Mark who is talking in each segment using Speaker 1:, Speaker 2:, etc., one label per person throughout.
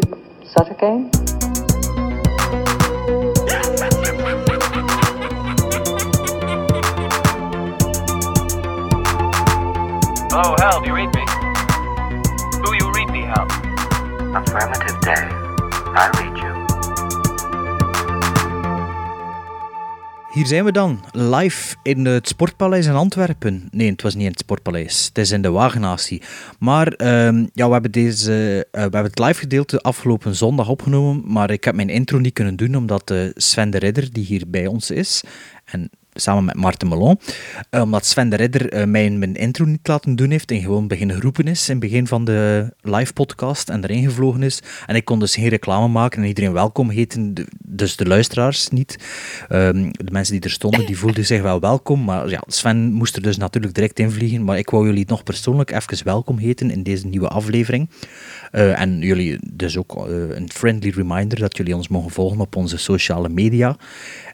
Speaker 1: that again?
Speaker 2: Hello, Hal, Oh, do you read me? Do you read me, Hal?
Speaker 3: Affirmative day. I read you.
Speaker 4: Hier zijn we dan, live in het Sportpaleis in Antwerpen. Nee, het was niet in het Sportpaleis, het is in de Wagenatie. Maar ehm, ja, we, hebben deze, eh, we hebben het live gedeelte afgelopen zondag opgenomen, maar ik heb mijn intro niet kunnen doen, omdat eh, Sven de Ridder, die hier bij ons is, en samen met Maarten Melon, eh, omdat Sven de Ridder eh, mij mijn intro niet laten doen heeft en gewoon beginnen roepen is in het begin van de live podcast en erin gevlogen is. En ik kon dus geen reclame maken en iedereen welkom heten, de- dus de luisteraars niet. Ehm, de mensen die er stonden, die voelden zich wel welkom, maar ja, Sven moest er dus natuurlijk direct in vliegen, maar ik wou jullie nog persoonlijk even welkom heten in deze nieuwe aflevering. Eh, en jullie dus ook eh, een friendly reminder dat jullie ons mogen volgen op onze sociale media.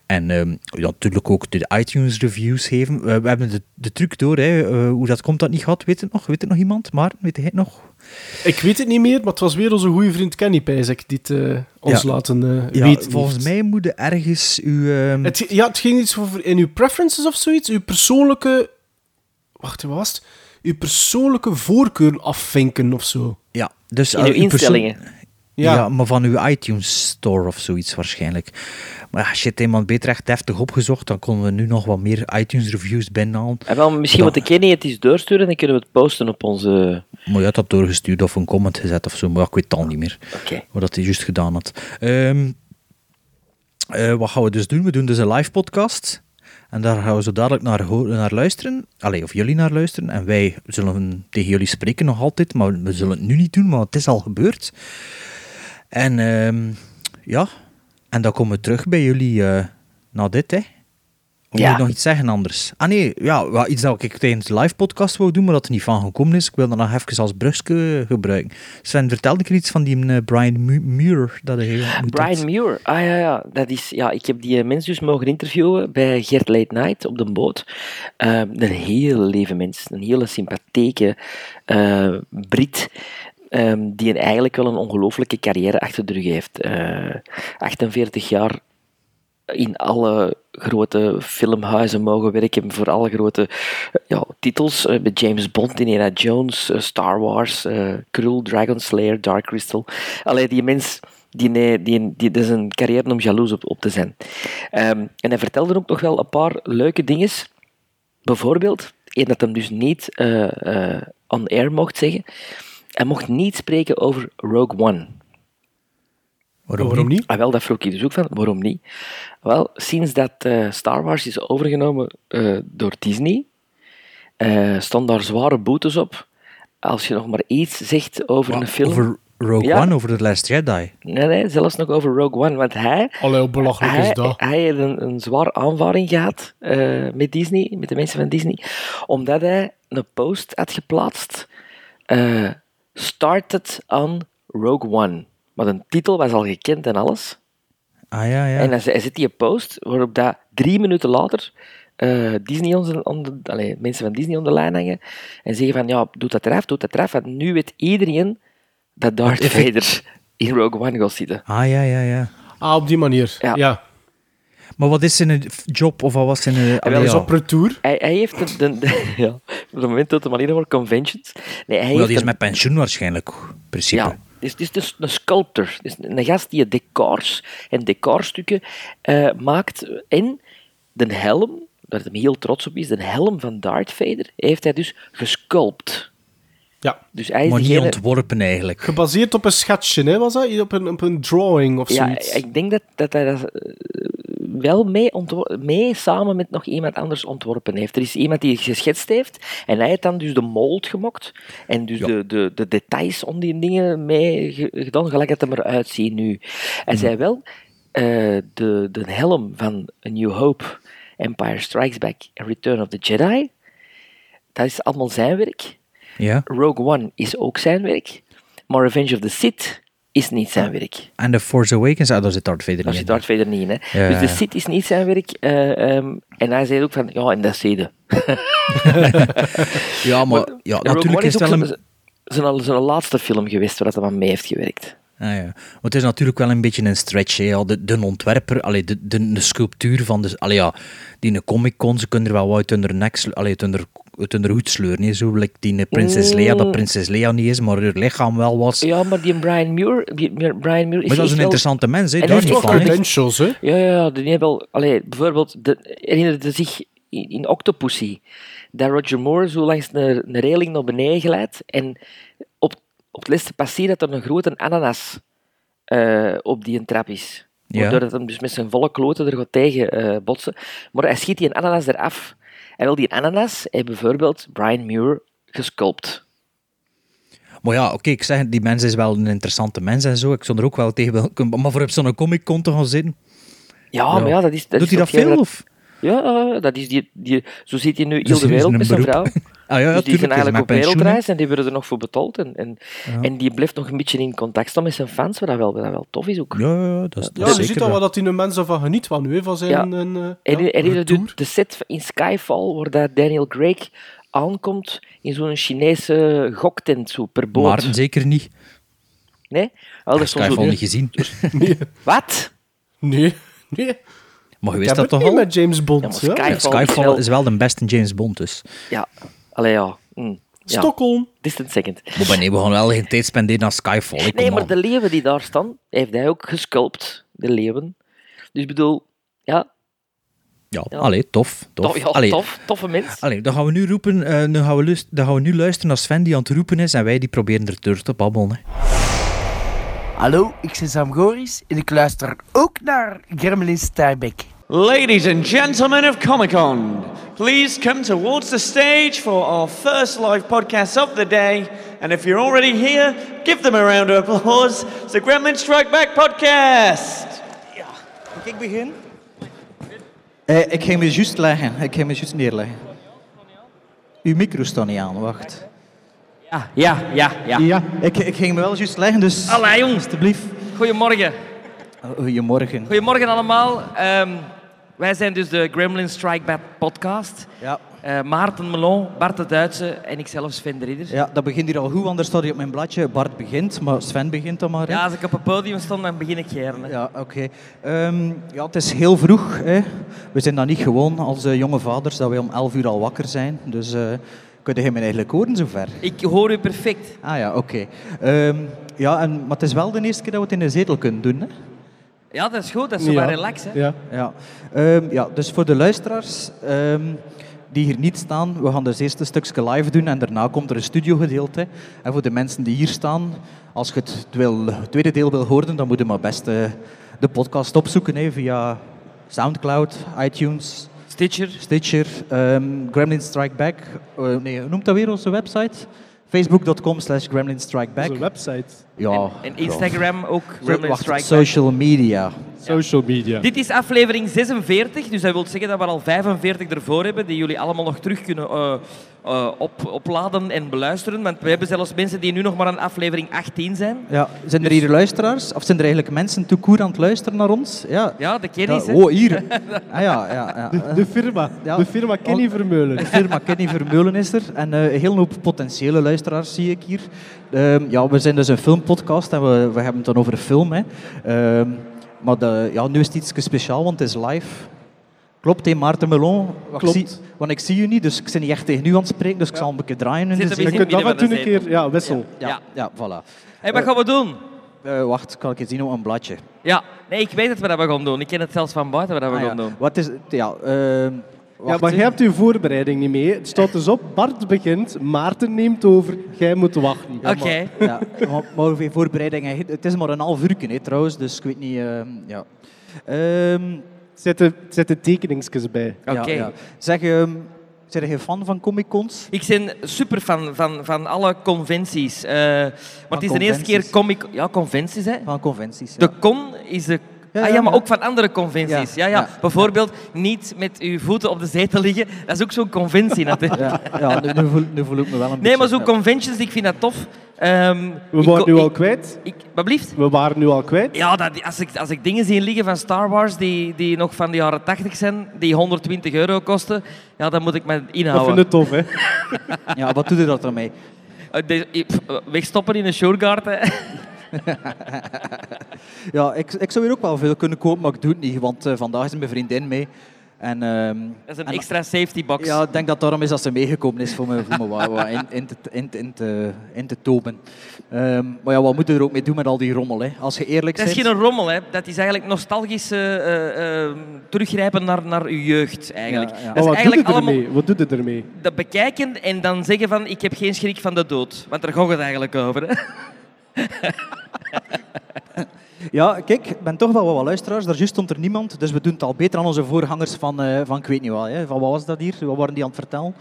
Speaker 4: En ehm, ja, natuurlijk ook de iTunes reviews geven. We- we hebben de, de truc door, hè. Eh, hoe dat komt dat niet gehad, weet het nog? Weet het nog iemand? Maarten, weet jij het nog?
Speaker 5: Ik weet het niet meer, maar het was weer onze goede vriend Kenny Pijsek die het eh, ons
Speaker 4: Ja.
Speaker 5: laten eh,
Speaker 4: Ja,
Speaker 5: weten.
Speaker 4: volgens
Speaker 5: heeft.
Speaker 4: mij moet er ergens uw... ehm,
Speaker 5: Het, ge- ja, het ging iets over in uw preferences of zoiets. Uw persoonlijke. Wacht, wat was het? Uw persoonlijke voorkeur afvinken of zo.
Speaker 4: Ja, dus...
Speaker 6: In
Speaker 4: eh,
Speaker 6: uw
Speaker 4: persoon-
Speaker 6: instellingen.
Speaker 4: Ja.
Speaker 5: Ja.
Speaker 4: maar van uw iTunes Store of zoiets waarschijnlijk. Maar als je het iemand beter echt deftig opgezocht, dan konden we nu nog wat meer iTunes reviews binnenhalen.
Speaker 6: En wel, misschien
Speaker 4: Dan-
Speaker 6: wat de Kenny het eens doorsturen en dan kunnen we het posten op onze...
Speaker 4: Maar je had dat doorgestuurd of een comment gezet of zo, maar ik weet het al niet meer.
Speaker 6: Oké.
Speaker 4: Wat dat hij juist gedaan had. Ehm, eh, wat gaan we dus doen? We doen dus een live podcast. En daar gaan we zo dadelijk naar, ho- naar luisteren. Allee, of jullie naar luisteren. En wij zullen tegen jullie spreken nog altijd. Maar we zullen het nu niet doen, maar het is al gebeurd. En ehm, ja, en dan komen we terug bij jullie eh, na dit, hè. Of
Speaker 6: Ja.
Speaker 4: moet je nog iets zeggen anders? Ah nee, ja, wel iets dat ik tijdens de live podcast wou doen, maar dat er niet van gekomen is. Ik wil dat nog even als brugske gebruiken. Sven, vertelde ik er iets van die eh, Brian Mu- Muir? Dat hij ontmoet had?
Speaker 6: Brian Muir. Ah ja, ja. Dat is, ja, ik heb die eh, mens dus mogen interviewen bij Gert Late Night op de boot. Eh, een heel lieve mens. Een hele sympathieke eh, Brit. ehm, die een eigenlijk wel een ongelooflijke carrière achter de rug heeft. Eh, 48 jaar in alle grote filmhuizen mogen werken voor alle grote eh, ja, titels. eh, Met James Bond, Indiana Jones, eh, Star Wars, eh Krul, Dragon Slayer, Dark Crystal. Allee, die mens, die, nee, die, die, dat is een carrière om jaloers op, op te zijn. Ehm, en hij vertelde ook nog wel een paar leuke dinges. Bijvoorbeeld, één dat hem dus niet eh, eh, on air mocht zeggen. Hij mocht niet spreken over Rogue One.
Speaker 4: Waarom,
Speaker 5: Waarom niet?
Speaker 6: Ah, wel, dat vroeg ik dus ook van, waarom niet? Wel, sinds dat eh, Star Wars is overgenomen eh, door Disney, eh staan daar zware boetes op als je nog maar iets zegt over een film.
Speaker 4: Over Rogue
Speaker 6: Ja.
Speaker 4: One, over The Last Jedi.
Speaker 6: Nee, nee, zelfs nog over Rogue One, want hij,
Speaker 5: Allee, hoe belachelijk is
Speaker 6: hij,
Speaker 5: dat?
Speaker 6: hij heeft een, een zware aanvaring gehad eh, met Disney, met de mensen van Disney, omdat hij een post had geplaatst, eh, started on Rogue One. Maar de titel was al gekend en alles.
Speaker 4: Ah ja, ja.
Speaker 6: En dan zit hij die post waarop dat drie minuten later eh, Disney ons on de, allee, mensen van Disney om de lijn hangen en zeggen van ja, doe dat eraf, doe dat eraf. Want nu weet iedereen dat Darth Vader in Rogue One gaat zitten.
Speaker 4: Ah ja, ja, ja.
Speaker 5: Ah, op die manier.
Speaker 6: Ja.
Speaker 5: Ja.
Speaker 4: Maar wat is zijn job of wat was zijn... eh,
Speaker 6: wel,
Speaker 4: allee,
Speaker 5: Dus
Speaker 4: ja.
Speaker 5: op retour.
Speaker 6: Hij, hij heeft een, de, de- ja, op het moment dat de manier wordt conventions. Nee, hij
Speaker 4: Wel,
Speaker 6: heeft
Speaker 4: die is
Speaker 6: een-
Speaker 4: met pensioen waarschijnlijk, in principe.
Speaker 6: Ja, dus het is dus een sculptor. Dus een gast die decors en decorstukken eh, maakt. En de helm, waar hij heel trots op is, de helm van Darth Vader, heeft hij dus gesculpt.
Speaker 5: Ja.
Speaker 6: Dus hij is
Speaker 4: Maar niet
Speaker 6: degene-
Speaker 4: ontworpen eigenlijk.
Speaker 5: Gebaseerd op een schetsje, hè, was dat? Op een, op een drawing of
Speaker 6: Ja,
Speaker 5: zoiets.
Speaker 6: ik denk dat, dat hij dat eh, wel mee, ontwor- mee samen met nog iemand anders ontworpen heeft. Er is iemand die geschetst heeft en hij heeft dan dus de mold gemokt en dus
Speaker 4: Ja.
Speaker 6: de, de, de details om die dingen mee ge- gedaan, gelijk dat het er maar uitziet nu. Hij zei wel, eh, de, de helm van A New Hope, Empire Strikes Back en Return of the Jedi, dat is allemaal zijn werk.
Speaker 4: Ja.
Speaker 6: Rogue One is ook zijn werk, maar Revenge of the Sith is niet zijn werk.
Speaker 4: En The Force Awakens, ah, daar zit Darth Vader
Speaker 6: Daar
Speaker 4: niet
Speaker 6: zit
Speaker 4: in.
Speaker 6: Darth Vader niet in. Hè?
Speaker 4: Ja,
Speaker 6: dus de
Speaker 4: ja.
Speaker 6: Sith is niet zijn werk. eh, ehm, en hij zei ook van, ja, en dat zeden.
Speaker 4: Ja, maar ja, natuurlijk is het wel een...
Speaker 6: zijn, zijn, zijn laatste film geweest waar dat hij aan mee heeft gewerkt.
Speaker 4: Ah, ja. Want het is natuurlijk wel een beetje een stretch. Hè. Ja, de, de ontwerper, allee, de, de, de sculptuur van de, allee, ja, die een Comic Con, ze kunnen er wel wat uit hun, nek, sle- allee, uit hun, uit hun hoed sleuren. Hè. Zo like die eh, Prinses Leia, dat Prinses Leia niet is, maar haar lichaam wel was.
Speaker 6: Mm. Ja, maar die Brian Muir, die Brian Muir is
Speaker 4: maar dat is
Speaker 6: echt
Speaker 4: een
Speaker 6: wel-
Speaker 4: interessante mens, hè.
Speaker 6: En
Speaker 4: daar
Speaker 6: hij
Speaker 5: heeft
Speaker 4: niet
Speaker 5: wel
Speaker 6: heeft
Speaker 4: van.
Speaker 6: wel
Speaker 4: hè.
Speaker 5: credentials, hè?
Speaker 6: Ja, ja, ja, die hebben wel... Allee, bijvoorbeeld, de, herinnerde zich in, in Octopussy, dat Roger Moore zo langs een, een railing naar beneden glijdt en op, op het laatste passier dat er een grote ananas eh, op die een trap is.
Speaker 4: Ja.
Speaker 6: Waardoor dat hem dus met zijn volle kloten er gaat tegen eh, botsen. Maar hij schiet die ananas eraf. En wel, die ananas heeft bijvoorbeeld Brian Muir gesculpt.
Speaker 4: Maar ja, oké, ik zeg, die mens is wel een interessante mens en zo. Ik zou er ook wel tegen willen kunnen- Maar voor op zo'n Comic Con te gaan zitten,
Speaker 6: Ja, Ah, maar ja, dat is... Dat
Speaker 4: doet
Speaker 6: is
Speaker 4: hij dat
Speaker 6: toch-
Speaker 4: veel? Of?
Speaker 6: Ja, dat is die, die, zo zit hij nu heel
Speaker 4: Dus
Speaker 6: de
Speaker 4: die is
Speaker 6: wereld
Speaker 4: een
Speaker 6: met zijn
Speaker 4: beroep.
Speaker 6: vrouw.
Speaker 4: Ah ja, ja,
Speaker 6: dus die zijn
Speaker 4: tuurlijk,
Speaker 6: eigenlijk op
Speaker 4: met pensioen, hè.
Speaker 6: wereldreis en die worden er nog voor betaald. En, en, en die blijft nog een beetje in contact staan met zijn fans, wat dat wel, wat dat wel tof is ook.
Speaker 4: Ja, ja, ja, dat is,
Speaker 5: Ja,
Speaker 4: dat is
Speaker 5: je
Speaker 4: zeker
Speaker 5: ziet al
Speaker 4: wel.
Speaker 5: wel dat die mensen van geniet van nu, hè, van zijn
Speaker 6: Ja.
Speaker 5: een, eh,
Speaker 6: En
Speaker 5: ja,
Speaker 6: er is
Speaker 5: retour.
Speaker 6: de set in Skyfall, waar dat Daniel Craig aankomt in zo'n Chinese goktent zo per boot.
Speaker 4: Maarten zeker niet.
Speaker 6: Nee? Wel, dat is gewoon
Speaker 4: Skyfall
Speaker 6: zo-
Speaker 4: niet gezien.
Speaker 5: Nee,
Speaker 6: Wat?
Speaker 5: nee, nee. Ik
Speaker 4: Maar je wist
Speaker 5: heb
Speaker 4: dat
Speaker 5: het
Speaker 4: toch
Speaker 5: niet
Speaker 4: al?
Speaker 5: met James Bond.
Speaker 6: Ja, maar
Speaker 5: ja.
Speaker 4: Ja,
Speaker 6: Skyfall is
Speaker 4: Skyfall
Speaker 6: wel-
Speaker 4: is wel de beste James Bond, dus.
Speaker 6: Ja. Allee, ja. Hm. ja.
Speaker 5: Stockholm.
Speaker 6: Distant second.
Speaker 4: Maar ben, nee, we gaan wel geen tijd spenderen aan Skyfall. hè,
Speaker 6: Nee,
Speaker 4: kom
Speaker 6: maar
Speaker 4: aan.
Speaker 6: de leeuwen die daar staan, heeft hij ook gesculpt. De leeuwen. Dus ik bedoel, ja,
Speaker 4: Ja,
Speaker 6: ja.
Speaker 4: allee, tof. tof.
Speaker 6: tof, ja,
Speaker 4: allee,
Speaker 6: tof toffe mens.
Speaker 4: allee, dan gaan we nu roepen, eh, dan, gaan we lust, dan gaan we nu luisteren naar Sven die aan het roepen is en wij die proberen er door te babbelen. Hè.
Speaker 1: Hallo, ik ben Sam Goris en ik luister ook naar Gremlin Steinbeck.
Speaker 7: Ladies and gentlemen of Comic Con, please come towards the stage for our first live podcast of the day. And if you're already here, give them a round of applause. It's the Gremlin Strike Back podcast.
Speaker 8: Mag ik beginnen? Eh, ik ging me juist leggen. Ik ging me juist neerleggen. Uw micro staat niet aan, wacht.
Speaker 7: Ja, ja, ja, ja.
Speaker 8: Ja, ik, ik ging me wel juist leggen, dus...
Speaker 7: Allee, jongens.
Speaker 8: Alsjeblieft.
Speaker 7: Goedemorgen.
Speaker 8: Goedemorgen.
Speaker 7: Goedemorgen allemaal. Ehm, wij zijn dus de Gremlin Strike Back podcast.
Speaker 8: Ja.
Speaker 7: Eh, Maarten Melon, Bart de Duitse en ikzelf Sven de Ridder.
Speaker 8: ja, dat begint hier al goed, want er staat hier op mijn bladje. Bart begint, maar Sven begint dan maar. hè.
Speaker 7: Ja, als ik op het podium stond, dan begin ik gerne.
Speaker 8: Ja, oké. Ehm, ja, het is heel vroeg. Hè. Eh, We zijn dat niet gewoon als eh, jonge vaders, dat wij om 11 uur al wakker zijn. Dus eh kun je me eigenlijk horen zover?
Speaker 7: Ik hoor u perfect.
Speaker 8: Ah ja, oké. Ehm, ja, en, maar het is wel de eerste keer dat we het in een zetel kunnen doen. Hè?
Speaker 7: Ja, dat is goed. Dat is zo
Speaker 5: Ja.
Speaker 7: maar relax, hè.
Speaker 5: Ja.
Speaker 8: Ja. Ehm, ja, dus voor de luisteraars ehm, die hier niet staan, we gaan dus eerst een stukje live doen en daarna komt er een studiogedeelte. En voor de mensen die hier staan, als je het, wil, het tweede deel wil horen, dan moet je maar best eh, de podcast opzoeken hè, via Soundcloud, iTunes,
Speaker 7: Stitcher.
Speaker 8: Stitcher, ehm, Gremlin Strike Back. Eh, nee, hoe noemt dat weer onze website? Facebook.com slash Gremlin Strike Back.
Speaker 5: Onze website.
Speaker 8: Ja,
Speaker 7: En
Speaker 8: ja.
Speaker 7: Instagram ook.
Speaker 8: Zo-
Speaker 7: Gremlin
Speaker 8: wacht,
Speaker 7: Strike Back.
Speaker 8: social media.
Speaker 5: Social media.
Speaker 7: Dit is aflevering 46, dus dat wil zeggen dat we al 45 ervoor hebben, die jullie allemaal nog terug kunnen eh, eh, op, opladen en beluisteren. Want we hebben zelfs mensen die nu nog maar aan aflevering 18 zijn.
Speaker 8: Ja, zijn er
Speaker 5: Dus-
Speaker 8: hier luisteraars? Of zijn er eigenlijk mensen toekoer aan het luisteren naar ons? Ja.
Speaker 7: Ja, de kennis. hè.
Speaker 8: oh, hier. Ah, ja, ja, ja.
Speaker 5: De firma.
Speaker 8: Ja.
Speaker 5: De firma Kenny
Speaker 8: Al-
Speaker 5: Vermeulen.
Speaker 8: De firma Kenny Vermeulen is er en eh, een hele hoop potentiële luisteraars zie ik hier. Ehm, ja, we zijn dus een filmpodcast en we, we hebben het dan over film. Hè. Ehm, maar de, ja, nu is het iets speciaal, want het is live. Klopt, hè, Maarten Melon? Want ik
Speaker 5: Klopt.
Speaker 8: zie- want ik zie je niet, dus ik ben niet echt tegen u aan het spreken, dus ik zal een beetje draaien. in de
Speaker 7: Zit er
Speaker 8: zetel.
Speaker 5: Je
Speaker 7: in het
Speaker 5: kunt dat
Speaker 7: midden
Speaker 5: wat
Speaker 7: van
Speaker 5: doen
Speaker 7: de
Speaker 5: een keer. Ja, wissel.
Speaker 8: ja, ja. voilà.
Speaker 7: Hey, wat gaan we doen?
Speaker 8: Eh, wacht, kan ik eens zien op een bladje?
Speaker 7: Ja, nee, ik weet het wat we gaan doen. Ik ken het zelfs van buiten wat we
Speaker 8: Ah,
Speaker 7: gaan
Speaker 8: ja.
Speaker 7: doen.
Speaker 8: Wat is... Ja, ehm,
Speaker 5: Ja,
Speaker 8: wacht,
Speaker 5: maar
Speaker 8: hè.
Speaker 5: jij hebt uw voorbereiding niet mee. Het staat dus op, Bart begint, Maarten neemt over, jij moet wachten.
Speaker 7: Oké.
Speaker 8: Ja, maar, maar hoeveel voorbereidingen... heb je? Het is maar een half uur hè, trouwens, dus ik weet niet... ehm, ja. Ehm,
Speaker 5: Zet de, zet de tekeningsjes bij.
Speaker 8: ja,
Speaker 7: Oké.
Speaker 8: ja. Zeg, ehm zijn je fan van Comic-Cons?
Speaker 7: Ik ben super van, van, van alle conventies. Eh, maar het is de eerste keer
Speaker 8: conventies.
Speaker 7: comic... Ja, conventies, hè.
Speaker 8: Van conventies, ja.
Speaker 7: De con is de...
Speaker 8: Ja,
Speaker 7: ah,
Speaker 8: ja,
Speaker 7: ja, maar
Speaker 8: ja.
Speaker 7: ook van andere conventies. Ja,
Speaker 8: Ja,
Speaker 7: ja,
Speaker 8: ja.
Speaker 7: Bijvoorbeeld niet met uw voeten op de zetel liggen. Dat is ook zo'n conventie natuurlijk.
Speaker 8: Ja, ja nu, nu, voel, nu voel ik me wel een
Speaker 7: Nee,
Speaker 8: beetje...
Speaker 7: maar zo'n
Speaker 8: ja.
Speaker 7: conventions, ik vind dat tof. Ehm,
Speaker 5: We
Speaker 7: ik
Speaker 5: waren
Speaker 7: ko-
Speaker 5: nu
Speaker 7: ik-
Speaker 5: al kwijt.
Speaker 7: Ik, wat blieft?
Speaker 5: We waren nu al kwijt.
Speaker 7: Ja, dat, als, ik, als ik dingen zie liggen van Star Wars die, die nog van de jaren 80 zijn, die 120 euro kosten, ja, dan moet ik me
Speaker 5: Dat
Speaker 7: inhouden.
Speaker 5: vind ik tof, hè.
Speaker 8: Ja, wat doet u dat ermee?
Speaker 7: Eh, de- ik- pff, eh, wegstoppen in een showguard. hè.
Speaker 8: ja, ik, ik zou hier ook wel veel kunnen kopen, maar ik doe het niet, want eh, vandaag is mijn vriendin mee. En, ehm,
Speaker 6: Dat is een
Speaker 8: en-
Speaker 6: extra safety box.
Speaker 8: Ja, ik denk dat daarom is dat ze meegekomen is voor me, voor me Wawa in, in, te, in, te- in, te, in te topen. Ehm, maar ja, wat moet je er ook mee doen met al die rommel? Hè? Als je eerlijk
Speaker 6: dat is
Speaker 8: bent...
Speaker 6: geen rommel, hè. dat is eigenlijk nostalgisch eh, eh, eh, teruggrijpen naar, naar je jeugd. Eigenlijk.
Speaker 8: Ja, ja.
Speaker 6: Dat
Speaker 5: Maar
Speaker 6: is
Speaker 5: Oh, wat doet
Speaker 6: eigenlijk
Speaker 5: het
Speaker 6: allemaal
Speaker 5: ermee? Wat doet het ermee?
Speaker 6: dat bekijken en dan zeggen van ik heb geen schrik van de dood. Want daar gaat het eigenlijk over. Hè?
Speaker 8: Ja, kijk, ik ben toch wel wat luisteraars. Daar juist stond er niemand, dus we doen het al beter aan onze voorgangers van, eh, van ik weet niet wat. Hè. Van wat was dat hier? Wat waren die aan het vertellen?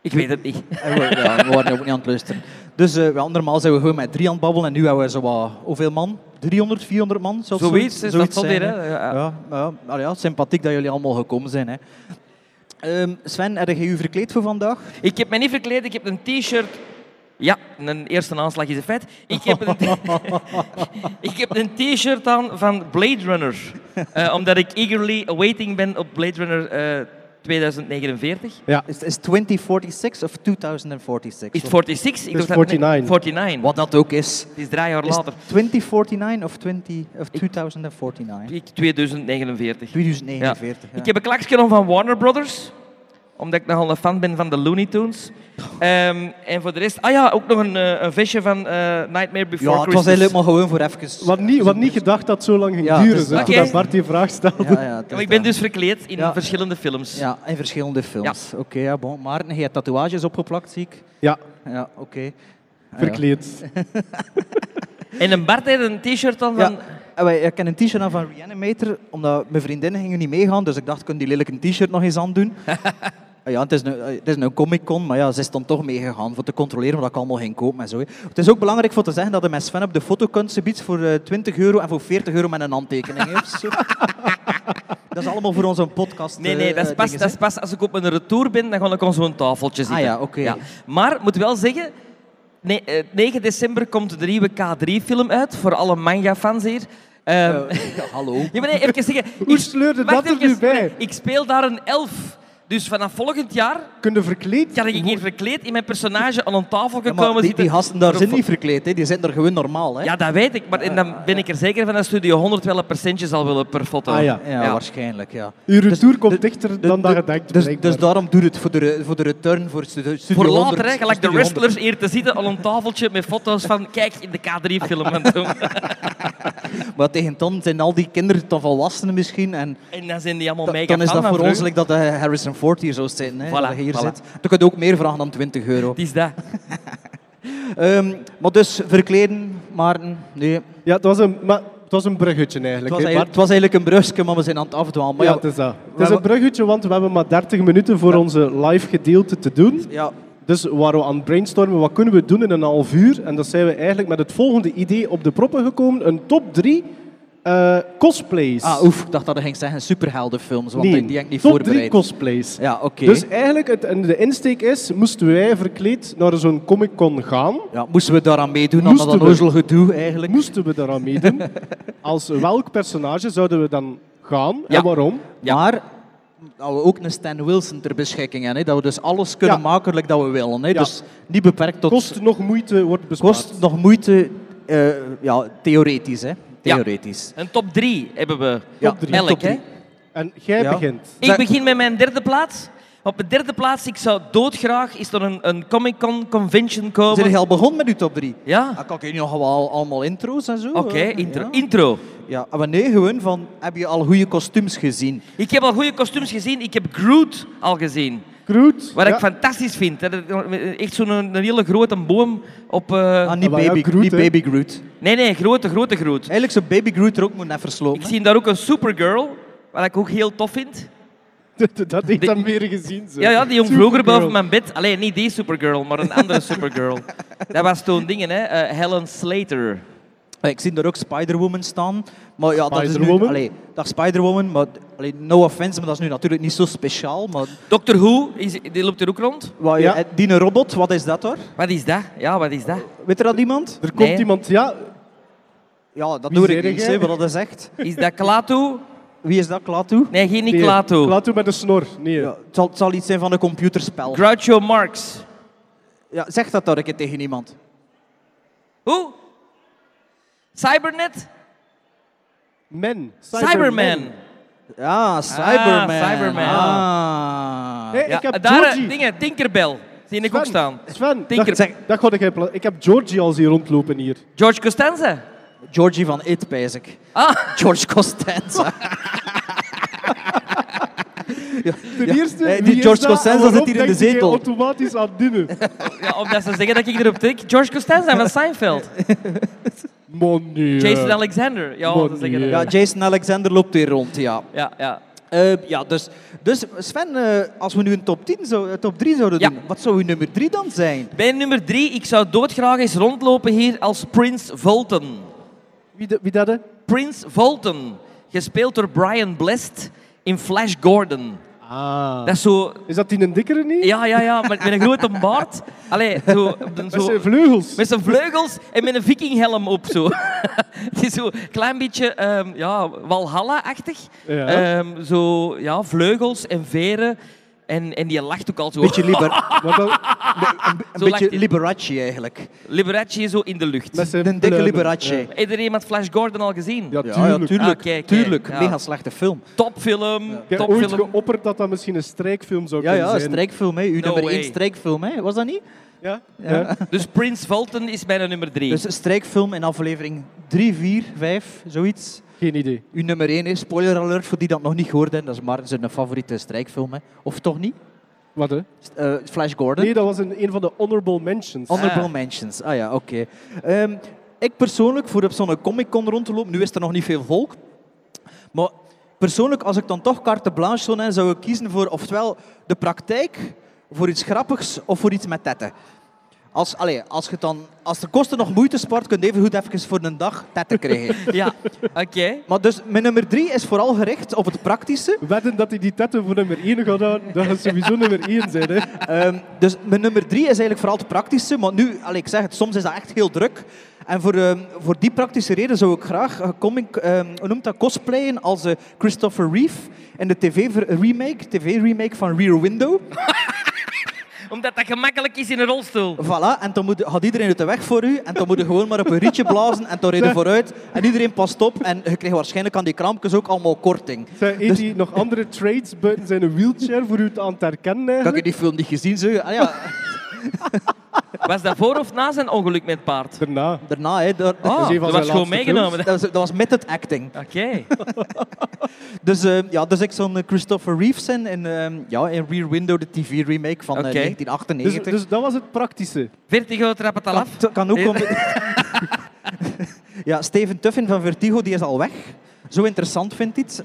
Speaker 6: Ik weet het niet.
Speaker 8: En we, ja, we waren ook niet aan het luisteren. Dus eh, ja, normaal zijn we gewoon met drie aan het babbelen en nu hebben we zo wat, hoeveel man? 300, 400 man? Zoiets,
Speaker 6: Zoiets, is dat zal
Speaker 8: zijn,
Speaker 6: weer.
Speaker 8: hè.
Speaker 6: hè. Ja.
Speaker 8: Ja, ja, maar ja, sympathiek dat jullie allemaal gekomen zijn. Hè. Ehm, Sven, heb je je verkleed voor vandaag?
Speaker 6: Ik heb me niet verkleed, ik heb een t-shirt. Ja, een eerste aanslag is een feit. Ik heb een, ik heb een t-shirt aan van Blade Runner. Eh, omdat ik eagerly awaiting ben op Blade Runner eh, 2049.
Speaker 8: Is, is 2046 of 2046?
Speaker 6: Is het 46? Ik
Speaker 5: Het is
Speaker 6: dacht dat- nee,
Speaker 5: 49.
Speaker 6: 49.
Speaker 8: Wat dat ook is.
Speaker 6: Het is drie jaar
Speaker 8: Is
Speaker 6: later.
Speaker 8: 2049 of, 20, of 2049?
Speaker 6: Ik- 2049.
Speaker 8: 2049.
Speaker 6: Ik heb een klaksje om van Warner Brothers. Omdat ik nogal een fan ben van de Looney Tunes. Ehm, en voor de rest... Ah ja, ook nog een, eh, een vestje van eh, Nightmare Before
Speaker 8: ja, het was
Speaker 6: Christmas.
Speaker 8: eigenlijk maar gewoon voor even.
Speaker 5: Wat niet, wat niet gedacht dat het zo lang ging
Speaker 8: Ja,
Speaker 5: duren,
Speaker 8: het is
Speaker 5: zeg,
Speaker 6: waar.
Speaker 5: voordat
Speaker 6: Oké.
Speaker 5: Bart die vraag stelde.
Speaker 8: Ja, ja, het is
Speaker 6: Maar ik ben
Speaker 8: dat.
Speaker 6: dus verkleed in
Speaker 8: Ja.
Speaker 6: verschillende films.
Speaker 8: Ja, in verschillende films. Oké, ja, bon. Maarten, je hebt tatoeages opgeplakt, zie ik.
Speaker 5: Ja,
Speaker 8: Ja, oké. Ah, ja.
Speaker 5: verkleed.
Speaker 6: En een Bart heeft een t-shirt aan van...
Speaker 8: Ja, en wij- ik heb een t-shirt aan van Reanimator, omdat mijn vriendinnen gingen niet meegaan, dus ik dacht, ik kan die lelijke t-shirt nog eens aandoen. Ah ja, het is een, het is een Comic-Con, maar ja, ze is dan toch meegegaan voor te controleren wat ik allemaal ging kopen en zo. hè. Het is ook belangrijk voor te zeggen dat je met Sven op de foto kunt ze biedt voor eh, 20 euro en voor 40 euro met een handtekening. hè, of zo. dat is allemaal voor onze podcast.
Speaker 6: Nee, nee,
Speaker 8: eh,
Speaker 6: dat is,
Speaker 8: eh,
Speaker 6: pas, dat
Speaker 8: dinges, hè. Ah,
Speaker 6: is pas als ik op mijn retour ben, dan ga ik aan zo'n tafeltje zitten.
Speaker 8: ja, oké.
Speaker 6: Maar ik moet wel zeggen, nee, eh, 9 december komt de nieuwe K3-film uit, voor alle manga-fans hier. Ehm,
Speaker 8: Eh, ja, hallo.
Speaker 6: Ja, maar nee, even zeggen...
Speaker 5: Hoe
Speaker 6: ik-
Speaker 5: sleurde
Speaker 6: wacht
Speaker 5: dat er
Speaker 6: even,
Speaker 5: nu bij?
Speaker 6: nee, ik speel daar een elf. Dus vanaf volgend jaar
Speaker 5: Kunnen verkleed?
Speaker 6: kan ik hier verkleed in mijn personage aan een tafel
Speaker 8: Ja,
Speaker 6: gaan
Speaker 8: maar
Speaker 6: komen
Speaker 8: die,
Speaker 6: zitten.
Speaker 8: die gasten daar
Speaker 6: Voor-
Speaker 8: zijn niet verkleed, hè. die zijn er gewoon normaal. Hè.
Speaker 6: Ja, dat weet ik. Maar en dan ben ik er zeker van dat Studio 100 wel een percentje zal willen per foto.
Speaker 5: Ah ja.
Speaker 8: Ja,
Speaker 6: Ja.
Speaker 8: waarschijnlijk, ja.
Speaker 5: Uw
Speaker 8: Dus-
Speaker 5: retour komt
Speaker 8: dus-
Speaker 5: dichter
Speaker 8: dus-
Speaker 5: dan dat
Speaker 8: dus-
Speaker 5: je denkt,
Speaker 8: Dus,
Speaker 5: blijkbaar.
Speaker 8: dus daarom doe het voor de, re- voor de return, voor Studio Studio
Speaker 6: Voor
Speaker 8: 100,
Speaker 6: later, hè, gelijk de
Speaker 8: Studio 100.
Speaker 6: wrestlers hier te zitten aan een tafeltje met foto's van kijk in de K3-film. En, zo.
Speaker 8: Maar tegen dan zijn al die kinderen dan volwassenen misschien. En
Speaker 6: en dan zijn die
Speaker 8: da-
Speaker 6: allemaal mega
Speaker 8: dan is
Speaker 6: fan
Speaker 8: dat
Speaker 6: van
Speaker 8: voor
Speaker 6: vroeger.
Speaker 8: ons like dat eh, Harrison Ford hier zou zitten. Hè,
Speaker 6: Voilà,
Speaker 8: dat je hier
Speaker 6: voilà.
Speaker 8: zit. Dan kun je ook meer vragen dan 20 euro.
Speaker 6: Het is dat.
Speaker 8: Ehm, maar dus, verkleden, Maarten. Nee.
Speaker 5: Ja, het was een, maar, het was een bruggetje
Speaker 8: Het,
Speaker 5: eigenlijk.
Speaker 8: was
Speaker 5: hè,
Speaker 8: eigenlijk, het
Speaker 5: Bart?
Speaker 8: was eigenlijk een brusje, maar we zijn aan het afdwalen. Maar
Speaker 5: ja,
Speaker 8: ja,
Speaker 5: het is dat. Het is
Speaker 8: hebben-
Speaker 5: een bruggetje, want we hebben maar 30 minuten voor onze live gedeelte te doen.
Speaker 8: ja,
Speaker 5: Dus waren we aan het brainstormen, wat kunnen we doen in een half uur? En dat zijn we eigenlijk met het volgende idee op de proppen gekomen. Een top 3 cosplays.
Speaker 8: ah, oef, ik dacht dat hij ging zeggen superheldenfilms, want
Speaker 5: Nee,
Speaker 8: die, die heb ik niet
Speaker 5: top 3
Speaker 8: voorbereid.
Speaker 5: cosplays.
Speaker 8: ja, oké.
Speaker 5: Dus eigenlijk, het, en de insteek is, moesten wij verkleed naar zo'n Comic-Con gaan?
Speaker 8: ja, moesten we daaraan meedoen, aan dat
Speaker 5: Moesten we.
Speaker 8: onnozel gedoe eigenlijk?
Speaker 5: Moesten we daaraan meedoen? Als welk personage zouden we dan gaan
Speaker 6: Ja.
Speaker 5: en waarom?
Speaker 8: Maar dat we ook een Stan Wilson ter beschikking hebben. Hè? Dat we dus alles kunnen
Speaker 5: Ja.
Speaker 8: maken like dat we willen. Hè?
Speaker 5: Ja.
Speaker 8: Dus niet beperkt tot...
Speaker 5: Kost nog moeite, wordt bespaard.
Speaker 8: kost nog moeite, eh, ja, theoretisch. Hè? Theoretisch.
Speaker 6: Een top 3 hebben we.
Speaker 8: Ja,
Speaker 5: Top drie.
Speaker 6: Elk,
Speaker 8: top
Speaker 6: hè?
Speaker 8: drie.
Speaker 5: En jij
Speaker 8: Ja.
Speaker 5: begint.
Speaker 6: Ik begin met mijn derde plaats. Op de derde plaats, ik zou doodgraag, is er een, een Comic-Con convention
Speaker 8: Zijn
Speaker 6: komen.
Speaker 8: jullie al begonnen met uw top 3?
Speaker 6: Ja?
Speaker 8: kan ik nog wel allemaal intro's en zo.
Speaker 6: Oké,
Speaker 8: eh,
Speaker 6: intro.
Speaker 8: Ah, Ja.
Speaker 6: intro.
Speaker 8: Ja, maar nee, gewoon van, heb je al goede kostuums gezien?
Speaker 6: Ik heb al goede kostuums gezien. Ik heb Groot al gezien.
Speaker 5: Groot.
Speaker 6: Wat
Speaker 5: Ja.
Speaker 6: ik fantastisch vind. hè. Dat- Echt zo'n een hele grote boom op... eh,
Speaker 8: Ah, niet
Speaker 5: maar ja,
Speaker 8: baby,
Speaker 5: Groot,
Speaker 8: niet
Speaker 5: hè.
Speaker 8: baby Groot.
Speaker 6: Nee, nee, grote, grote Groot.
Speaker 8: Eigenlijk zou baby Groot er ook moeten even slopen.
Speaker 6: Ik zie daar ook een Supergirl, wat ik ook heel tof vind.
Speaker 5: dat heeft dan meer gezien. Zo.
Speaker 6: Ja, ja die jong
Speaker 5: Supergirl.
Speaker 6: vroeger boven mijn bed. Alleen niet die Supergirl, maar een andere Supergirl. Dat was toen dingen, hè. eh, Helen Slater.
Speaker 8: Ja, Ik zie daar ook Spider-Woman staan. Maar ja, dat is nu...
Speaker 5: Spider-Woman?
Speaker 8: Allee, dag Spider-Woman, maar... Allee, no offense, maar dat is nu natuurlijk niet zo speciaal. Maar
Speaker 6: Doctor Who, is, die loopt er ook rond.
Speaker 8: wat,
Speaker 5: Ja.
Speaker 8: eh, die robot, wat is dat hoor?
Speaker 6: Wat is dat? Ja, wat is dat?
Speaker 8: Weet er dat iemand?
Speaker 5: Er komt
Speaker 6: Nee.
Speaker 5: iemand, ja,
Speaker 8: Ja, dat
Speaker 5: Wie
Speaker 8: doe
Speaker 5: zei
Speaker 8: ik niet,
Speaker 5: jij?
Speaker 8: hè, wat dat is echt.
Speaker 6: Is dat Klaatu?
Speaker 8: Wie is dat, Klaatu?
Speaker 6: Nee, geen niet
Speaker 5: nee,
Speaker 6: Klaatu.
Speaker 5: Klaatu met een snor. Nee,
Speaker 8: Ja, het, zal, het zal iets zijn van een computerspel.
Speaker 6: Groucho Marx.
Speaker 8: Ja, zeg dat daar een keer tegen iemand.
Speaker 6: Hoe? Cybernet?
Speaker 5: Men.
Speaker 6: Cyberman.
Speaker 8: Ja, Cyberman.
Speaker 6: Ah, Cyberman.
Speaker 8: Ah.
Speaker 5: Hey,
Speaker 6: Ja,
Speaker 5: ik heb
Speaker 6: daar,
Speaker 5: Georgie.
Speaker 6: eh, dingen, Tinkerbell. Zie ik ook staan.
Speaker 5: Sven,
Speaker 6: Tinker-
Speaker 5: dat,
Speaker 6: Zeg-
Speaker 5: dat kon ik in pla- Ik heb Georgie al zien rondlopen hier.
Speaker 6: George Costanza.
Speaker 8: Georgie van It, pijs ik.
Speaker 6: Ah,
Speaker 8: George Costanza.
Speaker 5: Ten eerste,
Speaker 8: eh, die
Speaker 5: wie is
Speaker 8: George
Speaker 5: dat en
Speaker 8: Costanza
Speaker 5: waarom
Speaker 8: zit hier in de
Speaker 5: denkt hij
Speaker 8: zetel?
Speaker 5: automatisch aan dinnen.
Speaker 6: ja, omdat ze zeggen dat ik erop tik. George Costanza van Seinfeld.
Speaker 5: Man, nee.
Speaker 6: Jason Alexander. Ja,
Speaker 5: Maar
Speaker 6: ze zeggen
Speaker 5: nee.
Speaker 6: dat.
Speaker 8: ja, Jason Alexander loopt hier rond, ja.
Speaker 6: Ja, ja.
Speaker 8: Eh, ja, dus, dus Sven, eh, als we nu een top, 10 zou, eh, top 3 zouden
Speaker 6: Ja.
Speaker 8: doen, wat zou uw nummer 3 dan zijn?
Speaker 6: Bij nummer drie, ik zou doodgraag eens rondlopen hier als Prince Volton.
Speaker 5: Wie, de- wie dat, hè?
Speaker 6: Prince Volton, gespeeld door Brian Blessed in Flash Gordon.
Speaker 5: Ah.
Speaker 6: Dat is zo...
Speaker 5: Is dat die een dikkere niet?
Speaker 6: Ja, ja, ja, met, met een grote baard. Allee, zo... dan
Speaker 5: Met
Speaker 6: zo-
Speaker 5: zijn vleugels.
Speaker 6: Met zijn vleugels en met een vikinghelm op zo. Het is zo een klein beetje ehm, ja, Walhalla-achtig.
Speaker 5: Ja.
Speaker 6: Ehm, zo, ja, vleugels en veren. En, en die lacht ook al zo.
Speaker 8: Beetje liber,
Speaker 5: Maar dan,
Speaker 8: een
Speaker 6: Zo lacht
Speaker 8: beetje
Speaker 6: hij.
Speaker 8: Liberace eigenlijk.
Speaker 6: Liberace zo in de lucht.
Speaker 5: met zijn
Speaker 8: Een dikke
Speaker 5: pluimen.
Speaker 8: Liberace.
Speaker 5: Ja.
Speaker 6: Heeft er iemand Flash Gordon al gezien?
Speaker 5: Ja,
Speaker 8: Ja,
Speaker 5: tuurlijk.
Speaker 8: ja, tuurlijk.
Speaker 6: Ah, kijk, kijk,
Speaker 8: tuurlijk.
Speaker 6: ja.
Speaker 8: Mega slechte film.
Speaker 6: Topfilm,
Speaker 5: Ik heb ooit
Speaker 6: topfilm.
Speaker 5: geopperd dat dat misschien een strijkfilm zou
Speaker 8: Ja,
Speaker 5: kunnen
Speaker 8: ja,
Speaker 5: zijn.
Speaker 8: strijkfilm. Hè. Uw nummer
Speaker 6: way.
Speaker 8: 1 strijkfilm, hè. was dat niet?
Speaker 5: Ja? Ja.
Speaker 6: Dus Prince Fulton is mijn nummer drie.
Speaker 8: Dus strijkfilm in aflevering 3, 4, 5, zoiets.
Speaker 5: Geen idee.
Speaker 8: Uw nummer 1 is, spoiler alert voor die dat nog niet gehoord hebben, dat is Martin zijn favoriete strijkfilm. Hè. Of toch niet?
Speaker 5: Wat, hè?
Speaker 8: St- eh, Flash Gordon?
Speaker 5: Nee, dat was een, een van de honorable mentions.
Speaker 8: Honorable
Speaker 6: Ah.
Speaker 8: mentions. Ah ja, oké. Ehm, ik persoonlijk, voor op zo'n Comic-Con rond te lopen, nu is er nog niet veel volk, maar persoonlijk, als ik dan toch carte blanche zou hebben, zou ik kiezen voor ofwel de praktijk, voor iets grappigs of voor iets met tetten. Als, allee, als, je dan, als de kosten nog moeite spaart, kun je even goed even voor een dag tetten krijgen.
Speaker 6: Ja, oké.
Speaker 8: maar dus, mijn nummer drie is vooral gericht op het praktische.
Speaker 5: Wedden dat hij die tetten voor nummer 1 gaat aan, dat gaat sowieso nummer 1 zijn. Hè.
Speaker 8: Ehm, dus mijn nummer drie is eigenlijk vooral het praktische. Maar nu, allee, ik zeg het, soms is dat echt heel druk. En voor, ehm, voor die praktische reden zou ik graag eh, comic, ehm, hoe noemt dat, cosplayen als eh, Christopher Reeve in de tv-remake TV eh, -remake van Rear Window.
Speaker 6: Omdat dat gemakkelijk is in een rolstoel.
Speaker 8: Voilà, en dan moet, gaat iedereen uit de weg voor u. En dan moet je gewoon maar op een rietje blazen en dan reden vooruit. En iedereen past op. En je krijgt waarschijnlijk aan die krampjes ook allemaal korting. Dus-
Speaker 5: Zijn heeft hij nog andere trades buiten zijn wheelchair voor u te aan te herkennen
Speaker 8: Ik heb
Speaker 5: eigenlijk?
Speaker 8: die film niet gezien, zeg. Ah ja,
Speaker 6: Was dat voor of na zijn ongeluk met het paard?
Speaker 5: Daarna.
Speaker 8: daarna, hè. daar-
Speaker 6: Ah,
Speaker 5: is een van
Speaker 6: dat
Speaker 5: zijn
Speaker 6: was gewoon
Speaker 5: laatste
Speaker 6: meegenomen.
Speaker 8: dat, was, dat was met het acting.
Speaker 6: Oké.
Speaker 8: Dus, eh, ja, dus ik zo'n eh, Christopher Reeve zijn in, ehm, ja, in Rear Window, de TV-remake van eh,
Speaker 6: Oké.
Speaker 5: Dus,
Speaker 8: 1998.
Speaker 5: dus dat was het praktische.
Speaker 6: Vertigo trap het al af.
Speaker 8: kan, kan ook... om- Eh, ja, Steven Tuffin van Vertigo, die is al weg. Zo interessant vindt iets.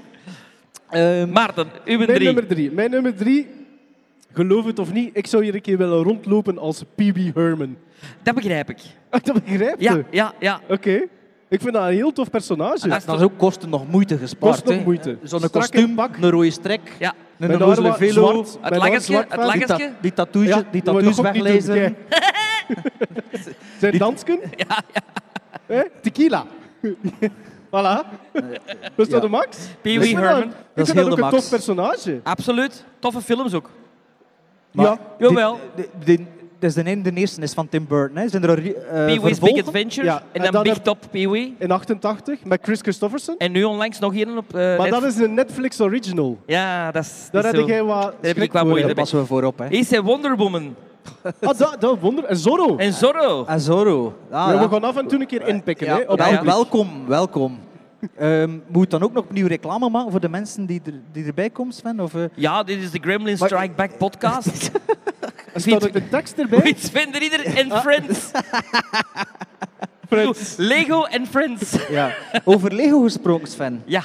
Speaker 8: Ehm,
Speaker 6: Maarten, uw
Speaker 5: Mijn
Speaker 6: drie.
Speaker 5: nummer 3. Mijn nummer 3, geloof het of niet, ik zou hier een keer willen rondlopen als Pee Wee Herman.
Speaker 6: Dat begrijp ik.
Speaker 5: Ah, Dat begrijp je? Oh,
Speaker 6: Ja, ja, ja.
Speaker 5: Oké. Ik vind dat een heel tof personage.
Speaker 6: Ah,
Speaker 8: dat is ook kosten nog moete gespaard.
Speaker 5: Kost nog
Speaker 8: hè. Eh,
Speaker 5: moeite.
Speaker 8: Zo'n
Speaker 5: Strakke
Speaker 8: kostuum,
Speaker 5: pak.
Speaker 8: een rode strek,
Speaker 6: ja.
Speaker 8: een
Speaker 5: Mijn
Speaker 8: roze
Speaker 5: haar wa-
Speaker 8: velo,
Speaker 5: zwart.
Speaker 6: Het
Speaker 5: Mijn haar
Speaker 6: lagertje,
Speaker 5: zwart
Speaker 6: het
Speaker 5: verf.
Speaker 8: die, ta-
Speaker 6: lagertje.
Speaker 8: die tattoos,
Speaker 5: Ja,
Speaker 8: die
Speaker 5: dat moet
Speaker 8: tattoos
Speaker 5: je ook niet doen,
Speaker 8: weglezen.
Speaker 5: kijk. Zijn dansken? Ja, Tequila. voilà. Was dat
Speaker 8: Ja.
Speaker 5: de max?
Speaker 6: Pee
Speaker 5: Ik
Speaker 6: Wee
Speaker 5: vind
Speaker 6: Herman.
Speaker 5: Dat, ik
Speaker 8: is
Speaker 5: vind
Speaker 8: heel
Speaker 5: dat ook
Speaker 8: de
Speaker 5: een
Speaker 8: max.
Speaker 5: tof personage.
Speaker 6: Absoluut. Toffe films
Speaker 5: Eh,
Speaker 6: ook.
Speaker 8: Maar dit-
Speaker 6: Jawel.
Speaker 8: dit- dit- dit is de, ene- de eerste is van Tim Burton. Hè. Zijn er al re- eh,
Speaker 6: Pee-wee's Big
Speaker 8: vervolgen?
Speaker 6: Adventure.
Speaker 5: Ja,
Speaker 6: En
Speaker 5: en
Speaker 6: dan,
Speaker 5: dan
Speaker 6: Big
Speaker 5: heb-
Speaker 6: Top Pee-wee.
Speaker 5: In 88, met Chris Christofferson.
Speaker 6: En nu onlangs nog één op... eh,
Speaker 5: Maar
Speaker 6: net-
Speaker 5: dat is een Netflix original.
Speaker 6: Ja, dat is...
Speaker 5: Daar
Speaker 6: dat is
Speaker 5: heb
Speaker 6: zo.
Speaker 5: jij wat
Speaker 6: ik
Speaker 5: schrik
Speaker 6: wat
Speaker 5: voor,
Speaker 6: moeite
Speaker 5: hè.
Speaker 8: Daar passen we voor op. Hè.
Speaker 6: Hier zijn Wonder Woman.
Speaker 5: Ah, dat, dat wonder. En Zorro.
Speaker 6: En Zorro.
Speaker 8: En Zorro. Ah,
Speaker 5: Ja,
Speaker 8: ja.
Speaker 5: we gaan af en toe een keer inpikken.
Speaker 8: Ja,
Speaker 5: hè, op
Speaker 8: wel-
Speaker 6: ja.
Speaker 8: Welkom, welkom. Ehm moet dan ook nog opnieuw reclame maken voor de mensen die, er, die erbij komen, Sven? Of, eh,
Speaker 6: Ja, dit is de Gremlin
Speaker 8: Maar-
Speaker 6: Strike Back podcast.
Speaker 5: Er staat ook de tekst erbij.
Speaker 6: With Sven de Ridder en Friends.
Speaker 5: Ah. Friends.
Speaker 6: Lego en Friends.
Speaker 8: ja. Over Lego gesproken, Sven.
Speaker 6: Ja,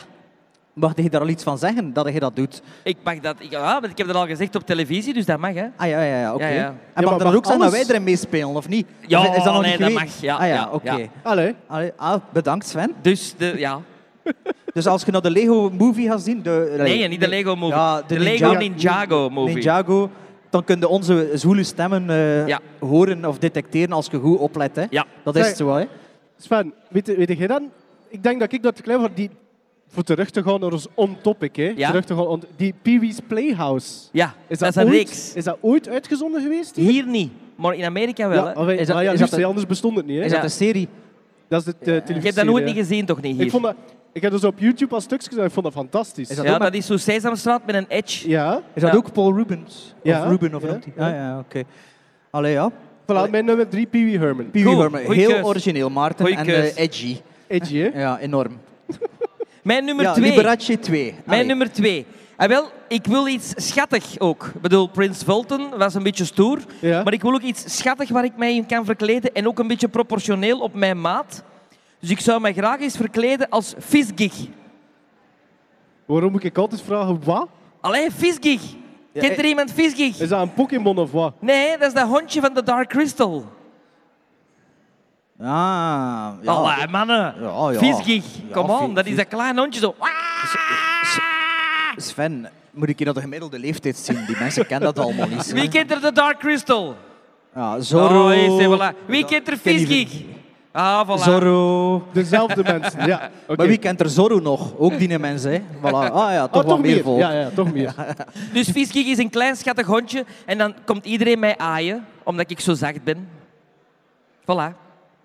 Speaker 8: Mag je daar al iets van zeggen, dat je dat doet?
Speaker 6: ik mag dat. Ik, ah, want ik heb dat al gezegd op televisie, dus dat mag, hè?
Speaker 8: Ah ja, ja, ja oké.
Speaker 6: Ja, ja. Ja,
Speaker 8: En
Speaker 5: maar
Speaker 8: mag er dan
Speaker 5: mag
Speaker 8: ook zijn dat
Speaker 5: alles-
Speaker 8: wij erin meespelen, of niet?
Speaker 6: Ja,
Speaker 8: Of is dat nog
Speaker 6: nee,
Speaker 8: niet
Speaker 6: dat
Speaker 8: geweten?
Speaker 6: mag, ja,
Speaker 8: ah ja,
Speaker 6: ja,
Speaker 8: oké.
Speaker 6: ja.
Speaker 5: Allee.
Speaker 8: Allee, ah, bedankt, Sven.
Speaker 6: Dus de, ja.
Speaker 8: Dus als je naar de Lego-movie gaat zien... De,
Speaker 6: Nee, niet de Lego-movie.
Speaker 8: Ja, de
Speaker 6: de Lego
Speaker 8: Ninja-
Speaker 6: Ninjago-movie.
Speaker 8: Ninjago, dan kun je onze zwoele stemmen eh,
Speaker 6: Ja.
Speaker 8: horen of detecteren als je goed oplet. Hè.
Speaker 6: Ja.
Speaker 8: Dat is
Speaker 5: Zeg-
Speaker 8: zo, hè.
Speaker 5: Sven, weet, weet jij dan? Ik denk dat ik dat te klein voor die... Voor terug te gaan naar ons on-topic, hè.
Speaker 6: Ja.
Speaker 5: Terug te gaan on- die Pee Wee's Playhouse.
Speaker 6: ja,
Speaker 5: Is
Speaker 6: dat is een
Speaker 5: ooit,
Speaker 6: reeks.
Speaker 5: Is dat ooit uitgezonden geweest? hier?
Speaker 6: Hier niet, maar in Amerika wel.
Speaker 5: ja,
Speaker 6: hè.
Speaker 5: maar wij-
Speaker 8: Is dat-
Speaker 5: maar ja,
Speaker 8: is
Speaker 5: juist,
Speaker 8: dat-
Speaker 5: hè, anders bestond het niet. Hè?
Speaker 8: Is
Speaker 6: Ja.
Speaker 8: dat een serie?
Speaker 5: Dat is de eh, televisie.
Speaker 6: Je hebt dat nooit niet gezien, toch niet? Hier?
Speaker 5: Ik, vond dat, ik heb dus op YouTube al stukjes gezien, ik vond dat fantastisch.
Speaker 8: Is dat
Speaker 6: ja,
Speaker 8: ook maar-
Speaker 6: dat is zo Sesamstraat met een edge.
Speaker 5: Ja,
Speaker 8: Is dat
Speaker 6: Ja.
Speaker 8: ook Paul Rubens?
Speaker 5: Ja.
Speaker 8: Of Ruben, of
Speaker 5: Ja.
Speaker 8: noemt hij? Ah ja, oké. Allee, ja.
Speaker 5: voilà, mijn nummer 3, Pee Wee Herman.
Speaker 8: Pee Wee
Speaker 6: Goed,
Speaker 8: Herman.
Speaker 6: goeie
Speaker 8: Heel
Speaker 6: keus.
Speaker 8: origineel, Maarten.
Speaker 6: Goeie
Speaker 8: en
Speaker 6: keus.
Speaker 8: eh, edgy.
Speaker 5: Edgy, hè?
Speaker 8: Ja, enorm.
Speaker 6: Mijn nummer
Speaker 8: ja,
Speaker 6: twee.
Speaker 8: Liberace 2.
Speaker 6: Mijn nummer twee. En wel, ik wil iets schattig ook. Ik bedoel, Prins Fulton was een beetje stoer.
Speaker 5: Ja.
Speaker 6: Maar ik wil ook iets schattig waar ik mij in kan verkleden. En ook een beetje proportioneel op mijn maat. Dus ik zou mij graag eens verkleden als visgig.
Speaker 5: Waarom moet ik altijd vragen, wat?
Speaker 6: Allee, visgig. Kent er iemand visgig?
Speaker 5: eh, Is dat een Pokémon of wat?
Speaker 6: Nee, dat is dat hondje van de Dark Crystal.
Speaker 8: Ah, ja.
Speaker 6: Allee, Oh, mannen.
Speaker 8: Ja, ja.
Speaker 6: Visgig. Kom
Speaker 8: Ja,
Speaker 6: on,
Speaker 8: vi-
Speaker 6: dat is dat klein hondje zo.
Speaker 8: Sven, moet ik hier dat de gemiddelde leeftijd zien? Die mensen kennen dat allemaal niet.
Speaker 6: Wie kent er de Dark Crystal?
Speaker 8: Ja, Ah, Zorro.
Speaker 6: Oh, is hij, voilà. Wie kent er
Speaker 8: Ken die
Speaker 6: visgig? Ah, voilà.
Speaker 8: Zorro.
Speaker 5: Dezelfde mensen, ja. oké.
Speaker 8: Maar wie kent er Zorro nog? Ook die mensen, hè? Voilà. Ah ja, toch
Speaker 5: Ah,
Speaker 8: wat meer volk.
Speaker 5: Ja, ja, toch meer.
Speaker 6: Dus Vieskik is een klein schattig hondje en dan komt iedereen mij aaien, omdat ik zo zacht ben. Voilà.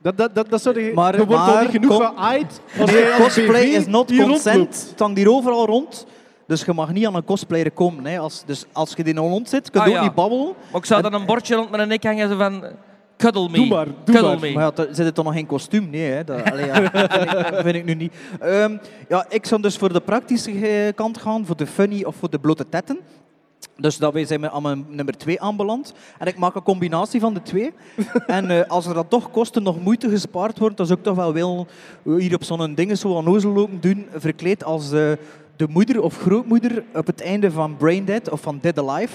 Speaker 5: Dat, dat, dat, dat zou je,
Speaker 8: Maar-
Speaker 5: je wordt al
Speaker 8: maar
Speaker 5: niet genoeg
Speaker 8: kom-
Speaker 5: geaaid als
Speaker 8: Nee,
Speaker 5: jij als
Speaker 8: Dus cosplay
Speaker 5: BV
Speaker 8: is not
Speaker 5: hier
Speaker 8: consent.
Speaker 5: rondloopt.
Speaker 8: Het hangt hier overal rond. Dus je mag niet aan een cosplayer komen. Hè. Als, dus als je die nou rond zit, kun je
Speaker 6: Ah,
Speaker 8: ook
Speaker 6: ja.
Speaker 8: niet babbelen.
Speaker 6: Maar ik zou dan een bordje rond mijn nek hangen zo van... Cuddle me.
Speaker 5: Doe maar, doe
Speaker 6: Cuddle
Speaker 5: maar.
Speaker 6: me.
Speaker 8: Maar ja, t- zit het dan nog geen kostuum? Nee, hè. Dat, allee, ja, dat vind, ik, dat vind ik nu niet. Ehm, ja, ik zou dus voor de praktische eh, kant gaan, voor de funny of voor de blote tetten. Dus dat wij zijn met- aan mijn nummer 2 aanbeland. En ik maak een combinatie van de twee. en eh, als er dan toch kosten nog moeite gespaard wordt, dan zou ik toch wel wil hier op zo'n dingen zo aan ozel lopen doen, verkleed als eh, de moeder of grootmoeder op het einde van Braindead of van Dead Alive.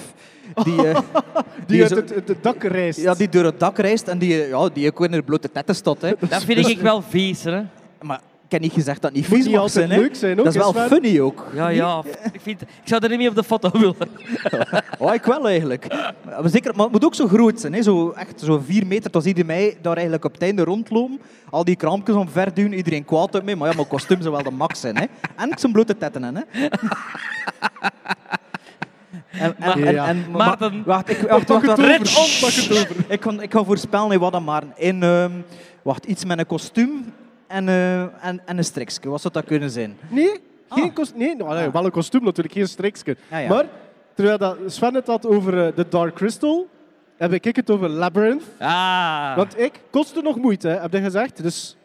Speaker 8: Die, eh,
Speaker 5: Die uit
Speaker 8: zo-
Speaker 5: het, het, het dak reist.
Speaker 8: ja, die door het dak reist en die, eh, ja, die ook in de blote tetten staat. Hè.
Speaker 6: Dat vind ik wel vies, hè.
Speaker 8: Maar ik heb niet gezegd dat het niet
Speaker 5: Moet
Speaker 8: vies
Speaker 5: niet
Speaker 8: mag
Speaker 5: altijd
Speaker 8: zijn. hè.
Speaker 5: leuk zijn ook,
Speaker 8: dat is wel
Speaker 5: is waar.
Speaker 8: funny ook.
Speaker 6: Ja, ja. Ik, vind, ik zou er niet mee op de foto willen.
Speaker 8: Oh, ik wel eigenlijk. Maar, zeker, maar het moet ook zo groot zijn. Hè? Zo, echt zo vier meter, dan zie je mij daar eigenlijk op het einde rondlopen. Al die kraampjes omver doen, iedereen kwaad uit mij. Maar ja, mijn kostuum zou wel de max zijn. Hè? En ik zijn blote tetten in, Hè? En, en, en,
Speaker 5: Ja.
Speaker 8: en-
Speaker 6: Maarten.
Speaker 8: wacht, ik, wacht, wacht, wacht.
Speaker 6: Red ons.
Speaker 5: Pak het over.
Speaker 8: Ik kan, ik kan voorspellen in wat dan maar. In, ehm, wacht, iets met een kostuum en, eh, en, en een strikje. Wat zou dat kunnen zijn?
Speaker 5: Nee, geen kostuum. Nee, nou, nee, wel een kostuum natuurlijk, geen strikske.
Speaker 8: Ah. Ja, ja.
Speaker 5: Maar terwijl dat Sven het had over eh, de Dark Crystal, heb ik het over Labyrinth.
Speaker 6: Ah.
Speaker 5: Want ik kostte nog moeite, hè, heb je gezegd. Dus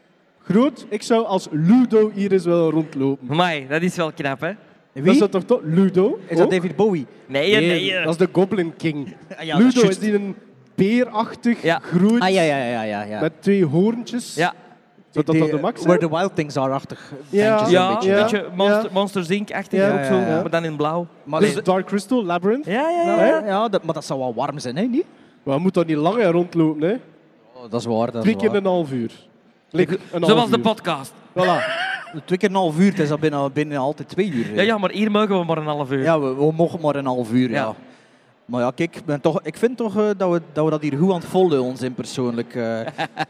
Speaker 5: groot, ik zou als Ludo hier eens willen rondlopen.
Speaker 6: Amai, dat is wel knap, hè.
Speaker 5: Dat is
Speaker 8: Wie?
Speaker 5: dat toch toch? Ludo?
Speaker 8: Is dat
Speaker 5: ook?
Speaker 8: David Bowie?
Speaker 6: Nee, nee.
Speaker 5: Nee,
Speaker 6: nee.
Speaker 5: dat is de Goblin King.
Speaker 8: ja, dat is
Speaker 5: Ludo is
Speaker 8: juist.
Speaker 5: die een beerachtig
Speaker 6: Ja.
Speaker 5: groeit
Speaker 8: Ah ja, ja, ja, ja. ja.
Speaker 5: met twee hoorntjes.
Speaker 6: Ja.
Speaker 5: Zou dat
Speaker 8: Die,
Speaker 5: dan de
Speaker 8: eh,
Speaker 5: max
Speaker 8: Where
Speaker 5: zijn?
Speaker 8: the Wild Things Are-achtig.
Speaker 5: Ja.
Speaker 8: bandjes
Speaker 6: Ja, een
Speaker 8: een beetje.
Speaker 6: beetje,
Speaker 5: ja,
Speaker 6: Monster,
Speaker 5: ja.
Speaker 6: Monster Zink-achtig,
Speaker 5: Ja,
Speaker 6: ook zo,
Speaker 8: ja, ja.
Speaker 6: maar dan in blauw.
Speaker 8: Maar,
Speaker 5: Dus
Speaker 8: nee.
Speaker 5: Dark Crystal, Labyrinth.
Speaker 6: Ja, ja, ja.
Speaker 8: ja, ja, dat, maar dat zou wel warm zijn, hè? Niet?
Speaker 5: Maar je moet daar niet langer rondlopen, hè.
Speaker 8: Oh, dat is waar. Dat
Speaker 5: Twee
Speaker 8: is
Speaker 5: keer
Speaker 8: waar.
Speaker 5: een half uur. Like, een half
Speaker 6: Zoals de
Speaker 5: uur.
Speaker 6: podcast.
Speaker 5: Voilà.
Speaker 8: Twee keer een half uur, het is al binnen, binnen altijd twee uur. hè.
Speaker 6: Ja, ja, maar hier mogen we maar een half uur.
Speaker 8: Ja, we, we mogen maar een half uur, ja.
Speaker 6: Ja.
Speaker 8: Maar ja, kijk, ik, ben toch, ik vind toch eh, dat, we, dat we dat hier goed aan het volgen, ons in persoonlijk. eh.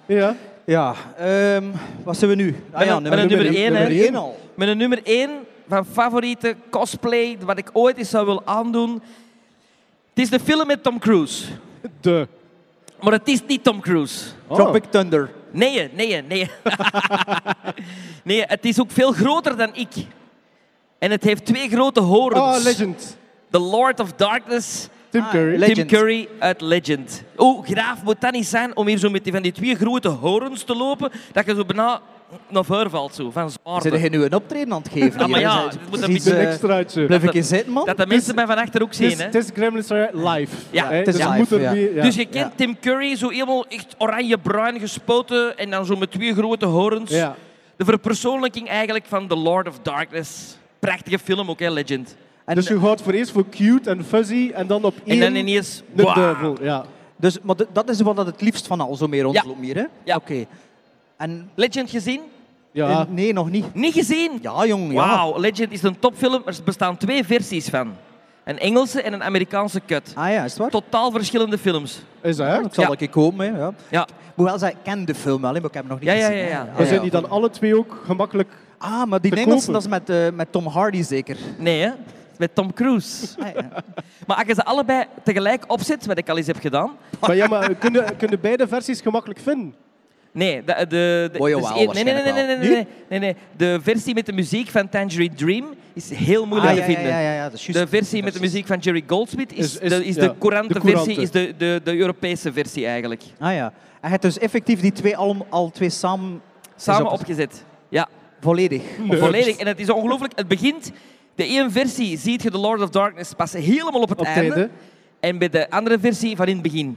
Speaker 5: Ja.
Speaker 8: ja, ehm, wat zijn we nu? Ah
Speaker 6: Met
Speaker 8: ja,
Speaker 6: een- met een nummer één, hè.
Speaker 8: nummer één al.
Speaker 6: Mijn nummer 1 van favoriete cosplay, wat ik ooit eens zou willen aandoen. Het is de film met Tom Cruise.
Speaker 5: De.
Speaker 6: Maar het is niet Tom Cruise.
Speaker 8: Oh. Tropic Thunder.
Speaker 6: Nee, nee, nee. nee, het is ook veel groter dan ik. En het heeft twee grote horens.
Speaker 5: Ah, Legend.
Speaker 6: The Lord of Darkness,
Speaker 5: Tim Curry.
Speaker 8: Legend.
Speaker 6: Tim Curry uit Legend. Oh, graaf moet dat niet zijn om hier zo met die van die twee grote horens te lopen, dat je zo bijna naar voren valt, zo, van zwaarte.
Speaker 8: Zijn er nu een optreden aan het geven?
Speaker 6: Ah, maar
Speaker 8: hier?
Speaker 6: ja,
Speaker 8: Is-
Speaker 6: dit moet een
Speaker 8: is-
Speaker 6: beetje-
Speaker 5: een
Speaker 8: eh,
Speaker 5: extraatje.
Speaker 8: Blijf ik
Speaker 6: Dat-
Speaker 8: eens zitten, man?
Speaker 6: Dat de mensen mij van achter ook zien,
Speaker 5: Het is,
Speaker 6: hè.
Speaker 5: het is Gremlins live.
Speaker 6: Ja,
Speaker 5: hè.
Speaker 8: het is
Speaker 5: dus
Speaker 8: live,
Speaker 5: Moet er
Speaker 8: ja.
Speaker 5: weer- ja.
Speaker 6: Dus je kent Tim Curry, zo helemaal echt oranje-bruin gespoten en dan zo met twee grote horens.
Speaker 5: Ja.
Speaker 6: De verpersoonlijking eigenlijk van The Lord of Darkness. Prachtige film ook, hè, Legend.
Speaker 8: En-
Speaker 5: Dus je gaat voor eerst voor cute en fuzzy en dan op
Speaker 6: En
Speaker 5: één
Speaker 6: dan ineens...
Speaker 5: de
Speaker 6: wow.
Speaker 5: duivel. Ja.
Speaker 8: Dus, maar d- dat is wat dat het liefst van al zo meer rondloopt hier, hè?
Speaker 6: Ja.
Speaker 8: Oké. En...
Speaker 6: Legend gezien?
Speaker 5: Ja.
Speaker 8: eh, Nee, nog niet.
Speaker 6: Niet gezien?
Speaker 8: Ja, jong, ja.
Speaker 6: Wauw, Legend is een topfilm. Er bestaan twee versies van. Een Engelse en een Amerikaanse cut.
Speaker 8: Ah ja, is het waar?
Speaker 6: Totaal verschillillende films.
Speaker 5: Is dat
Speaker 8: Ja,
Speaker 5: echt?
Speaker 8: ik zal
Speaker 6: Ja.
Speaker 8: een keer komen, hè, ja.
Speaker 6: Ja.
Speaker 8: Ik moet wel zeggen, ik ken de film wel, hè, maar ik heb hem nog niet
Speaker 6: Ja, ja,
Speaker 8: gezien.
Speaker 6: ja,
Speaker 8: hè.
Speaker 6: ja.
Speaker 8: Ah,
Speaker 5: Maar zijn
Speaker 8: ja.
Speaker 5: die dan alle twee ook gemakkelijk?
Speaker 8: Ah, maar die
Speaker 5: te
Speaker 8: Engelsen,
Speaker 5: kopen?
Speaker 8: dat is met, eh, met Tom Hardy zeker.
Speaker 6: Nee, hè? Met Tom Cruise.
Speaker 8: Ah, ja.
Speaker 6: Maar als je ze allebei tegelijk opzet, wat ik al eens heb gedaan...
Speaker 5: maar ja, maar kunnen, kunnen beide versies gemakkelijk vinden?
Speaker 6: Nee, de, de, de,
Speaker 8: Oh,
Speaker 6: dus
Speaker 8: jawel,
Speaker 6: e- nee, nee, nee,
Speaker 8: waarschijnlijk
Speaker 6: nee, nee,
Speaker 8: wel.
Speaker 6: nee, nee, nee, nee. De versie met de muziek van Tangerine Dream is heel moeilijk
Speaker 8: Ah, ja,
Speaker 6: te vinden.
Speaker 8: Ja, ja, ja, dat is
Speaker 6: De
Speaker 8: juist.
Speaker 6: versie met de muziek van Jerry Goldsmith is,
Speaker 5: Is- is-
Speaker 6: de, is
Speaker 5: ja,
Speaker 6: de courante
Speaker 5: de
Speaker 6: versie,
Speaker 5: courante.
Speaker 6: is de, de, de Europese versie eigenlijk.
Speaker 8: Ah ja. En je hebt dus effectief die twee al, al twee samen...
Speaker 6: Samen
Speaker 8: is op-
Speaker 6: opgezet. Ja,
Speaker 8: Volledig.
Speaker 6: volledig. En het is ongelooflijk. Het begint, de één versie ziet je de Lord of Darkness pas helemaal op het
Speaker 5: Op het
Speaker 6: einde.
Speaker 5: einde.
Speaker 6: En bij de andere versie van in het begin.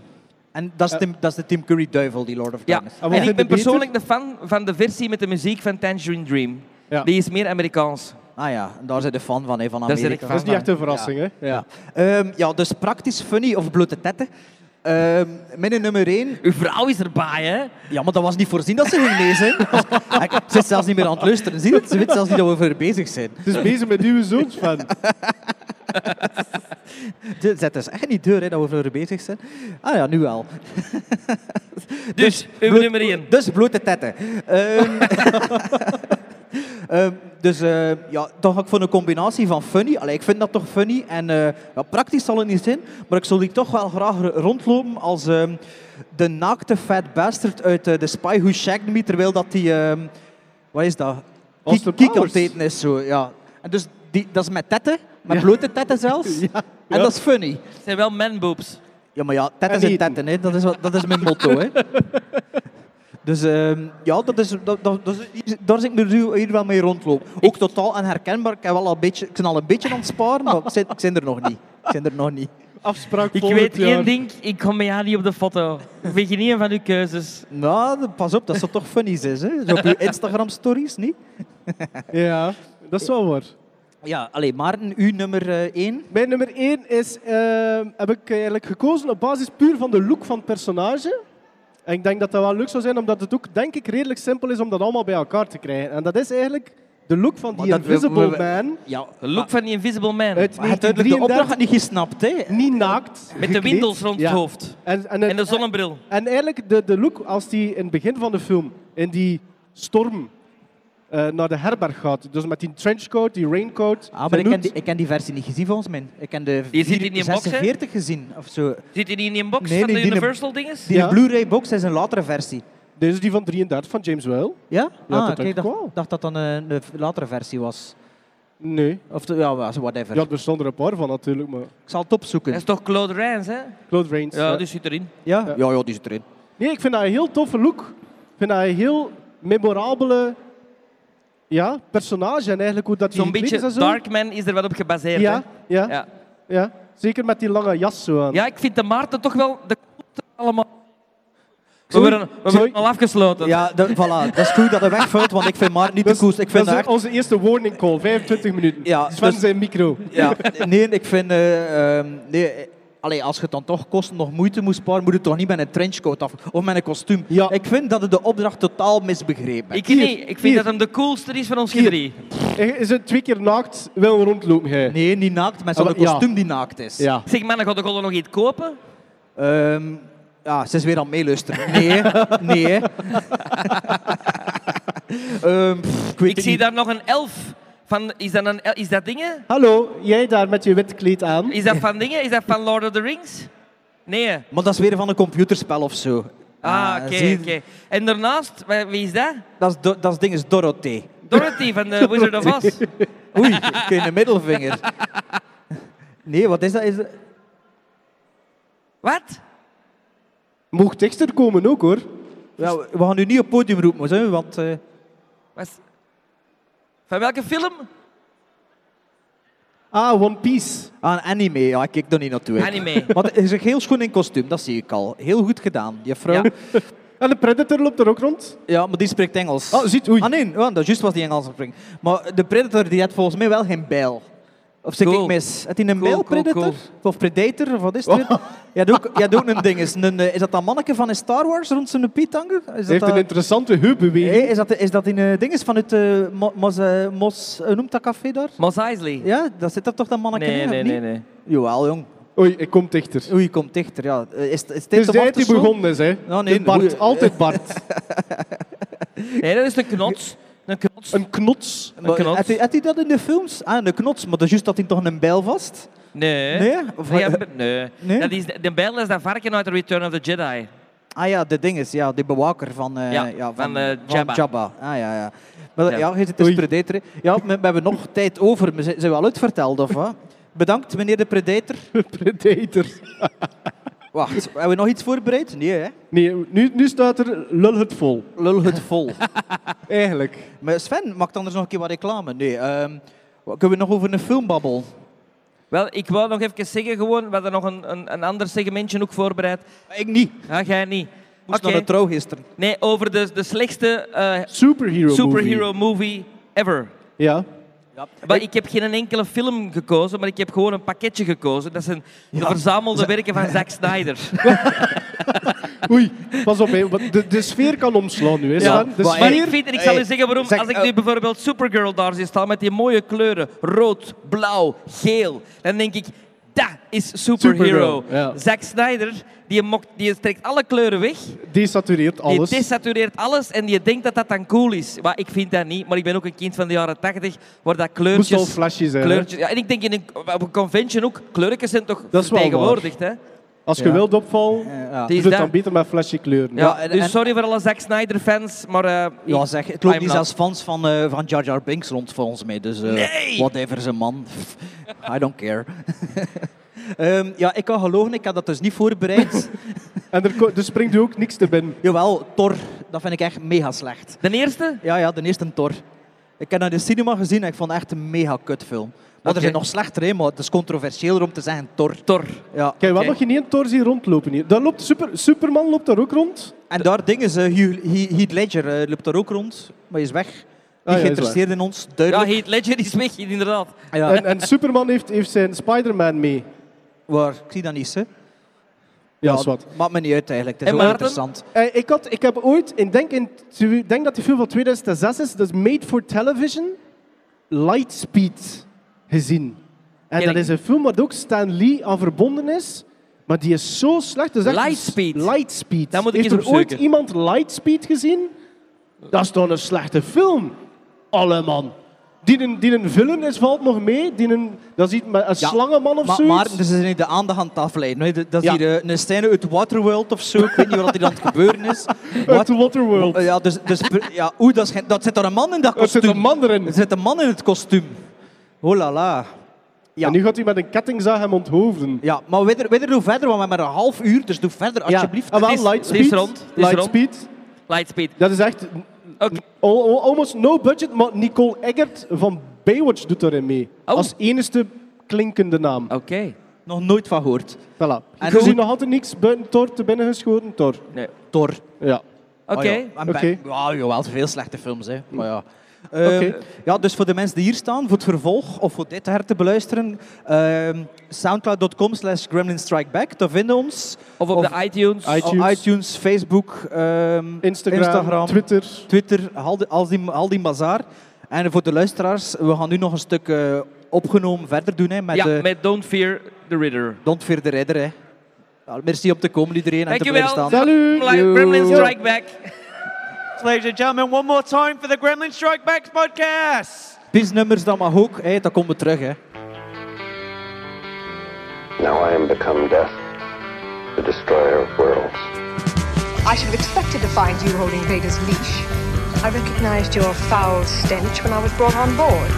Speaker 8: En dat
Speaker 5: Eh.
Speaker 8: is, Tim, dat is de Tim Curry duivel, die Lord of
Speaker 6: Ja.
Speaker 8: Darkness.
Speaker 5: Ah, wat
Speaker 6: En ik
Speaker 5: vind
Speaker 6: ben
Speaker 5: je beter?
Speaker 6: persoonlijk de fan van de versie met de muziek van Tangerine Dream.
Speaker 5: Ja.
Speaker 6: Die is meer Amerikaans.
Speaker 8: Ah ja, en daar zijn de fan van, hè, van
Speaker 6: Daar ben ik
Speaker 8: Amerika.
Speaker 6: fan
Speaker 5: Dat is niet echt een verrassing, hè?
Speaker 8: Ja. Ehm, ja, dus praktisch funny of blote tetten. Ehm mijn nummer 1.
Speaker 6: Uw vrouw is erbij, hè?
Speaker 8: Ja, maar dat was niet voorzien dat ze ging lezen. Ik zit zelfs niet meer aan het luisteren. Zie je het? Ze weet zelfs niet dat we er bezig zijn.
Speaker 5: Het is bezig met nieuwe zoons van.
Speaker 8: Ze zet dus echt niet deur hè, dat we er bezig zijn. Ah ja, nu wel.
Speaker 6: Dus, uw
Speaker 8: bloot-
Speaker 6: nummer één.
Speaker 8: Dus blote tetten. Ehm, ehm, dus eh, ja, dan ga ik voor een combinatie van funny. Allee, ik vind dat toch funny. En eh, ja, praktisch zal het niet zijn. Maar ik zou die toch wel graag r- rondlopen als ehm, de naakte fat bastard uit eh The Spy Who Shagged Me. Terwijl dat die... ehm, wat is dat?
Speaker 5: Austin
Speaker 8: Kiek- Kiek aan
Speaker 5: Powers.
Speaker 8: het eten is. Zo, ja. en dus die, dat is met tetten. Met blote tetten zelfs. En dat is funny.
Speaker 6: Het zijn wel manboobs.
Speaker 8: Ja, maar ja, tetten
Speaker 5: En
Speaker 8: zijn
Speaker 5: eten.
Speaker 8: tetten, hè. Dat, is wat, dat is mijn motto. Hè. Dus ehm, ja, dat is, dat, dat, dat is, hier- daar zit ik nu hier- hier wel mee rondlopen. Ook totaal onherkenbaar. Ik, heb wel al een beetje, ik ben al een beetje aan het sparen, maar ik zit, ik zit er nog niet. Ik zit er nog niet.
Speaker 5: Afspraak
Speaker 6: Ik
Speaker 5: volgend
Speaker 6: weet
Speaker 5: jaar.
Speaker 6: één ding, ik kom bij jou niet op de foto. Ik weet geen een van uw keuzes.
Speaker 8: Nou, pas op, dat zou toch funny zijn, hè? Zo op je Instagram-stories, niet?
Speaker 5: Ja, dat is wel waar.
Speaker 8: Ja, alleen Maarten, uw nummer eh, één.
Speaker 5: Mijn nummer 1 is, ehm, heb ik eigenlijk gekozen op basis puur van de look van het personage. En ik denk dat dat wel leuk zou zijn, omdat het ook, denk ik, redelijk simpel is om dat allemaal bij elkaar te krijgen. En dat is eigenlijk de look van
Speaker 8: Maar
Speaker 5: die
Speaker 8: dat wil-
Speaker 5: Invisible
Speaker 8: maar
Speaker 5: Man.
Speaker 8: Ja,
Speaker 6: De look van die Invisible
Speaker 5: Uit
Speaker 6: Man.
Speaker 8: maar je hebt duidelijk de
Speaker 5: 1933,
Speaker 8: opdracht had niet gesnapt, hè?
Speaker 5: niet naakt.
Speaker 6: met de
Speaker 5: gekleed.
Speaker 6: windels rond
Speaker 5: Ja.
Speaker 6: het hoofd.
Speaker 5: En, en,
Speaker 6: En de
Speaker 5: het-
Speaker 6: zonnebril.
Speaker 5: en eigenlijk de, de look als die in het begin van de film in die storm eh, naar de herberg gaat. Dus met die trenchcoat, die raincoat.
Speaker 8: Ah, maar
Speaker 5: zijn
Speaker 8: ik ken,
Speaker 5: hoed.
Speaker 8: die, ik ken die versie niet gezien, volgens mij. Ik ken de
Speaker 6: Je ziet die niet in box, hè?
Speaker 8: 46 gezien, of zo.
Speaker 6: Zit hij niet in die box
Speaker 8: Nee,
Speaker 6: van
Speaker 8: die-
Speaker 6: de
Speaker 8: die-
Speaker 6: Universal dinges?
Speaker 8: Die
Speaker 5: Ja.
Speaker 8: Blu-ray-box is een latere versie.
Speaker 5: Dit is die van 33 van James Whale.
Speaker 8: Ja?
Speaker 5: Ja, dat
Speaker 8: ah, kijk,
Speaker 5: denk ik
Speaker 8: dacht,
Speaker 5: wel.
Speaker 8: dacht dat dan eh, een latere versie was.
Speaker 5: Nee.
Speaker 8: Of de- ja, whatever.
Speaker 5: Ja, er stonden er een paar van natuurlijk, maar
Speaker 8: Ik zal het
Speaker 6: Dat
Speaker 8: opzoeken.
Speaker 6: is toch Claude Rains, hè?
Speaker 5: Claude Rains.
Speaker 6: Ja,
Speaker 5: ja.
Speaker 6: dus zit erin.
Speaker 8: Ja? Ja, ja, die zit erin.
Speaker 5: Nee, ik vind dat een heel toffe look. Ik vind dat een heel memorabele ja, personage en eigenlijk hoe dat die
Speaker 6: Zo'n
Speaker 5: gekleed
Speaker 6: beetje
Speaker 5: is en zo.
Speaker 6: Darkman is er wel op gebaseerd. hè?
Speaker 5: Ja, ja, ja,
Speaker 6: Ja.
Speaker 5: Zeker met die lange jas zo aan.
Speaker 6: ja, ik vind de Maarten toch wel de coolste allemaal. We
Speaker 5: Sorry,
Speaker 6: worden, we
Speaker 5: sorry.
Speaker 6: worden al afgesloten.
Speaker 8: Ja, de, voilà. Dat is goed dat hij wegvalt, want ik vind Maarten niet
Speaker 5: Dat
Speaker 8: de
Speaker 5: is-
Speaker 8: koers. Ik vind
Speaker 5: dat
Speaker 8: dat
Speaker 5: is
Speaker 8: echt...
Speaker 5: onze eerste warning call, 25 minuten.
Speaker 8: Ja,
Speaker 5: Sven
Speaker 8: dus-
Speaker 5: zijn micro.
Speaker 8: Ja, nee, ik vind... eh, ehm, nee, eh, allee, als je het dan toch kosten nog moeite moet sparen, moet het toch niet met een trenchcoat af of met een kostuum.
Speaker 5: Ja.
Speaker 8: Ik vind dat het de opdracht totaal misbegrepen heeft.
Speaker 6: Ik niet.
Speaker 5: Hier,
Speaker 6: Ik vind
Speaker 5: hier.
Speaker 6: dat hem de coolste is van ons
Speaker 5: Hier.
Speaker 6: drie.
Speaker 5: Is het twee keer naakt wil rondlopen? Hij.
Speaker 8: Nee, niet naakt, met zo'n
Speaker 5: Ah, wel, ja.
Speaker 8: kostuum die naakt is.
Speaker 5: Ja.
Speaker 6: Zeg, mannen, gaat de Golden nog iets kopen?
Speaker 8: Ehm, ja, ze is weer aan het meeluisteren. Nee, nee. Ehm, pff, ik weet
Speaker 6: Ik
Speaker 8: het
Speaker 6: zie
Speaker 8: niet.
Speaker 6: daar nog een elf. Van, is, dat een, el- is dat dingen?
Speaker 5: Hallo, jij daar met je wit kleed aan.
Speaker 6: Is dat van dingen? Is dat van Lord of the Rings? Nee. hè?
Speaker 8: Maar dat is weer van een computerspel of zo.
Speaker 6: Ah,
Speaker 8: Ja,
Speaker 6: oké.
Speaker 8: zie-
Speaker 6: oké. En daarnaast, wa- wie is dat?
Speaker 8: Dat, is Do- dat is ding is Dorothée.
Speaker 6: Dorothy van de Wizard of Oz.
Speaker 8: Oei, ik kreeg een middelvinger. Nee, wat is dat? Is dat-
Speaker 6: Wat?
Speaker 5: Mocht tekster komen ook hoor.
Speaker 8: Ja, we we gaan nu niet op het podium roepen, hè, want... eh,
Speaker 6: Was... Van welke film?
Speaker 5: Ah, One Piece.
Speaker 8: aan anime, ja, ik kijk daar niet naartoe. hè.
Speaker 6: Anime.
Speaker 8: Want hij is echt heel schoon in kostuum, dat zie ik al. Heel goed gedaan, juffrouw.
Speaker 6: Ja.
Speaker 8: Ja,
Speaker 5: En de Predator loopt er ook rond.
Speaker 8: maar die spreekt Engels.
Speaker 5: Ah, ziet, oei.
Speaker 8: Ah nee, ja, dat is juist was die Engelse spring. Maar de Predator die had volgens mij wel geen bijl. Of zeg
Speaker 6: Cool.
Speaker 8: ik mis? Had hij een
Speaker 6: Cool,
Speaker 8: bijl
Speaker 6: cool,
Speaker 8: Predator? Of Predator, of wat is het? weer? Je had ook, je had ook een ding. Is, een, eh, is dat dat manneke van in Star Wars rond zijn piet hangen? Is
Speaker 5: Hij heeft
Speaker 8: dat,
Speaker 5: een
Speaker 8: dat,
Speaker 5: interessante heupbeweging.
Speaker 8: Hey, is dat, is dat in eh, ding is vanuit eh, Mo- Mos, eh, Mos hoe noemt dat café daar?
Speaker 6: Mos Eisley.
Speaker 8: Ja, daar zit er toch dat manneke
Speaker 6: nee,
Speaker 8: in, of
Speaker 6: nee,
Speaker 8: niet?
Speaker 6: nee, nee.
Speaker 8: Jawel, jong.
Speaker 5: Oei, ik kom dichter.
Speaker 8: Oei, komt dichter, ja. Eh, Is, is dit
Speaker 5: Het is
Speaker 8: hem af
Speaker 5: Dus jij
Speaker 8: te
Speaker 5: die
Speaker 8: slaan?
Speaker 5: begonnen is, hè?
Speaker 8: Ja, nee,
Speaker 5: De Bart,
Speaker 8: oei.
Speaker 5: altijd Bart.
Speaker 6: Nee, dat is een knots. Een knots.
Speaker 5: Een knots.
Speaker 8: Maar
Speaker 6: knots.
Speaker 8: had hij- Had hij dat in de films? Ah, een knots, maar dat is juist dat hij toch een bijl vast?
Speaker 6: Nee.
Speaker 8: Nee? Of-
Speaker 6: Nee, ja, b- nee.
Speaker 8: Nee?
Speaker 6: Dat is, de bijl is dat varken uit de Return of the Jedi.
Speaker 8: Ah ja, de ding is, ja, de bewaker van, eh,
Speaker 6: Ja,
Speaker 8: ja,
Speaker 6: van,
Speaker 8: van,
Speaker 6: eh,
Speaker 8: van
Speaker 6: Jabba.
Speaker 8: Ah ja, ja. Wel,
Speaker 6: Ja.
Speaker 8: ja, je zit als predator. hè. Ja, we, we hebben nog tijd over. We zijn zijn we al uitverteld, of wat? Bedankt, meneer de predator.
Speaker 5: Predator.
Speaker 8: Wacht, hebben we nog iets voorbereid? Nee, hè?
Speaker 5: Nee, nu, nu staat er lul het vol.
Speaker 8: Lul het vol.
Speaker 5: Eigenlijk.
Speaker 8: maar Sven, maakt anders dus nog een keer wat reclame. Nee, ehm, wat kunnen we nog over een film babbelen?
Speaker 6: Wel, ik wou nog even zeggen, gewoon, we hadden nog een, een, een ander segmentje ook voorbereid.
Speaker 8: Ik niet.
Speaker 6: Ja, jij niet.
Speaker 8: Moest
Speaker 6: Oké.
Speaker 8: naar de trouw gisteren.
Speaker 6: Nee, over de, de slechtste eh,
Speaker 5: Superhero
Speaker 6: superhero
Speaker 5: movie.
Speaker 6: movie ever.
Speaker 5: Ja.
Speaker 6: Maar ik heb geen enkele film gekozen, maar ik heb gewoon een pakketje gekozen. Dat zijn de verzamelde werken van Zack Snyder.
Speaker 5: Oei, pas op, hè, want de, de sfeer kan omslaan nu. Hè, Sven. De
Speaker 6: maar ik,
Speaker 5: sfeer...
Speaker 6: vind, en ik zal u zeggen waarom.
Speaker 8: zeg,
Speaker 6: Als ik
Speaker 8: eh,
Speaker 6: nu bijvoorbeeld Supergirl daar zie staan met die mooie kleuren, rood, blauw, geel, dan denk ik, dat is superhero.
Speaker 5: Supergirl, ja.
Speaker 6: Zack Snyder, die, mokt, die trekt alle kleuren weg,
Speaker 5: Desatureert alles.
Speaker 6: die desatureert alles en die denkt dat dat dan cool is. Maar ik vind dat niet, maar ik ben ook een kind van de jaren 80, waar dat
Speaker 5: Moest al
Speaker 6: kleurtjes...
Speaker 5: flashy zijn. hè.
Speaker 6: kleurtjes ja, en ik denk in een, op een convention ook, kleurtjes zijn toch
Speaker 5: Dat is wel waar.
Speaker 6: vertegenwoordigd, hè?
Speaker 5: Als je wilt opvallen,
Speaker 8: Eh, ja.
Speaker 6: Die
Speaker 5: doe
Speaker 6: is
Speaker 5: het
Speaker 6: daar.
Speaker 5: dan beter met flashy kleuren.
Speaker 6: Ja,
Speaker 8: en-
Speaker 6: dus
Speaker 8: en-
Speaker 6: sorry voor alle Zack Snyder-fans, maar... eh,
Speaker 8: Ja,
Speaker 6: ik-
Speaker 8: zeg, het loopt
Speaker 6: I'm
Speaker 8: niet
Speaker 6: not.
Speaker 8: zelfs fans van, eh, van Jar Jar Binks rond volgens mij. Dus eh
Speaker 6: Nee!
Speaker 8: whatever is een man. I don't care. Ehm, ja, ik kan gelogen, ik had dat dus niet voorbereid.
Speaker 5: En er, ko- er springt u ook niks te binnen.
Speaker 8: Jawel, Thor, dat vind ik echt mega slecht.
Speaker 6: De eerste?
Speaker 8: Ja, ja, de eerste Thor. Ik heb dat in de cinema gezien en ik vond het echt een mega kut film. Maar
Speaker 6: Oké.
Speaker 8: er zijn nog slechter, hè, maar het is controversieel om te zeggen Thor.
Speaker 6: Thor.
Speaker 8: Ja.
Speaker 5: Kijk, we
Speaker 6: Oké.
Speaker 5: hebben nog geen één Thor zien rondlopen hier. Daar loopt super, Superman loopt daar ook rond.
Speaker 8: En daar dingen ze, Hugh- He- Heath Ledger eh, loopt daar ook rond, maar hij is weg. Niet
Speaker 5: hij Ah, is
Speaker 8: geïnteresseerd in ons,
Speaker 6: Ja,
Speaker 8: duidelijk.
Speaker 6: Heath Ledger is weg, inderdaad.
Speaker 8: Ja.
Speaker 5: En, en Superman heeft, heeft zijn Spider-Man mee.
Speaker 8: Waar, ik zie dat niet, hè.
Speaker 5: Ja, is wat.
Speaker 8: Maakt me niet uit eigenlijk, het
Speaker 6: En
Speaker 8: is wel
Speaker 6: Maarten?
Speaker 8: interessant.
Speaker 5: Eh, ik, had, ik heb ooit, ik denk, in, ik denk dat die film van 2006 is, dat is Made for Television, Lightspeed, gezien. En
Speaker 6: Ken
Speaker 5: dat
Speaker 6: ik.
Speaker 5: is een film waar ook Stan Lee aan verbonden is, maar die is zo slecht. Dat is echt-
Speaker 6: Lightspeed.
Speaker 5: Lightspeed.
Speaker 6: Dat moet ik
Speaker 5: Heeft
Speaker 6: eens
Speaker 5: er ooit
Speaker 6: opzoeken.
Speaker 5: iemand Lightspeed gezien? Dat is toch een slechte film? Alle man. Die een, die een villain is, valt nog mee. Die een, dat is iets met een
Speaker 8: Ja,
Speaker 5: slangenman of
Speaker 8: Maar,
Speaker 5: zoiets.
Speaker 8: maar dus is niet de aandacht aan het afleiden. hè. Dat dat is
Speaker 5: Ja.
Speaker 8: hier eh, een scène uit Waterworld of zo. Ik weet niet wat er aan het gebeuren is.
Speaker 5: Uit
Speaker 8: Wat-
Speaker 5: de Waterworld.
Speaker 8: Eh, Ja, dus, dus, pr- ja, oeh, dat, is geen- dat zit daar een man in dat
Speaker 5: Er
Speaker 8: kostuum.
Speaker 5: zit een man erin.
Speaker 8: Er zit een man in het kostuum. Oh la la. Ja.
Speaker 5: En nu gaat hij met een kettingzaag hem onthoofden.
Speaker 8: Ja, maar weet er, weet er hoe verder, want we hebben maar een half uur, dus doe verder alsjeblieft.
Speaker 5: Ja, ah, wel,
Speaker 6: Het is-
Speaker 5: Lightspeed.
Speaker 6: het is rond, het is
Speaker 5: Lightspeed.
Speaker 6: Lightspeed.
Speaker 5: Dat is echt
Speaker 6: Oké.
Speaker 5: al- al- almost no budget, maar Nicole Eggert van Baywatch doet daarin mee.
Speaker 6: Oh.
Speaker 5: Als enigste klinkende naam.
Speaker 6: Oké.
Speaker 8: Nog nooit van gehoord.
Speaker 5: Voilà.
Speaker 8: En
Speaker 5: En
Speaker 8: goed-
Speaker 5: je ziet nog altijd niks buiten Thor te binnen geschoten. Thor.
Speaker 6: Nee. Oké.
Speaker 8: Thor. Ah,
Speaker 5: Ja.
Speaker 6: Oh,
Speaker 8: En Ben-
Speaker 5: Oké.
Speaker 8: Ja, jawel, veel slechte films, hè. Maar ja.
Speaker 5: Oké.
Speaker 8: Ehm, ja, dus voor de mensen die hier staan, voor het vervolg of voor dit her te beluisteren, ehm, soundcloud.com slash gremlinstrikeback, daar vinden ons.
Speaker 6: Of op
Speaker 8: Of-
Speaker 6: de iTunes. Oh,
Speaker 5: I-
Speaker 8: iTunes, iTunes Facebook, ehm,
Speaker 5: Instagram, Twitter.
Speaker 8: Twitter, al die, al, die, al die bazaar. En voor de luisteraars, we gaan nu nog een stuk eh, opgenomen verder doen hè, met,
Speaker 6: ja,
Speaker 8: eh,
Speaker 6: met Don't Fear the Ritter.
Speaker 8: Don't Fear the Ridder. Hè. Ja, merci om te komen iedereen en te blijven
Speaker 6: Dankjewel.
Speaker 8: staan.
Speaker 5: Salut.
Speaker 6: Gremlin Strike Back.
Speaker 7: Ladies and gentlemen, one more time for the Gremlin Strike Back podcast.
Speaker 8: Biesnummers dan mag ook, hè, dat komen we terug. Hè.
Speaker 9: Now I am become death, the destroyer of worlds.
Speaker 10: I should have expected to find you holding Vader's leash. I recognized your foul stench when I was brought on board.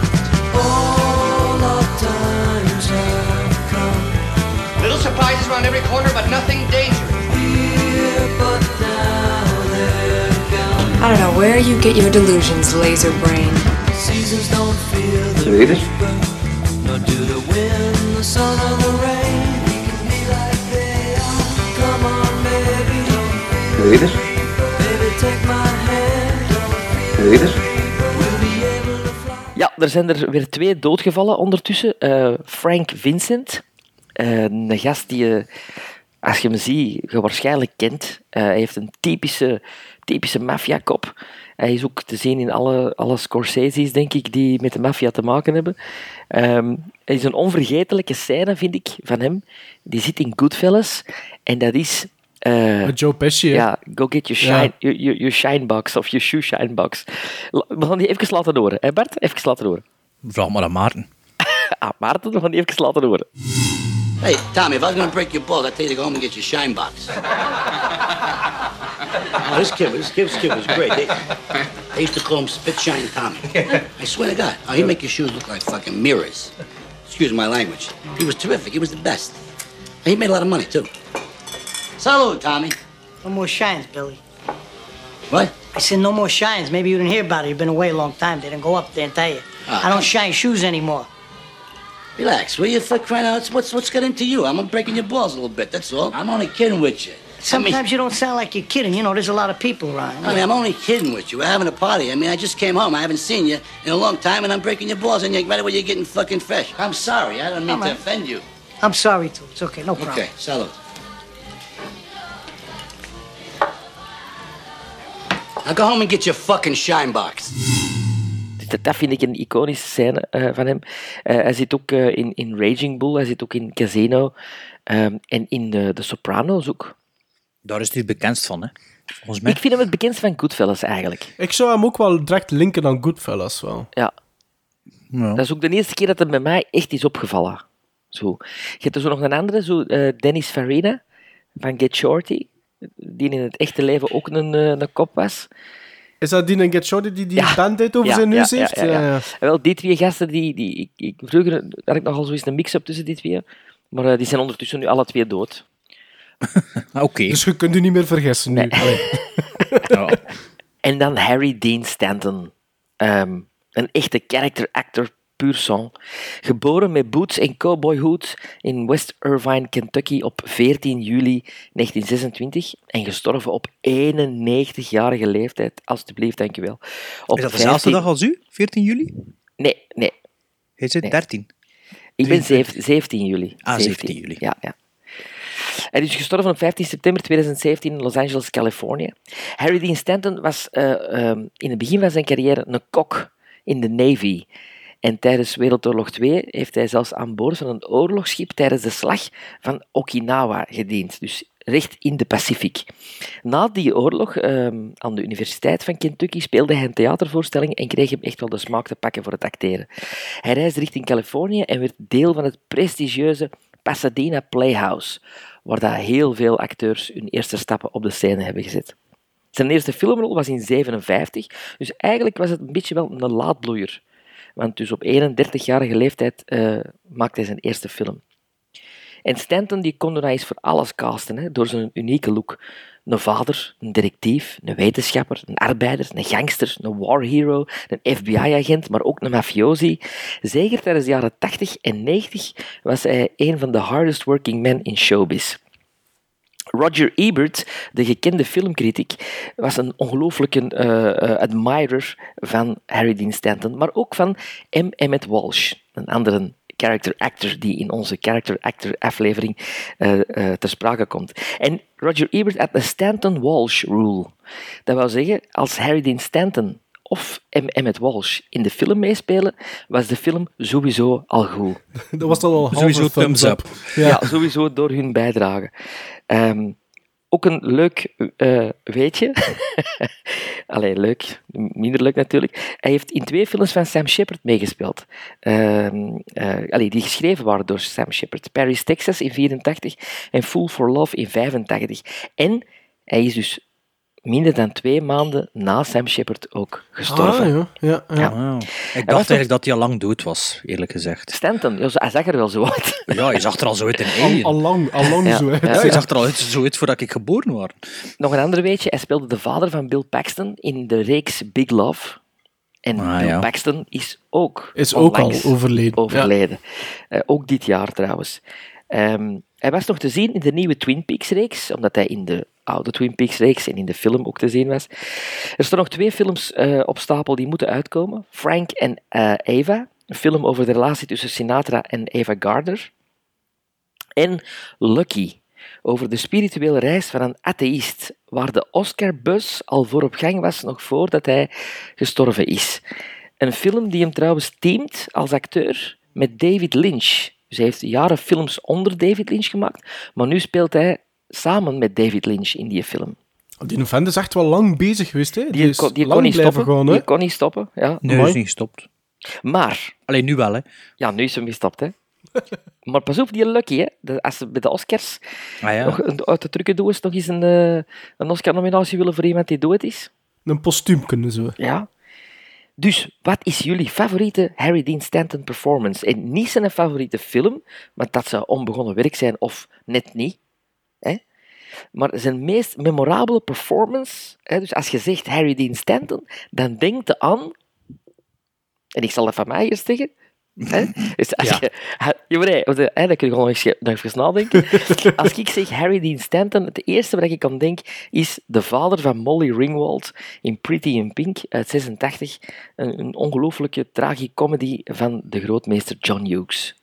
Speaker 11: Little surprises around every corner, but nothing dangerous.
Speaker 10: I don't know where you get your delusions, laser brain.
Speaker 12: Ja, er zijn er weer twee doodgevallen ondertussen. Eh, Frank Vincent, eh, een gast die je, als je hem ziet, je waarschijnlijk kent. Eh, hij heeft een typische, typische maffiakop. Hij is ook te zien in alle, alle Scorsese's, denk ik, die met de maffia te maken hebben. Ehm, er is een onvergetelijke scène, vind ik, van hem. Die zit in Goodfellas. En dat is... eh,
Speaker 13: Met Joe Pesci, hè.
Speaker 12: ja, go get your
Speaker 13: Ja.
Speaker 12: shine, your, your, your shine box of your shoe shine box. La- We gaan die even laten horen. Hè Bart, even laten horen.
Speaker 4: Vraag maar aan Maarten.
Speaker 12: Ah, Maarten, we gaan die even laten horen.
Speaker 9: Hey, Tommy, if I was gonna break your balls, I'd tell you to go home and get your shine box. oh, this kid, was- this kid, this kid was great. They, they used to call him Spit Shine Tommy. I swear to God, oh, he'd make your shoes look like fucking mirrors. Excuse my language. He was terrific. He was the best. And he made a lot of money too. Salute, Tommy.
Speaker 14: No more shines, Billy.
Speaker 9: What?
Speaker 14: I said no more shines. Maybe you didn't hear about it. You've been away a long time. They didn't go up there and tell you.
Speaker 9: Ah.
Speaker 14: I don't shine shoes anymore.
Speaker 9: Relax. Will you for crying out? What's what's got into you? I'm breaking your balls a little bit. That's all. I'm only kidding with you.
Speaker 14: Sometimes
Speaker 9: I mean,
Speaker 14: you don't sound like you're kidding. You know, there's a lot of people around.
Speaker 9: I mean, I'm only kidding with you. We're having a party. I mean, I just came home. I haven't seen you in a long time, and I'm breaking your balls, and you're right away you're getting fucking fresh. I'm sorry. I don't mean
Speaker 14: All
Speaker 9: to
Speaker 14: right.
Speaker 9: offend you.
Speaker 14: I'm sorry, too. It's okay. No problem.
Speaker 9: Okay, salute. Now go home and get your fucking shine box.
Speaker 6: Dat, dat vind ik een iconische scène eh, van hem. Eh, hij zit ook eh, in, in Raging Bull, hij zit ook in Casino ehm, en in de, de Sopranos ook.
Speaker 4: Daar is hij het bekendst van, hè? Volgens
Speaker 6: Ik vind hem het bekendst van Goodfellas eigenlijk.
Speaker 5: Ik zou hem ook wel direct linken aan Goodfellas wel.
Speaker 6: Ja. Dat is ook de eerste keer dat het bij mij echt is opgevallen. Zo. Je hebt er zo nog een andere, zo, eh, Dennis Farina van Get Shorty, die in het echte leven ook een, eh, een kop was.
Speaker 5: Is dat die een Get Shorty die die band deed over
Speaker 6: Ja,
Speaker 5: zijn
Speaker 6: ja,
Speaker 5: neus
Speaker 6: ja,
Speaker 5: heeft?
Speaker 6: ja, ja.
Speaker 5: Ja, ja.
Speaker 6: En wel, die twee gasten, die, die, ik, ik- vroeger had ik nogal zoiets een mix-up tussen die twee, maar eh, die zijn ondertussen nu alle twee dood.
Speaker 4: Ah, Oké.
Speaker 5: Dus je kunt u niet meer vergissen nu. Allee.
Speaker 4: eh,
Speaker 6: En dan Harry Dean Stanton. Ehm, een echte character actor, puur sang. Geboren met boots en cowboy hood in West Irvine, Kentucky op 14 juli 1926 en gestorven op 91-jarige leeftijd. Alsjeblieft, dankjewel. Op
Speaker 4: Is dat dezelfde
Speaker 6: 15
Speaker 4: dag als u, 14 juli?
Speaker 6: Nee, nee.
Speaker 4: Hij zit 13.
Speaker 6: Ik ben
Speaker 4: 23.
Speaker 6: zeven- 17 juli.
Speaker 4: Ah, 17 juli.
Speaker 6: Ja, ja. Hij is gestorven op 15 september 2017 in Los Angeles, Californië. Harry Dean Stanton was eh, ehm, in het begin van zijn carrière een kok in de Navy. En tijdens Wereldoorlog II heeft hij zelfs aan boord van een oorlogsschip tijdens de slag van Okinawa gediend. Dus recht in de Pacific. Na die oorlog ehm, aan de Universiteit van Kentucky speelde hij een theatervoorstelling en kreeg hem echt wel de smaak te pakken voor het acteren. Hij reisde richting Californië en werd deel van het prestigieuze Pasadena Playhouse, waar daar heel veel acteurs hun eerste stappen op de scène hebben gezet. Zijn eerste filmrol was in 57, dus eigenlijk was het een beetje wel een laadbloeier. Want dus op 31-jarige leeftijd eh, maakte hij zijn eerste film. En Stanton die kon er eens voor alles casten, hè, door zijn unieke look. Een vader, een directief, een wetenschapper, een arbeider, een gangster, een war hero, een FBI-agent, maar ook een mafiosi. Zeker tijdens de jaren 80 en 90 was hij een van de hardest working men in showbiz. Roger Ebert, de gekende filmcritic, was een ongelooflijke eh, eh, admirer van Harry Dean Stanton, maar ook van M. Emmett Walsh, een andere character actor die in onze character actor aflevering eh, eh, ter sprake komt. En Roger Ebert had de Stanton-Walsh rule. Dat wil zeggen, als Harry Dean Stanton of M. Emmett Walsh in de film meespelen, was de film sowieso al goed.
Speaker 5: Dat was dan al half
Speaker 6: Sowieso
Speaker 5: een
Speaker 6: thumbs up.
Speaker 5: Ja.
Speaker 6: Ja. sowieso door hun bijdrage. Ehm, ook een leuk eh, weetje. Allee, leuk. Minder leuk natuurlijk. Hij heeft in twee films van Sam Shepard meegespeeld. Ehm, eh, allee, die geschreven waren door Sam Shepard. Paris, Texas in 84 en Fool for Love in 85. En hij is dus minder dan twee maanden na Sam Shepard ook gestorven.
Speaker 5: Ah, ja. Ja, ja.
Speaker 6: Hij
Speaker 4: Ik dacht
Speaker 6: was toch-
Speaker 4: eigenlijk dat hij al lang dood was, eerlijk gezegd.
Speaker 6: Stanton, ja, zo- hij zag er wel zo uit.
Speaker 4: Ja, hij zag er al zo uit in Alien.
Speaker 5: Al- allang- allang zo uit.
Speaker 4: Ja, hij zag er al uit, zo uit voordat ik geboren was.
Speaker 6: Nog een ander weetje, hij speelde de vader van Bill Paxton in de reeks Big Love. En
Speaker 5: Ah,
Speaker 6: Bill
Speaker 5: ja.
Speaker 6: Paxton is ook
Speaker 5: Is ook
Speaker 6: onlangs
Speaker 5: al overleden,
Speaker 6: overleden. Eh, ook dit jaar trouwens. Ehm, hij was nog te zien in de nieuwe Twin Peaks-reeks, omdat hij in de oude Twin Peaks-reeks en in de film ook te zien was. Er staan nog twee films eh, op stapel die moeten uitkomen. Frank en eh, Eva, een film over de relatie tussen Sinatra en Eva Gardner. En Lucky, over de spirituele reis van een atheïst, waar de Oscarbus al voor op gang was nog voordat hij gestorven is. Een film die hem trouwens teamt als acteur met David Lynch. Dus hij heeft jaren films onder David Lynch gemaakt, maar nu speelt hij samen met David Lynch in die film.
Speaker 5: Die vent is echt wel lang bezig geweest, hè? Die, is
Speaker 6: kon- die kon
Speaker 5: lang
Speaker 6: niet
Speaker 5: blijven
Speaker 6: stoppen.
Speaker 5: gaan, hè?
Speaker 6: Die kon niet stoppen, ja.
Speaker 4: Nee, hij is niet gestopt.
Speaker 6: Maar...
Speaker 4: Alleen nu wel, hè.
Speaker 6: Ja, nu is hem gestopt, hè. Maar pas op, die Lucky, hè. Dat- als ze bij de Oscars
Speaker 4: Ah, ja.
Speaker 6: nog een- uit de trucendoos nog eens een, eh, een Oscar-nominatie willen voor iemand die dood is.
Speaker 5: Een postuum kunnen zo.
Speaker 6: Ja. Dus, wat is jullie favoriete Harry Dean Stanton performance? En niet zijn favoriete film, want dat zou onbegonnen werk zijn of net niet. Hè? Maar zijn meest memorabele performance, hè, dus als je zegt Harry Dean Stanton, dan denk je aan... En ik zal dat van mij eerst zeggen. Hè?
Speaker 4: Mm-hmm.
Speaker 6: Dus als
Speaker 15: Ja.
Speaker 6: je, ha- ja, maar nee, want, eh, hè, dan kun je gewoon nog eens, nog even nadenken. als ik zeg Harry Dean Stanton, het eerste waar ik aan denk is de vader van Molly Ringwald in Pretty in Pink uit 86. Een, een ongelooflijke tragicomedy van de grootmeester John Hughes.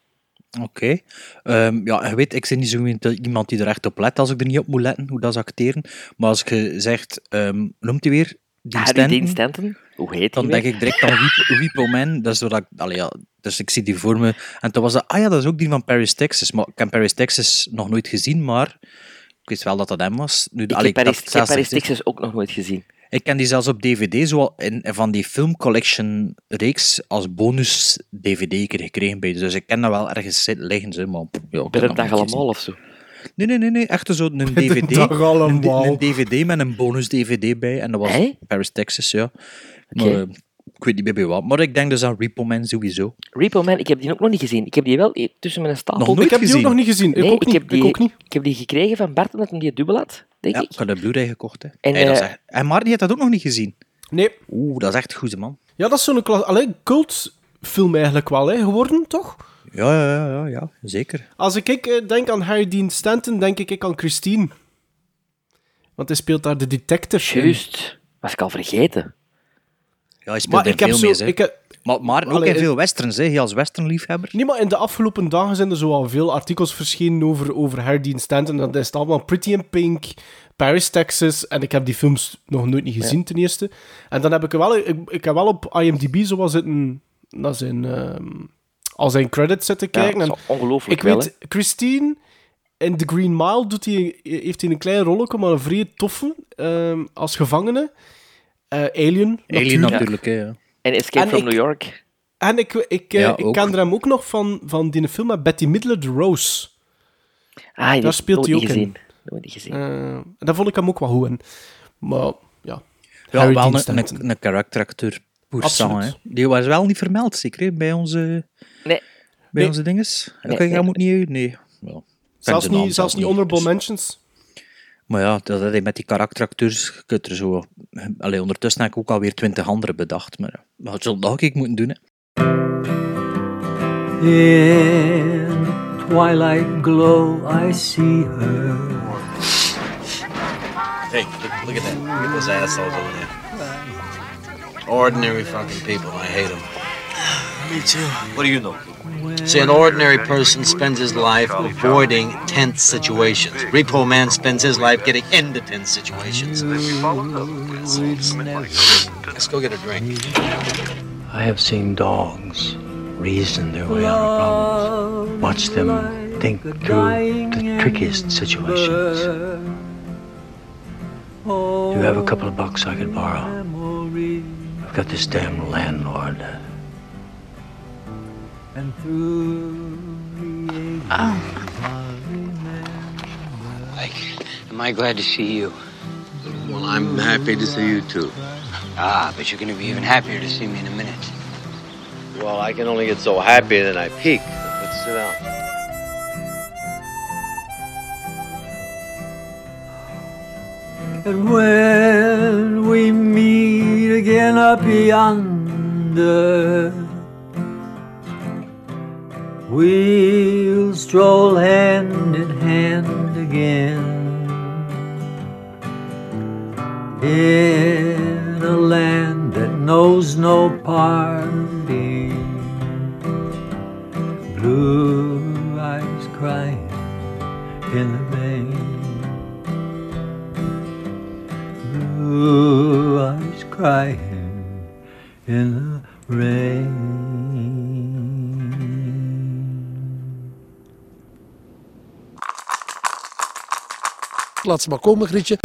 Speaker 4: Oké. Ehm, ja, je weet, ik ben niet zo iemand- iemand die er echt op let als ik er niet op moet letten, hoe dat ze acteren. Maar als je zegt, ehm, noemt hij weer? Dean
Speaker 6: Harry Dean Stanton? Hoe heet
Speaker 4: Dan
Speaker 6: die
Speaker 4: denk
Speaker 6: weer?
Speaker 4: ik direct aan Wiep- Wipo Man. Dat is doordat ik, allee, ja, dus ik zie die voor me. En toen was dat, ah ja, dat is ook die van Paris, Texas. Maar ik heb Paris, Texas nog nooit gezien, maar ik wist wel dat dat hem was. Nu,
Speaker 6: Ik
Speaker 4: allee,
Speaker 6: heb Paris,
Speaker 4: dat
Speaker 6: ik heb
Speaker 4: zelfs
Speaker 6: Paris
Speaker 4: gezien.
Speaker 6: Texas ook nog nooit gezien.
Speaker 4: Ik ken die zelfs op DVD, zoal in, in van die Film Collection reeks als bonus DVD keer gekregen bij. Dus ik ken dat wel ergens zitten liggen, ze, maar ja, ik heb
Speaker 6: Bij
Speaker 4: dat
Speaker 6: de
Speaker 4: nog
Speaker 6: dag
Speaker 4: niet gezien.
Speaker 6: allemaal of zo.
Speaker 4: Nee, nee, nee, nee. Echt zo een
Speaker 6: de
Speaker 4: DVD.
Speaker 6: dag
Speaker 4: Een, di- een DVD met een bonus DVD bij. En dat was
Speaker 6: Hé?
Speaker 4: Paris, Texas, ja.
Speaker 6: Oké.
Speaker 4: Maar, eh, ik weet niet meer bij wat. Maar ik denk dus aan Repo Man sowieso.
Speaker 6: Repo Man, ik heb die ook nog niet gezien. Ik heb die wel e- tussen mijn stapel.
Speaker 4: Nog nooit Ik heb die ook gezien? nog niet gezien. Ik
Speaker 6: Nee,
Speaker 4: ook niet,
Speaker 6: Heb
Speaker 4: ik
Speaker 6: die,
Speaker 4: ook niet.
Speaker 6: Ik heb die gekregen van Bart omdat hij die dubbel had, denk
Speaker 4: ja,
Speaker 6: ik.
Speaker 4: ik heb de Blu-ray gekocht. Hè.
Speaker 6: En,
Speaker 4: En, dat is
Speaker 6: eh,
Speaker 4: echt- en Maarten heeft dat ook nog niet gezien.
Speaker 5: Nee.
Speaker 4: Oeh, dat is echt goed, man.
Speaker 5: Ja, dat is zo'n klas... Allee, cultfilm eigenlijk wel, hè, geworden, toch?
Speaker 4: Ja, ja, ja, ja, ja zeker.
Speaker 5: Als ik eh, denk aan Harry Dean Stanton, denk ik ik aan Christine. Want hij speelt daar de detective in.
Speaker 6: Juist. Was ik al vergeten.
Speaker 4: Ja, hij speelt
Speaker 5: Maar
Speaker 4: in
Speaker 5: ik heb
Speaker 4: veel
Speaker 5: zo-
Speaker 4: mee, hè.
Speaker 5: ik heb-
Speaker 4: Maar, maar ook
Speaker 5: Allee,
Speaker 4: in
Speaker 5: eh,
Speaker 4: veel westerns, hè. Als westernliefhebber.
Speaker 5: Nee, maar in de afgelopen dagen zijn er zo al veel artikels verschenen over, over Harry Dean Stanton. Dat is het allemaal Pretty in Pink, Paris, Texas. En ik heb die films nog nooit niet gezien, ten eerste. En dan heb ik wel, ik, ik heb wel op IMDb zo wat zitten, naar zijn, ehm, al zijn credits zitten
Speaker 6: Ja,
Speaker 5: kijken.
Speaker 6: dat
Speaker 5: en
Speaker 6: is ongelooflijk
Speaker 5: Ik
Speaker 6: wel,
Speaker 5: weet, Christine in The Green Mile doet hij, heeft hij een klein rolletje, maar een vrij toffe, ehm, als gevangene. Eh, Alien,
Speaker 4: Alien natuurlijk, hè, ja.
Speaker 6: En Escape
Speaker 5: En
Speaker 6: from
Speaker 5: ik-
Speaker 6: New York.
Speaker 5: en ik, ik, eh,
Speaker 6: Ja,
Speaker 5: ik
Speaker 6: ook.
Speaker 5: ken er hem ook nog van, van die film met Betty Midler, The Rose.
Speaker 6: Ah, die heb
Speaker 5: Daar
Speaker 6: ik
Speaker 5: speelt hij
Speaker 6: nooit
Speaker 5: ook
Speaker 6: niet
Speaker 5: in.
Speaker 6: gezien. Nooit niet gezien.
Speaker 5: Eh, en daar vond ik hem ook wel goed in. Maar ja,
Speaker 4: Ja,
Speaker 5: Harry
Speaker 4: wel
Speaker 5: Dean
Speaker 4: een,
Speaker 5: Stanton.
Speaker 4: een, een karakteracteur. Puur
Speaker 5: Absoluut.
Speaker 4: sang, hè. Die was wel niet vermeld, zeker, hè, bij onze,
Speaker 6: nee.
Speaker 4: bij
Speaker 5: Nee.
Speaker 4: onze dinges.
Speaker 5: Nee,
Speaker 4: Oké, jij
Speaker 5: nee,
Speaker 4: moet niet uit, nee. Ja, ik ken zijn
Speaker 5: Zelfs
Speaker 4: naam dus-
Speaker 5: niet, zelfs niet honorable mentions.
Speaker 4: Maar ja, dat, dat, met die karakteracteurs je kunt er zo... Allee, ondertussen heb ik ook alweer twintig andere bedacht. Maar ja, maar dat zult nog een keer moeten doen, hè.
Speaker 16: In twilight glow, I see her.
Speaker 17: Hey, look, look at that. Look at those assholes over there. Ordinary fucking people. I hate them. Me too. What do you know? See, an ordinary person spends his life avoiding tense situations. Repo man spends his life getting into tense situations. Let's go get a drink.
Speaker 16: I have seen dogs reason their way out of problems. Watch them think through the trickiest situations. Do you have a couple of bucks I could borrow? I've got this damn landlord.
Speaker 17: And through
Speaker 9: Am I glad to see you? Well, I'm happy to see you too. Ah, but you're going to be even happier to see me in a minute.
Speaker 17: Well, I can only get so happy that I peak. Let's sit down.
Speaker 16: And when we meet again up yonder, we'll stroll hand in hand again in a land that knows no parting. Blue eyes crying in the rain. Blue eyes crying in the rain.
Speaker 18: Laat ze maar komen, Grietje.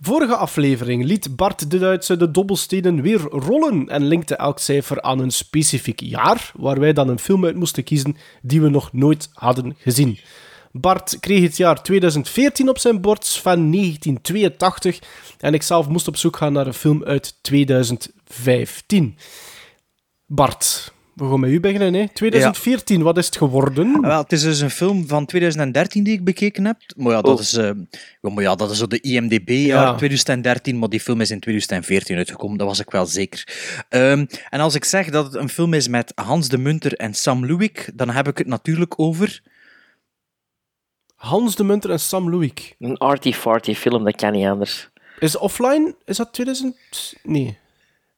Speaker 5: vorige aflevering liet Bart de Duitse de dobbelstenen weer rollen en linkte elk cijfer aan een specifiek jaar, waar wij dan een film uit moesten kiezen die we nog nooit hadden gezien. Bart kreeg het jaar 2014 op zijn bord, van 1982 en ikzelf moest op zoek gaan naar een film uit 2015. Bart, we gaan met u beginnen. Hè? 2014, wat is het geworden?
Speaker 4: Wel, het is dus een film van 2013 die ik bekeken heb. Maar ja, dat,
Speaker 5: Oh.
Speaker 4: is, eh, ja, maar ja, dat is zo de IMDb jaar
Speaker 5: Ja.
Speaker 4: 2013, maar die film is in 2014 uitgekomen, dat was ik wel zeker. Ehm, en als ik zeg dat het een film is met Hans de Munter en Sam Luik, dan heb ik het natuurlijk over...
Speaker 5: Hans de Munter en Sam Luik.
Speaker 6: Een arty-farty film, dat kan niet anders.
Speaker 5: Is offline, is dat 2000? Nee.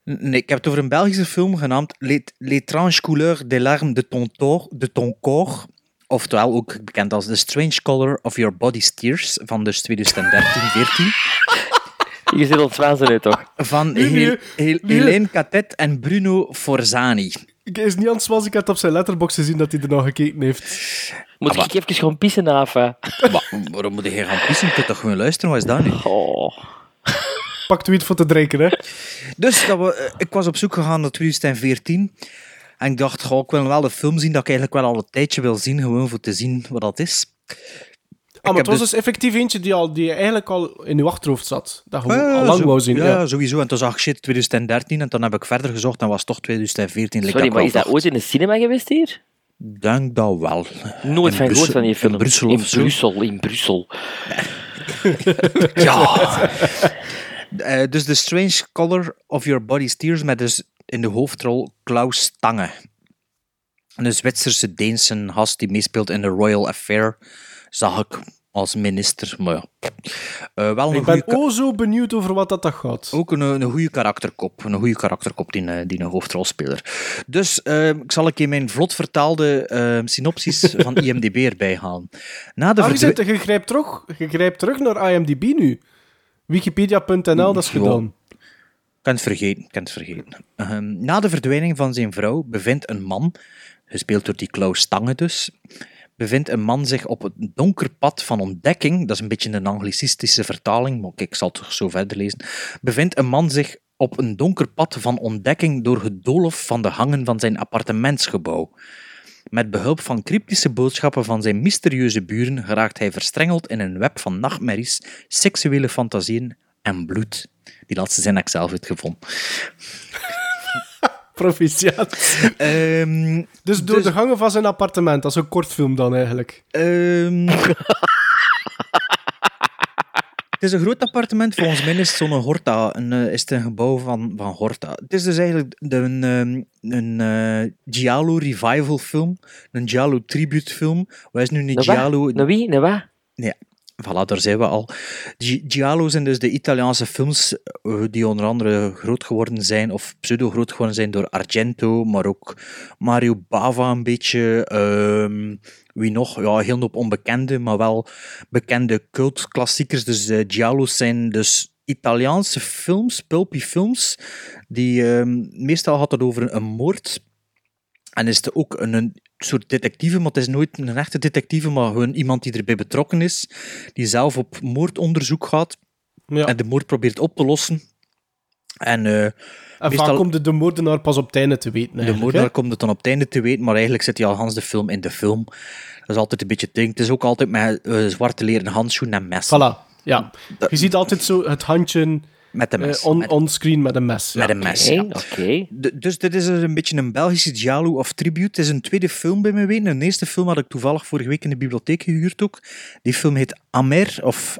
Speaker 4: Nee, ik heb het over een Belgische film genaamd L'E- L'étrange couleur des larmes de ton, tor- de ton corps. Oftewel ook bekend als The Strange Color of Your Body's Tears van dus 2013-14.
Speaker 6: Je zit ons waanzin uit, toch?
Speaker 4: Van
Speaker 5: Nee, nee,
Speaker 4: Hel- Hel-
Speaker 5: nee.
Speaker 4: Helene Catet en Bruno Forzani.
Speaker 5: Ik is niet aan het zwas, ik had op zijn letterbox gezien dat hij er nog gekeken heeft.
Speaker 6: Moet ik even gewoon pissen Oh, af?
Speaker 4: waarom moet je gaan pissen? Je kunt toch gewoon luisteren? Wat is dat nu?
Speaker 5: Pakt u iets voor te drinken, hè?
Speaker 4: Dus dat we, eh, ik was op zoek gegaan naar 2014. En ik dacht, goh, ik wil wel een film zien dat ik eigenlijk wel al een tijdje wil zien, gewoon voor te zien wat dat is.
Speaker 5: Ah, maar
Speaker 4: heb
Speaker 5: het was
Speaker 4: dus-
Speaker 5: dus effectief eentje die, al, die eigenlijk al in uw achterhoofd zat. Dat je
Speaker 4: Ja,
Speaker 5: al lang
Speaker 4: Ah, Eh, zo-
Speaker 5: wou zien.
Speaker 4: Ja,
Speaker 5: Ja,
Speaker 4: sowieso. En toen zag ik shit 2013 en dan heb ik verder gezocht en was het toch 2014. Like
Speaker 6: Sorry,
Speaker 4: ik
Speaker 6: maar
Speaker 4: wel
Speaker 6: is dat
Speaker 4: dacht.
Speaker 6: ooit in de cinema geweest hier?
Speaker 4: Denk dat wel.
Speaker 6: Nooit
Speaker 4: In
Speaker 6: van gehoord
Speaker 4: Brussel-
Speaker 6: van die film.
Speaker 4: In Brussel
Speaker 6: in
Speaker 4: of zo.
Speaker 6: Brussel, in Brussel.
Speaker 4: Ja. Eh, dus The Strange Color of Your Body's Tears met dus in de hoofdrol Klaus Tange. Een Zwitserse Deense gast die meespeelt in The Royal Affair. Zag ik als minister, maar ja. Eh, wel een
Speaker 5: Ik
Speaker 4: goede
Speaker 5: ben o zo benieuwd over wat dat, dat gaat.
Speaker 4: Ook een, een goede karakterkop. Een goede karakterkop, die, eh, die een hoofdrolspeler. Dus eh, ik zal een keer mijn vlot vertaalde eh, synopsis van IMDb erbij halen. Na de
Speaker 5: Ah, je,
Speaker 4: verdwe-
Speaker 5: zit, je, grijpt terug, je grijpt terug naar IMDb nu. Wikipedia.nl, dat is
Speaker 4: Ja.
Speaker 5: gedaan.
Speaker 4: Ik kan het vergeten, ik kan het vergeten. Ehm, na de verdwijning van zijn vrouw bevindt een man, gespeeld door die Klaus Stange dus, bevindt een man zich op een donker pad van ontdekking, dat is een beetje een anglicistische vertaling, maar kijk, ik zal het toch zo verder lezen, bevindt een man zich op een donker pad van ontdekking door het doolhof van de hangen van zijn appartementsgebouw. Met behulp van cryptische boodschappen van zijn mysterieuze buren geraakt hij verstrengeld in een web van nachtmerries, seksuele fantasieën en bloed. Die laatste zin heb ik zelf uitgevonden.
Speaker 5: Proficiat. dus door
Speaker 4: dus-
Speaker 5: de gangen van zijn appartement. Dat is een kort film dan eigenlijk.
Speaker 4: ehm. Het is een groot appartement, volgens mij is het zo'n Horta, een, eh, is het een gebouw van, van Horta. Het is dus eigenlijk de- een, ehm, een eh, Giallo revival film, een Giallo tribute film. Wat is nu een
Speaker 6: Een wat?
Speaker 4: Giallo...
Speaker 6: Een wie? Een wat?
Speaker 4: Ja, voilà, daar zijn we al. Gi- Giallo zijn dus de Italiaanse films eh, die onder andere groot geworden zijn, of pseudo-groot geworden zijn door Argento, maar ook Mario Bava een beetje. ehm, wie nog? Ja, heel een hoop onbekende, maar wel bekende cultklassiekers. Dus eh, Giallo's zijn dus Italiaanse films, pulpy films, die ehm, meestal gaat het over een moord. En is het ook een, een soort detectieve, maar het is nooit een echte detectieve, maar gewoon iemand die erbij betrokken is, die zelf op moordonderzoek gaat en de moord probeert op te lossen. En, eh,
Speaker 5: En
Speaker 4: meestal-
Speaker 5: vaak komt de, de moordenaar pas op het einde te weten.
Speaker 4: de
Speaker 5: eigenlijk,
Speaker 4: moordenaar
Speaker 5: hè.
Speaker 4: komt het dan op het einde te weten, maar eigenlijk zit hij al Hans de film in de film. Dat is altijd een beetje ding. Het is ook altijd met eh, zwarte leren handschoenen en messen.
Speaker 5: Voilà, ja. Je ziet altijd zo het handje...
Speaker 4: Met een
Speaker 5: eh,
Speaker 4: mes,
Speaker 5: on,
Speaker 4: met-
Speaker 5: onscreen met een mes.
Speaker 4: Met een mes, ja. D- Dus dit is een beetje een Belgische Giallo of tribute. Het is een tweede film bij mij weten. Een eerste film had ik toevallig vorige week in de bibliotheek gehuurd ook. Die film heet Amer, of...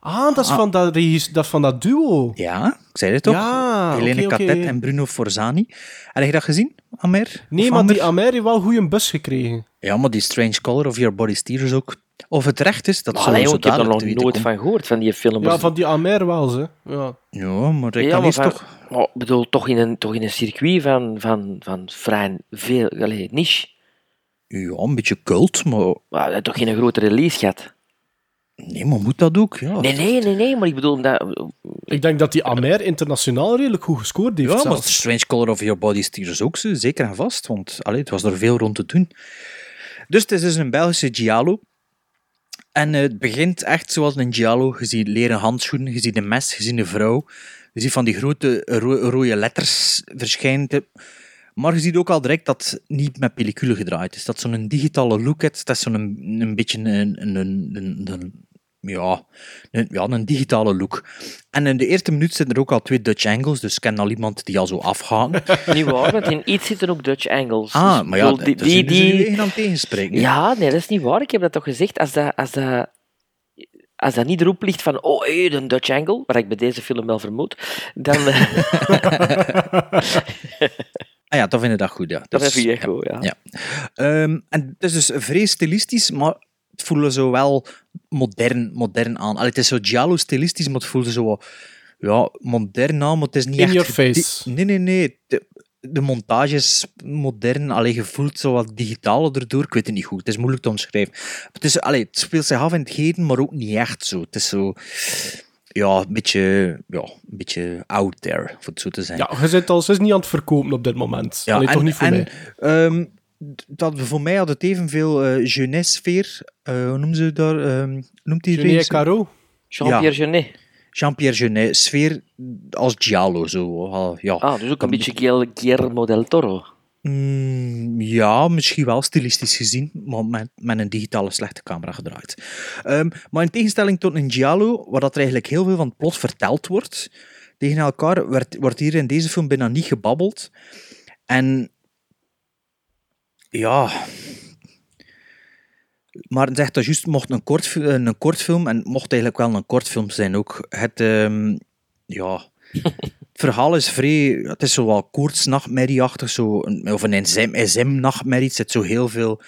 Speaker 5: Ah, dat is, Van dat, regis- dat is van dat duo.
Speaker 4: Ja, ik zei het toch?
Speaker 5: Ja,
Speaker 4: Helene
Speaker 5: oké, oké.
Speaker 4: Catet en Bruno Forzani. Heb je dat gezien, Amer?
Speaker 5: Nee,
Speaker 4: Of
Speaker 5: maar
Speaker 4: Amer?
Speaker 5: die Amer heeft wel goed een bus gekregen.
Speaker 4: Ja, maar die Strange Color of Your Body's Tears ook. Of het recht is, dat
Speaker 6: Maar
Speaker 4: zullen
Speaker 6: allee,
Speaker 4: we zo
Speaker 6: ik heb er
Speaker 4: dadelijk
Speaker 6: nog
Speaker 4: te weten
Speaker 6: nooit
Speaker 4: komen.
Speaker 6: van gehoord, van die film.
Speaker 5: Ja, van die Amer wel, ze. Ja.
Speaker 4: Ja, maar ik
Speaker 6: Ja,
Speaker 4: kan
Speaker 6: maar
Speaker 4: eerst
Speaker 6: van-
Speaker 4: toch...
Speaker 6: maar ik bedoel, toch in een, toch in een circuit van, van, van vrij veel... Allee, niche.
Speaker 4: Ja, een beetje cult, maar...
Speaker 6: Maar dat toch geen grote release gehad?
Speaker 4: Nee, maar moet dat ook? Ja.
Speaker 6: Nee, nee, nee, nee, maar ik bedoel... Dat,
Speaker 5: Ik denk dat die Amer internationaal redelijk goed gescoord heeft
Speaker 4: Ja, maar
Speaker 5: zelfs.
Speaker 4: The Strange Color of Your Body's Tears ook zo, zeker en vast, want allee, het was er veel rond te doen. Dus het is dus een Belgische Giallo. En eh, het begint echt zoals een giallo. Je ziet leren handschoenen, je ziet een mes, je ziet een vrouw. Je ziet van die grote ro- rode letters verschijnen. De- Maar je ziet ook al direct dat het niet met pellicule gedraaid is. Dat is zo'n digitale look het. Dat is zo'n een, een beetje een, een, een, een, een- ja, een, ja, een digitale look. En in de eerste minuut zitten er ook al twee Dutch angles. Dus ik ken al iemand die al zo afgaan.
Speaker 6: Niet waar, want in iets zitten ook Dutch Angles.
Speaker 4: Ah,
Speaker 6: Dus
Speaker 4: maar ja,
Speaker 6: ik bedoel,
Speaker 4: die, die, aan het tegenspreken. hè.
Speaker 6: Ja, nee, dat is niet waar. Ik heb dat toch gezegd. Als dat, als dat, als dat niet erop ligt van, oh, hey, een Dutch Angle, wat ik bij deze film wel vermoed, dan... eh,
Speaker 4: Ah ja, dan vind ik dat goed, ja.
Speaker 6: Dat
Speaker 4: is
Speaker 6: vind je echt goed, ja.
Speaker 4: Ehm, en het is dus vrij stilistisch, maar het voelde zo wel modern, modern aan. Allee, het is zo giallo-stilistisch, maar het voelde zo wat, ja, modern aan, maar het is niet
Speaker 5: In
Speaker 4: echt...
Speaker 5: your
Speaker 4: gedi-
Speaker 5: face.
Speaker 4: Nee, nee, nee. De, de montage is modern, alleen je voelt zo wat digitaal erdoor. Ik weet het niet goed, het is moeilijk te omschrijven. Het, is, allee, het speelt zich af in het heden, maar ook niet echt zo. Het is zo... Ja, een beetje, ja, een beetje out there, voor het zo te zijn.
Speaker 5: Ja, je zit al zes niet aan het verkopen op dit moment. Ja, Allee, toch niet voor
Speaker 4: en,
Speaker 5: mij.
Speaker 4: ehm, d- dat, voor mij had het evenveel eh jeunesse-sfeer. Eh, hoe noemen ze daar? ehm noemt die
Speaker 5: Jeunet
Speaker 4: reeks-
Speaker 5: Caro?
Speaker 6: Jean-Pierre Jeunet.
Speaker 4: Jean-Pierre Jeunet, sfeer als Giallo. Zo. ah, Ja.
Speaker 6: Ah, dus ook een beetje Guil- Guillermo del Toro.
Speaker 4: Mm, ja, misschien wel stilistisch gezien, maar met, met een digitale slechte camera gedraaid. Ehm, maar in tegenstelling tot een Giallo, waar dat er eigenlijk heel veel van het plot verteld wordt, tegen elkaar werd, wordt hier in deze film bijna niet gebabbeld. En ja. Maar zegt dat juist, mocht een kort, fi- een kort film, en het mocht eigenlijk wel een kort film zijn ook. Het, ehm, ja. het verhaal is vrij. Het is zo wel koortsnachtmerrieachtig, zo, een- of een SM-nachtmerrie. Het zit zo heel veel.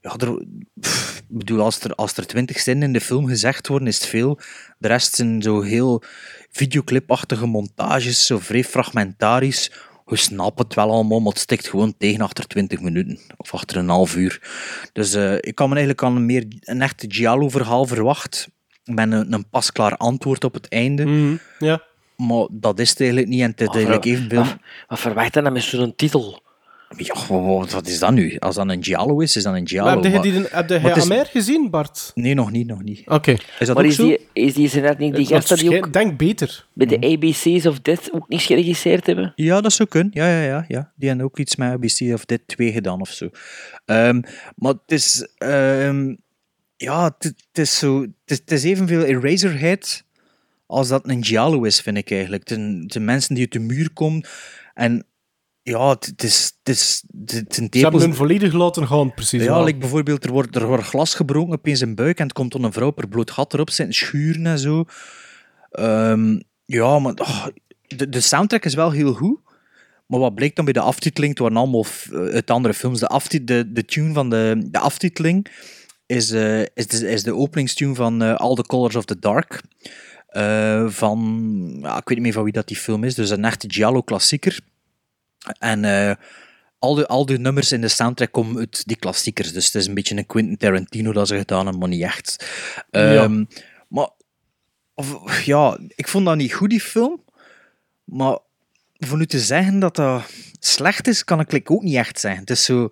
Speaker 4: Ja, er, pff, ik bedoel, als er, als er twintig zinnen in de film gezegd worden, is het veel. De rest zijn zo heel videoclipachtige montages, zo vrij fragmentarisch. Je snapt het wel allemaal, maar het stikt gewoon tegen achter 20 minuten of achter een half uur. Dus eh, ik kan me eigenlijk aan een, meer, een echt Giallo-verhaal verwacht. Met een, een pasklaar antwoord op het einde.
Speaker 5: ja.
Speaker 4: Maar dat is het eigenlijk niet. En het is eigenlijk evenveel.
Speaker 6: Wat, wat verwacht je dan met zo'n titel?
Speaker 4: Ah, Ja, wat, wat is dat nu? Als dat een Giallo is, is dat een Giallo.
Speaker 5: Maar heb je
Speaker 4: maar-
Speaker 5: die- heb je
Speaker 4: maar het is-
Speaker 5: Amer gezien, Bart?
Speaker 4: Nee, nog niet, nog niet. Oké. Is dat
Speaker 6: maar
Speaker 4: ook
Speaker 6: is
Speaker 4: zo?
Speaker 6: die, is die inderdaad niet die
Speaker 4: Het was
Speaker 6: gasten die
Speaker 4: verschil-
Speaker 6: ook...
Speaker 5: Denk beter.
Speaker 6: Bij de ABC's of Death ook niet geregisseerd hebben?
Speaker 4: Ja, dat zou kunnen. Ja, ja, ja, ja. Die hebben ook iets met ABC of dit twee gedaan of zo. Ehm, maar het is... ehm, ja, het, het is zo... Het, is- het is evenveel Eraserhead als dat een Giallo is, vind ik eigenlijk. De, de mensen die uit de muur komen en... Ja, het het is... Het is het zijn
Speaker 5: Ze hebben
Speaker 4: tepels-
Speaker 5: hun volledig laten gaan, precies.
Speaker 4: ja,
Speaker 5: wel.
Speaker 4: like bijvoorbeeld, er wordt, er wordt glas gebroken op in zijn buik en het komt dan een vrouw per bloot gat erop zitten, schuren en zo. Ehm, ja, maar ah, de, de soundtrack is wel heel goed. Maar wat blijkt dan bij de aftiteling, het waren allemaal f- eh, uit andere films, de, afti- de, de tune van de, de aftiteling is, eh, is, de, is de openingstune van eh, All the Colors of the Dark. Eh, van, ja, ik weet niet meer van wie dat die film is, dus een echte Giallo-klassieker. En eh, al, die, al die nummers in de soundtrack komen uit die klassiekers. Dus het is een beetje een Quentin Tarantino dat ze gedaan hebben, maar niet echt. Ehm, Maar of, ja, ik vond dat niet goed, die film. Maar voor nu te zeggen dat dat slecht is, kan ik like ook niet echt zeggen. Het is zo...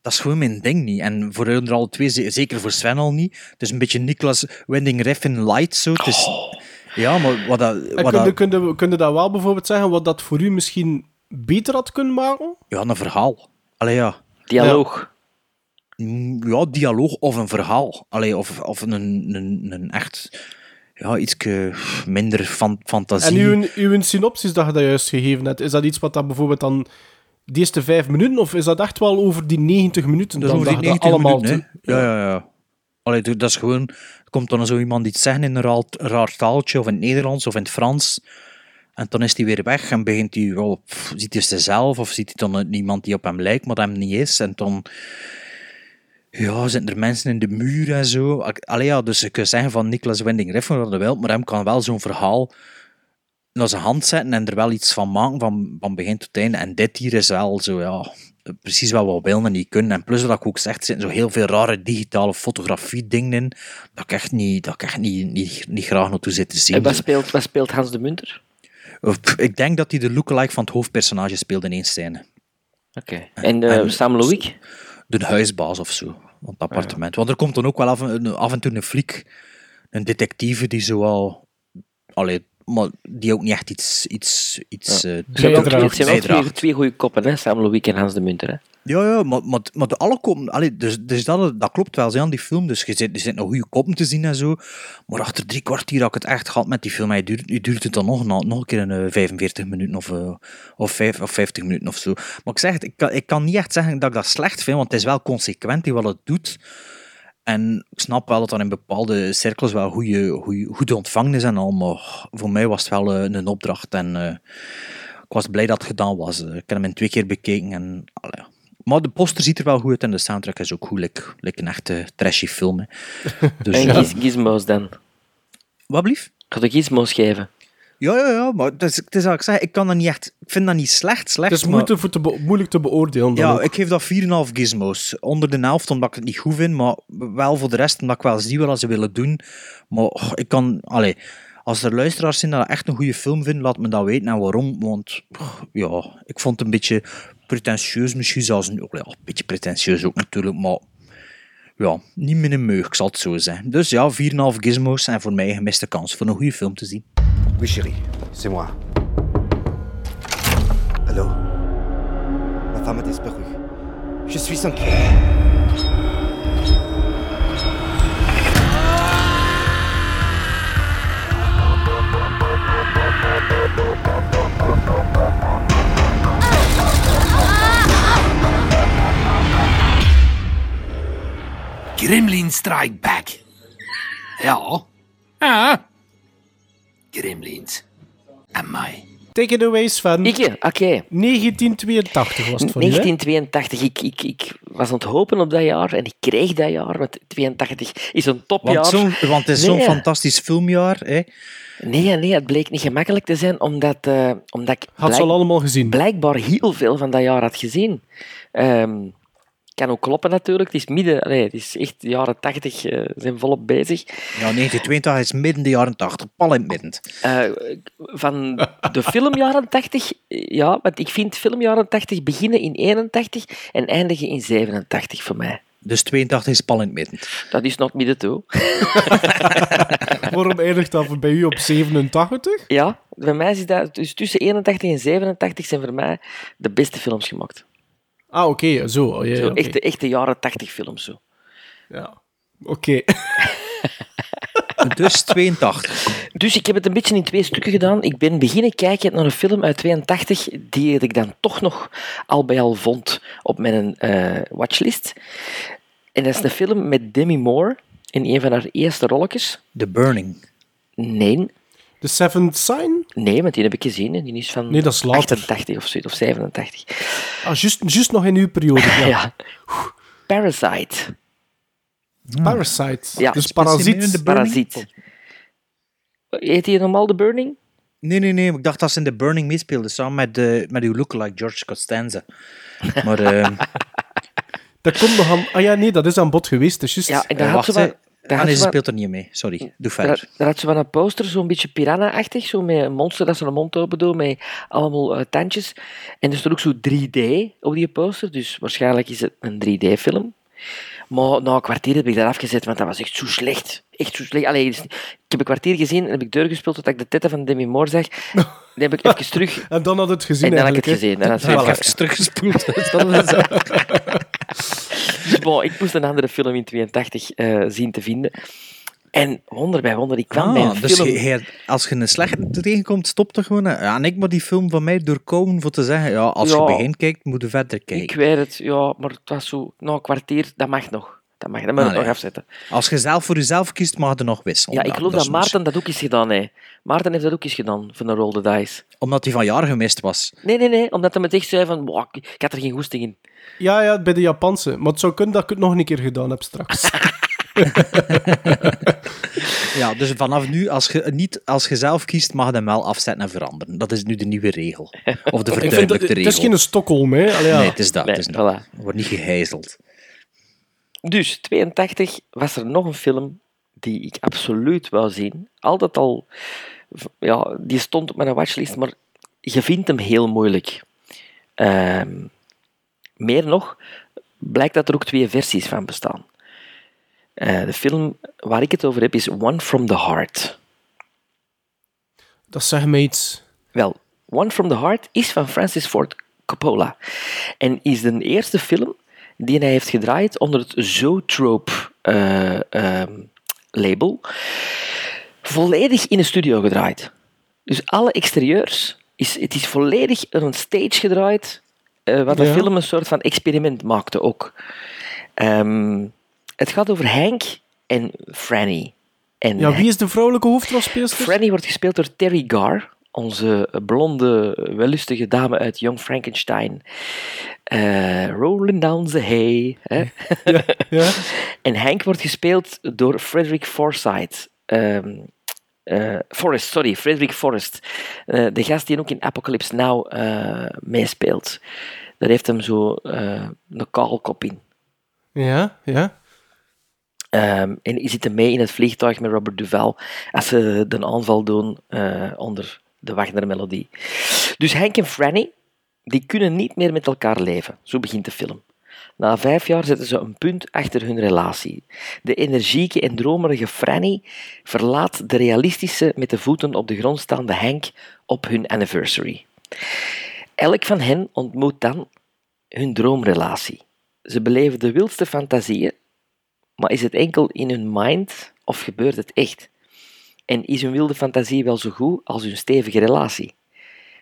Speaker 4: Dat is gewoon mijn ding niet. En voor hun er alle twee, ze- zeker voor Sven al niet. Het is een beetje Nicolas Winding Refn light zo. Het is, Ja, maar wat dat...
Speaker 5: En
Speaker 4: Wat
Speaker 5: kun je,
Speaker 4: dat
Speaker 5: kun, je, kun je dat wel bijvoorbeeld zeggen, wat dat voor u misschien beter had kunnen maken?
Speaker 4: ja, een verhaal. Allee, ja.
Speaker 5: Dialoog.
Speaker 4: Mm, Ja, dialoog of een verhaal. Allee, of, of een, een, een echt... Ja, iets minder fan, fantasie.
Speaker 5: En uw, uw synopsis dat je dat juist gegeven hebt, is dat iets wat dat bijvoorbeeld dan de eerste vijf minuten, of is dat echt wel over die 90 minuten?
Speaker 4: Dat is
Speaker 5: dan
Speaker 4: over die
Speaker 5: dat
Speaker 4: 90
Speaker 5: je dat allemaal
Speaker 4: minuten,
Speaker 5: te-
Speaker 4: hè? Ja, ja, ja. Allee, dat dat is gewoon... Er komt dan zo iemand iets zeggen in een raar, raar taaltje, of in het Nederlands, of in het Frans. En dan is hij weer weg en begint hij... Oh, pff, ziet hij zichzelf, of ziet hij dan iemand die op hem lijkt, maar dat hem niet is. En dan... Ja, zitten er mensen in de muur en zo. Ak- Allee, ja, dus je kunt zeggen van Nicolas Winding Refn wat je wilt, maar hem kan wel zo'n verhaal naar zijn hand zetten en er wel iets van maken van, van begin tot einde. En dit hier is wel zo, ja, precies wat we willen en niet kunnen. En plus, wat ik ook zeg, er zitten zo heel veel rare digitale fotografie-dingen in, dat ik echt niet, dat ik echt niet, niet, niet graag naartoe zit te zien.
Speaker 6: En wat speelt, wat speelt Hans de Munter?
Speaker 4: Eh, pff, Ik denk dat hij de lookalike van het hoofdpersonage speelde in één scène.
Speaker 6: Oké. En, eh, Sam Loïc?
Speaker 4: De huisbaas of zo. Want het appartement. Want er komt dan ook wel af en, af en toe een fliek. Een detectieve die zoal... Allee, maar die ook niet echt iets, iets, iets eh, ja.
Speaker 6: Ze hebben ook- het zijn wel twee, twee goede koppen, hè? Sam Louis en Hans de Munter. Hè?
Speaker 4: Ja, ja, maar, maar, maar de alle koppen... Allee, dus dus dat, dat klopt wel, ze aan die film. Dus je zit, er zitten nog goede koppen te zien en zo. Maar achter drie kwartier had ik het echt gehad met die film. Hij duurt, nu duurt het dan nog, een- nog een keer een eh, 45 minuten of, eh, of, vijf, of 50 minuten of zo. Maar ik zeg het, ik kan, ik kan niet echt zeggen dat ik dat slecht vind, want het is wel consequent in wat het doet. En ik snap wel dat er in bepaalde cirkels wel goede, goede, goede ontvangen is en al, maar voor mij was het wel eh, een opdracht. En eh, ik was blij dat het gedaan was. Eh, Ik heb hem in twee keer bekeken. En, allee. Maar de poster ziet er wel goed uit en de soundtrack is ook goed. Like, like een echte trashy film. hè. Dus,
Speaker 6: en
Speaker 4: eh,
Speaker 6: giz- gizmos dan.
Speaker 4: Wat blief?
Speaker 6: Ga ik gizmos geven?
Speaker 4: ja, ja, ja, maar het is, het is wat ik zeg, ik kan dat niet echt, ik vind dat niet slecht, slecht.
Speaker 5: Het is
Speaker 4: maar-
Speaker 5: moeite voor te be- moeilijk te beoordelen. Dan
Speaker 4: ja,
Speaker 5: ook.
Speaker 4: ik geef dat 4,5 gizmos. Onder de helft omdat ik het niet goed vind, maar wel voor de rest omdat ik wel zie wat ze willen doen. Maar och, ik kan, allee, als er luisteraars zijn die dat echt een goede film vinden, laat me dat weten en waarom. Want och, ja, ik vond het een beetje pretentieus, misschien zelfs een, ja, een beetje pretentieus ook natuurlijk, maar ja, niet meer een meug, ik zal het zo zeggen. Dus ja, 4,5 gizmos en voor mij een gemiste kans voor een goede film te zien.
Speaker 18: Oui, chérie, c'est moi. Allô Ma femme a disparu. Je suis inquiet.
Speaker 19: Gremlin Strike Back. Ja. Ja. Gremlins.
Speaker 5: Take it away, Sven.
Speaker 6: Ik, oké.
Speaker 5: 1982 was het voor jou, hè?
Speaker 6: 1982, ik, ik, ik was aan het hopen op dat jaar en ik kreeg dat jaar, want 82 is een topjaar.
Speaker 4: Want, zo'n- want het is zo'n
Speaker 6: Nee.
Speaker 4: fantastisch filmjaar. Hè.
Speaker 6: Nee, nee, het bleek niet gemakkelijk te zijn, omdat, eh, omdat ik
Speaker 5: Had ze al allemaal gezien.
Speaker 6: blijkbaar heel veel van dat jaar had gezien. Ehm, kan ook kloppen natuurlijk, het is midden, allee, het is echt de jaren 80, eh, zijn volop bezig.
Speaker 4: Ja, 1982 is midden de jaren 80, pal in het midden.
Speaker 6: Eh, van de film jaren 80, eh, ja, want ik vind film jaren 80 beginnen in 81 en eindigen in 87 voor mij.
Speaker 4: Dus 82 is pal in het midden.
Speaker 6: Dat is nog midden toe.
Speaker 5: Waarom eindigt dat bij u op 87?
Speaker 6: Ja, bij mij is dat, dus tussen 81 en 87 zijn voor mij de beste films gemaakt.
Speaker 5: Ah, oké, zo. Oh, ja,
Speaker 6: zo
Speaker 5: ja, oké.
Speaker 6: echte, echte jaren 80 films zo.
Speaker 5: Ja. Oké.
Speaker 4: Dus 82.
Speaker 6: Dus ik heb het een beetje in twee stukken gedaan. Ik ben beginnen kijken naar een film uit 82, die ik dan toch nog al bij al vond op mijn eh, watchlist. En dat is een film met Demi Moore in een van haar eerste rolletjes.
Speaker 4: The Burning.
Speaker 6: Nee.
Speaker 5: The Seventh Sign?
Speaker 6: Nee, want die heb ik gezien. en Die is van
Speaker 5: Nee, dat is later.
Speaker 6: 88 of zoiets, of 87.
Speaker 5: Ah, juist juist nog in uw periode. Ja.
Speaker 6: Ja. Parasite.
Speaker 5: Parasite.
Speaker 6: Hm. Ja.
Speaker 5: Dus parasiet.
Speaker 6: Parasiet. Heet hij normaal The Burning?
Speaker 4: Nee, nee, nee. Ik dacht dat ze in The Burning meespeelden samen met, eh met uw lookalike George Costanza. Maar ehm
Speaker 5: Dat komt nog aan... Ah ja, nee, dat is aan bod geweest. Dat is juist...
Speaker 6: Ja, en daar
Speaker 4: eh,
Speaker 6: had
Speaker 4: wacht,
Speaker 6: ze
Speaker 4: hè.
Speaker 6: wel... daar
Speaker 4: Ah,
Speaker 6: had
Speaker 4: nee,
Speaker 6: ze
Speaker 4: ze
Speaker 6: wel-
Speaker 4: speelt er niet mee. Sorry, doe
Speaker 6: Daar,
Speaker 4: verder.
Speaker 6: daar had ze wel een poster, zo'n beetje piranha-achtig, zo met een monster dat ze een mond open doet, met allemaal eh, tandjes. En er stond ook zo 3D op die poster, dus waarschijnlijk is het een 3D-film. Maar na een kwartier heb ik dat afgezet, want dat was echt zo slecht. Echt zo slecht. Allee, het is niet- ik heb een kwartier gezien en heb ik doorgespeeld tot ik de tetten van Demi Moore zag. Die heb ik even terug...
Speaker 5: En dan had het gezien
Speaker 6: En dan had ik het gezien.
Speaker 5: eigenlijk, hè?
Speaker 6: Dan had
Speaker 5: Dan
Speaker 6: ik
Speaker 5: had ik
Speaker 6: het
Speaker 5: even
Speaker 4: teruggespoeld.
Speaker 6: Dus bon, ik moest een andere film in 82 eh, zien te vinden. En wonder bij wonder, ik kwam bij
Speaker 4: Ah,
Speaker 6: een
Speaker 4: dus
Speaker 6: film...
Speaker 4: je- je- als je een slechte tegenkomt, stop er gewoon. eh. hè. Ja, en ik moet die film van mij doorkomen voor te zeggen, ja, als
Speaker 6: Ja.
Speaker 4: je begin kijkt, moet je verder kijken.
Speaker 6: Ik weet het, ja, maar het was zo... Nou, een kwartier, dat mag nog. Dat mag, dat mag ik
Speaker 4: Allee.
Speaker 6: nog afzetten.
Speaker 4: Als je zelf voor jezelf kiest, mag je nog wisselen.
Speaker 6: Ja, ik geloof dat,
Speaker 4: is
Speaker 6: Maarten dat ook eens gedaan heeft. Maarten heeft dat ook eens gedaan, van de Roll the Dice.
Speaker 4: Omdat hij van jaar gemist was.
Speaker 6: Nee, nee, nee, omdat hij me echt zei van... "Wow, ik ik had er geen goesting in.
Speaker 5: Ja, ja, bij de Japanse. Maar het zou kunnen dat ik het nog een keer gedaan heb straks.
Speaker 4: Ja, dus vanaf nu, als je, niet, als je zelf kiest, mag je hem wel afzetten en veranderen. Dat is nu de nieuwe regel. Of de
Speaker 5: Ik vind dat-
Speaker 4: verduidelijkte regel.
Speaker 5: Het is geen Stockholm, hè. Allee, ja.
Speaker 4: Nee, het is dat. het is dat. Wordt niet gehijzeld.
Speaker 6: Dus, 82 was er nog een film die ik absoluut wou zien. Altijd al... v- Ja, die stond op mijn watchlist, maar je vindt hem heel moeilijk. Ehm, meer nog, blijkt dat er ook twee versies van bestaan. Eh, de film waar ik het over heb is One from the Heart.
Speaker 5: Dat zegt me iets.
Speaker 6: Wel, One from the Heart is van Francis Ford Coppola. En is de eerste film die hij heeft gedraaid onder het Zootrope eh, ehm, label. Volledig in een studio gedraaid. Dus alle exterieurs, is, het is volledig een stage gedraaid. eh, wat de
Speaker 15: Ja.
Speaker 6: film een soort van experiment maakte ook. Ehm, het gaat over Henk en Franny. En
Speaker 5: Ja, wie is de vrouwelijke hoofdrolspeelster?
Speaker 6: Franny wordt gespeeld door Terry Gar, onze blonde, wellustige dame uit Young Frankenstein. Eh, rolling down the hay. Hè? en Hank wordt gespeeld door Frederick Forsyth. Ehm, eh, Forrest, sorry, Frederick Forrest. Eh, de gast die ook in Apocalypse Now eh, meespeelt. Daar heeft hem zo eh, een kaalkop in.
Speaker 5: Ja, ja.
Speaker 6: Ehm, en die zitten mee in het vliegtuig met Robert Duval als ze de aanval doen eh, onder de Wagner-melodie. Dus Henk en Franny, die kunnen niet meer met elkaar leven. Zo begint de film. Na vijf jaar zetten ze een punt achter hun relatie. De energieke en dromerige Franny verlaat de realistische, met de voeten op de grond staande Henk op hun anniversary. Elk van hen ontmoet dan hun droomrelatie. Ze beleven de wildste fantasieën, maar is het enkel in hun mind of gebeurt het echt? En is hun wilde fantasie wel zo goed als hun stevige relatie?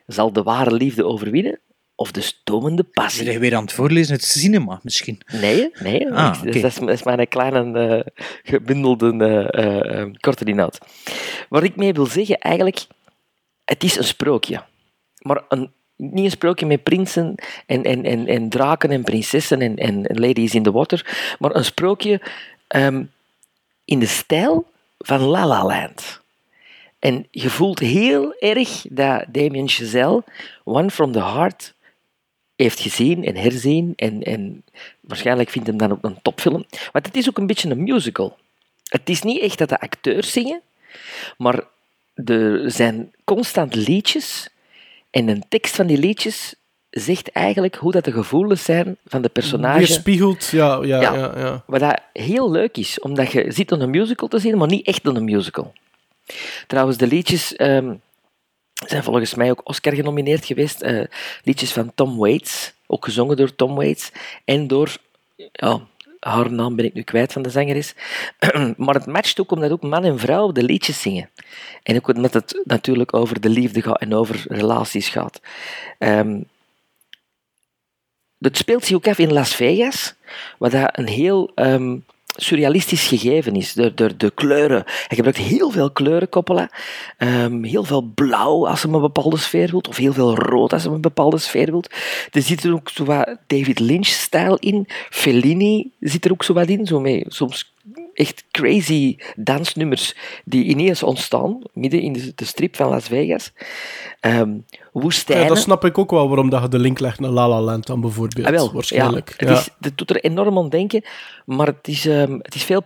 Speaker 6: Zal de ware liefde overwinnen of de stomende passie?
Speaker 4: Ben je weer aan het voorlezen? Het cinema misschien?
Speaker 6: Nee, nee.
Speaker 4: Ah,
Speaker 6: niks. Dus
Speaker 4: oké.
Speaker 6: dat, is, dat is maar een kleine eh, gebundelde eh, eh, eh, korte inhoud. Wat ik mee wil zeggen, eigenlijk, het is een sprookje. Maar een, niet een sprookje met prinsen en, en, en, en draken en prinsessen en, en en ladies in the water, maar een sprookje ehm, in de stijl van La La Land. En je voelt heel erg dat Damien Chazelle One from the Heart heeft gezien en herzien. En, en waarschijnlijk vindt hem dan ook een topfilm. Want het is ook een beetje een musical. Het is niet echt dat de acteurs zingen, maar er zijn constant liedjes. En de tekst van die liedjes zegt eigenlijk hoe dat de gevoelens zijn van de personage.
Speaker 5: Weerspiegeld, ja, ja, ja.
Speaker 6: Ja.
Speaker 5: ja, ja.
Speaker 6: Wat dat heel leuk is, omdat je zit aan een musical te zien, maar niet echt aan een musical. Trouwens, de liedjes ehm, zijn volgens mij ook Oscar genomineerd geweest. Eh, liedjes van Tom Waits, ook gezongen door Tom Waits. En door, ja, haar naam ben ik nu kwijt van de zangeres. maar het matcht ook omdat ook man en vrouw de liedjes zingen. En ook omdat het natuurlijk over de liefde gaat en over relaties gaat. Ehm, het speelt zich ook af in Las Vegas, wat daar een heel ehm, surrealistisch gegeven is. De, de, de kleuren. Hij gebruikt heel veel kleuren, Coppola. Ehm, heel veel blauw als hij een bepaalde sfeer wilt, of heel veel rood als hij een bepaalde sfeer wilt. Er zit er ook zo wat David Lynch-stijl in. Fellini zit er ook zo wat in, zo mee. soms echt crazy dansnummers die ineens ontstaan, midden in de, de strip van Las Vegas. Ehm woestijnen.
Speaker 5: Ja, dat snap ik ook wel waarom dat je de link legt naar La La Land dan bijvoorbeeld.
Speaker 6: Ah, wel,
Speaker 5: waarschijnlijk.
Speaker 6: Ja, het, Is, het doet er enorm aan denken, maar het is, ehm, het is veel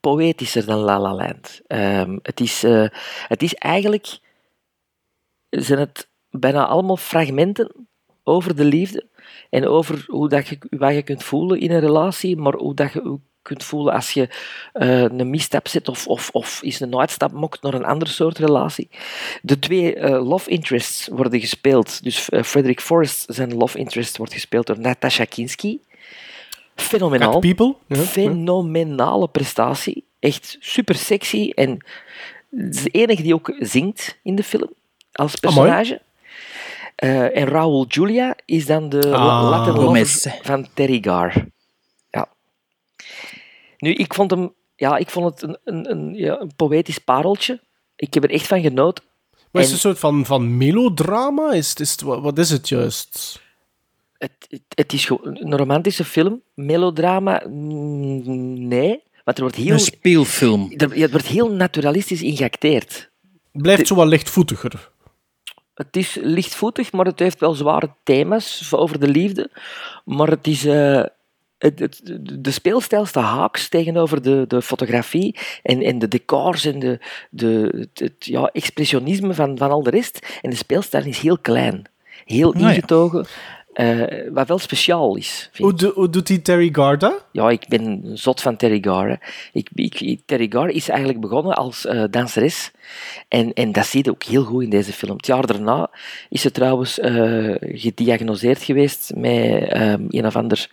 Speaker 6: poëtischer dan La La Land. Ehm, het, is, eh, het is eigenlijk... Zijn het bijna allemaal fragmenten over de liefde en over hoe dat je, wat je kunt voelen in een relatie, maar hoe dat je ook kunt voelen als je eh, een misstap zet of, of, of is een uitstap mokt naar een ander soort relatie. De twee eh, love interests worden gespeeld. Dus eh, Frederick Forrest, zijn love interest, wordt gespeeld door Natasha Kinski. Fenomenaal.
Speaker 5: Cat People, ja, ja.
Speaker 6: Fenomenale prestatie. Echt super sexy. En het is de enige die ook zingt in de film als
Speaker 5: Amai.
Speaker 6: personage. Eh, en Raul Julia is dan de
Speaker 5: Ah.
Speaker 6: Latin lover
Speaker 5: Gomez.
Speaker 6: van Terry Gar. Ja. Nu, ik vond, hem, ja, ik vond het een, een, een, ja, een poëtisch pareltje. Ik heb er echt van genoten.
Speaker 5: Maar is
Speaker 6: En-
Speaker 5: het een soort van, van melodrama? Is, het- is, het- wa- wat is het juist?
Speaker 6: het is gewoon een romantische film. Melodrama, mm, nee. Want er wordt heel,
Speaker 4: Een speelfilm.
Speaker 6: er, ja, het wordt heel naturalistisch ingeacteerd.
Speaker 5: Blijft zo wat lichtvoetiger.
Speaker 6: Het is lichtvoetig, maar het heeft wel zware thema's over de liefde. Maar het is, eh, het, het- de speelstijl staat haaks tegenover de, de fotografie en, en de decors en de, de, het, het, ja, expressionisme van, van al de rest. En de speelstijl is heel klein, heel
Speaker 5: Nou ja.
Speaker 6: ingetogen. eh, wat wel speciaal is.
Speaker 5: Hoe, do- hoe doet die Terry Garda?
Speaker 6: Ja, ik ben zot van Terry Gar. hè. Ik, ik, ik- Terry Gar is eigenlijk begonnen als eh, danseres. En, en dat zie je ook heel goed in deze film. Het jaar daarna is ze trouwens eh, gediagnoseerd geweest met ehm, een of ander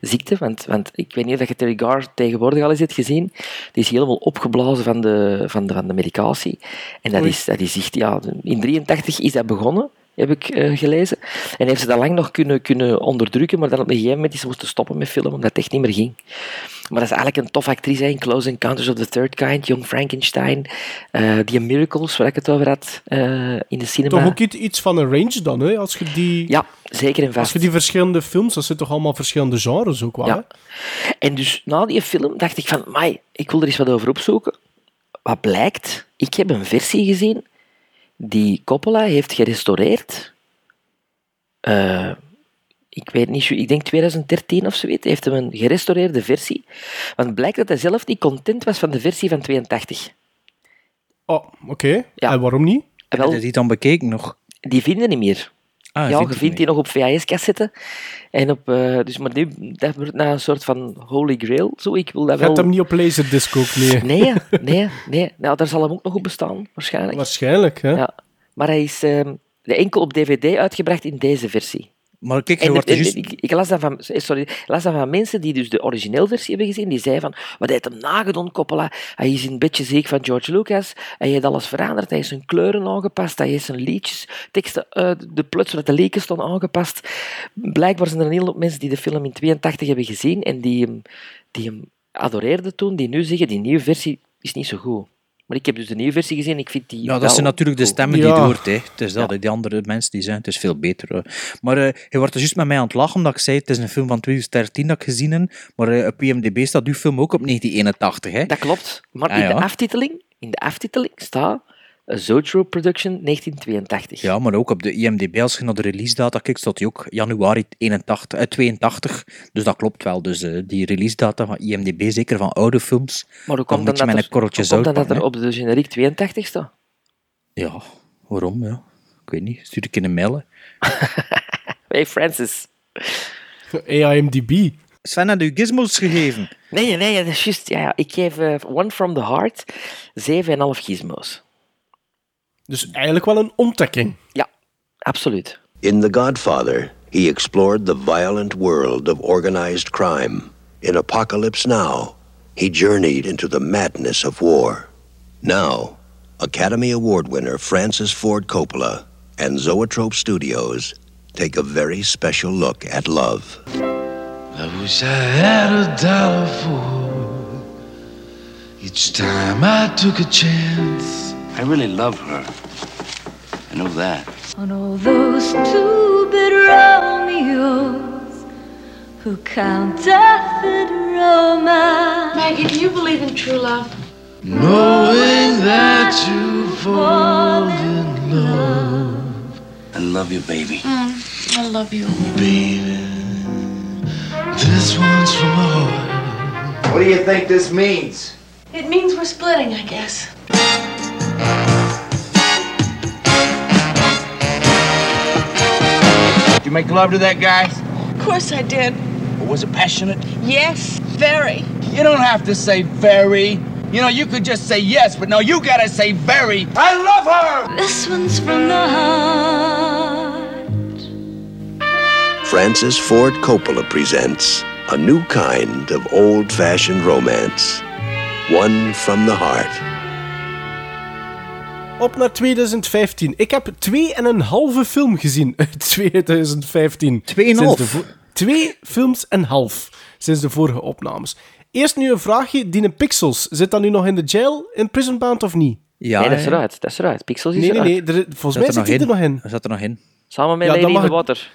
Speaker 6: ziekte. Want, want ik weet niet of dat je Terry Gar tegenwoordig al eens hebt gezien. Die is helemaal opgeblazen van de, van de, van de medicatie. En dat
Speaker 15: Oei.
Speaker 6: is, dat is echt, ja, in 1983 is dat begonnen heb ik eh, gelezen. En heeft ze dat lang nog kunnen, kunnen onderdrukken, maar dan op een gegeven moment is ze moesten stoppen met filmen, omdat het echt niet meer ging. Maar dat is eigenlijk een tof actrice hè, in Close Encounters of the Third Kind, Young Frankenstein, eh, die Miracles, waar ik het over had, eh, in de cinema.
Speaker 5: Toch ook iets, iets van een range dan, hè? Als je die...
Speaker 6: Ja, zeker en vast.
Speaker 5: Als je die verschillende films, dat zitten toch allemaal verschillende genres ook wel,
Speaker 6: Ja.
Speaker 5: hè?
Speaker 6: En dus na die film dacht ik van, mai, ik wil er eens wat over opzoeken. Wat blijkt, ik heb een versie gezien die Coppola heeft gerestaureerd. Eh, ik weet niet, ik denk 2013 of zoiets, heeft hem een gerestaureerde versie. Want blijkt dat hij zelf niet content was van de versie van 82.
Speaker 5: Oh, oké. En waarom niet?
Speaker 6: Wel,
Speaker 4: Is die dan bekeken nog?
Speaker 6: Die vinden niet meer.
Speaker 4: Ah,
Speaker 6: ja,
Speaker 4: vindt
Speaker 6: je
Speaker 4: die
Speaker 6: vindt die nog op VHS-cassetten. En op, eh, dus, maar nu, dat wordt naar een soort van holy grail. Zo, ik wil dat
Speaker 5: Je hebt
Speaker 6: wel...
Speaker 5: hem niet op Laserdisc ook, nee.
Speaker 6: Nee, nee, nee. Nou, daar zal hem ook nog op bestaan, waarschijnlijk.
Speaker 5: Waarschijnlijk, hè?
Speaker 6: Ja. Maar hij is ehm, enkel op DVD uitgebracht in deze versie.
Speaker 4: Maar kijk, je
Speaker 6: En
Speaker 4: wordt
Speaker 6: er-
Speaker 4: er juist...
Speaker 6: ik, ik las dat van, eh, sorry, ik las dat van mensen die dus de origineel versie hebben gezien, die zeiden van, wat heeft hem nagedaan, Coppola? Hij is een beetje ziek van George Lucas, hij heeft alles veranderd, hij heeft zijn kleuren aangepast, hij heeft zijn liedjes, teksten, eh, de plots waar de leken stonden aangepast. Blijkbaar zijn er een hele hoop mensen die de film in 82 hebben gezien en die hem, die hem adoreerden toen, die nu zeggen, die nieuwe versie is niet zo goed. Maar ik heb dus de nieuwe versie gezien, ik vind die...
Speaker 4: Ja, dat
Speaker 6: wel
Speaker 4: zijn natuurlijk de
Speaker 6: goed.
Speaker 4: stemmen die het hoort. Hè. Het is dat, hè. die andere mensen die zijn, het is veel beter. hoor. Maar eh, je wordt er juist met mij aan het lachen, omdat ik zei, het is een film van 2013 dat ik gezien heb, maar eh, op IMDb staat uw film ook op 1981. Hè.
Speaker 6: Dat klopt, maar
Speaker 4: Ah,
Speaker 6: in, de
Speaker 4: ja.
Speaker 6: aftiteling, in de aftiteling staat eh, Zoetro Production 1982.
Speaker 4: Ja, maar ook op de IMDb, als je naar de release data kijkt, staat die ook januari 81, eh, 82. Dus dat klopt wel. Dus eh, die release data van IMDb, zeker van oude films,
Speaker 6: Maar hoe
Speaker 4: dan
Speaker 6: komt
Speaker 4: moet
Speaker 6: dan
Speaker 4: je
Speaker 6: dat
Speaker 4: met
Speaker 6: er,
Speaker 4: een korreltje
Speaker 6: hoe komt dan
Speaker 4: zout
Speaker 6: dat er
Speaker 4: pakken,
Speaker 6: op de generiek 82 staat?
Speaker 4: hè. Ja, waarom? Ja. Ik weet niet. Stuur ik in een mail. hè.
Speaker 6: Hey Francis.
Speaker 5: AIMDB.
Speaker 4: Sven had u gizmos gegeven.
Speaker 6: Nee, nee, dat is juist. Ja, ja, ik geef eh, One from the Heart 7,5 gizmos.
Speaker 5: Dus eigenlijk wel een omtrekking.
Speaker 6: Ja, absoluut.
Speaker 20: In The Godfather, he explored the violent world of organized crime. In Apocalypse Now, he journeyed into the madness of war. Now, Academy Award winner Francis Ford Coppola and Zoetrope Studios take a very special look at love.
Speaker 21: I wish I had a dollar for each time I took a chance. I really love her. I know that.
Speaker 22: on all those two-bit Romeos who counterfeit romance. Maggie, do you believe in true love?
Speaker 21: Knowing that you fall in love.
Speaker 16: I love you, baby.
Speaker 22: I love you.
Speaker 21: Baby, this one's from my heart. What do you think this means?
Speaker 22: It means we're splitting, I guess.
Speaker 17: Did you make love to that guy?
Speaker 22: Of course I did.
Speaker 17: Was it passionate?
Speaker 22: Yes, very.
Speaker 17: You don't have to say very. You know, you could just say yes, but no, you gotta say very. I love her!
Speaker 22: This one's from the heart.
Speaker 20: Francis Ford Coppola presents a new kind of old fashioned romance. One from the heart.
Speaker 5: Op naar 2015. Ik heb twee en een halve film gezien uit 2015. Twee
Speaker 4: en half?
Speaker 5: Twee films en half sinds de vorige opnames. Eerst nu een vraagje, die in Pixels. Zit dat nu nog in de jail, in prison bound of niet?
Speaker 4: Ja,
Speaker 6: nee, dat is eruit. Dat is eruit. Pixels is
Speaker 5: Nee, nee,
Speaker 6: eruit.
Speaker 5: nee. er- volgens mij zit die er nog in.
Speaker 4: Zat er nog in.
Speaker 6: Samen met
Speaker 5: Ja, dan
Speaker 6: Lady in
Speaker 5: mag
Speaker 6: the
Speaker 5: het-
Speaker 6: Water.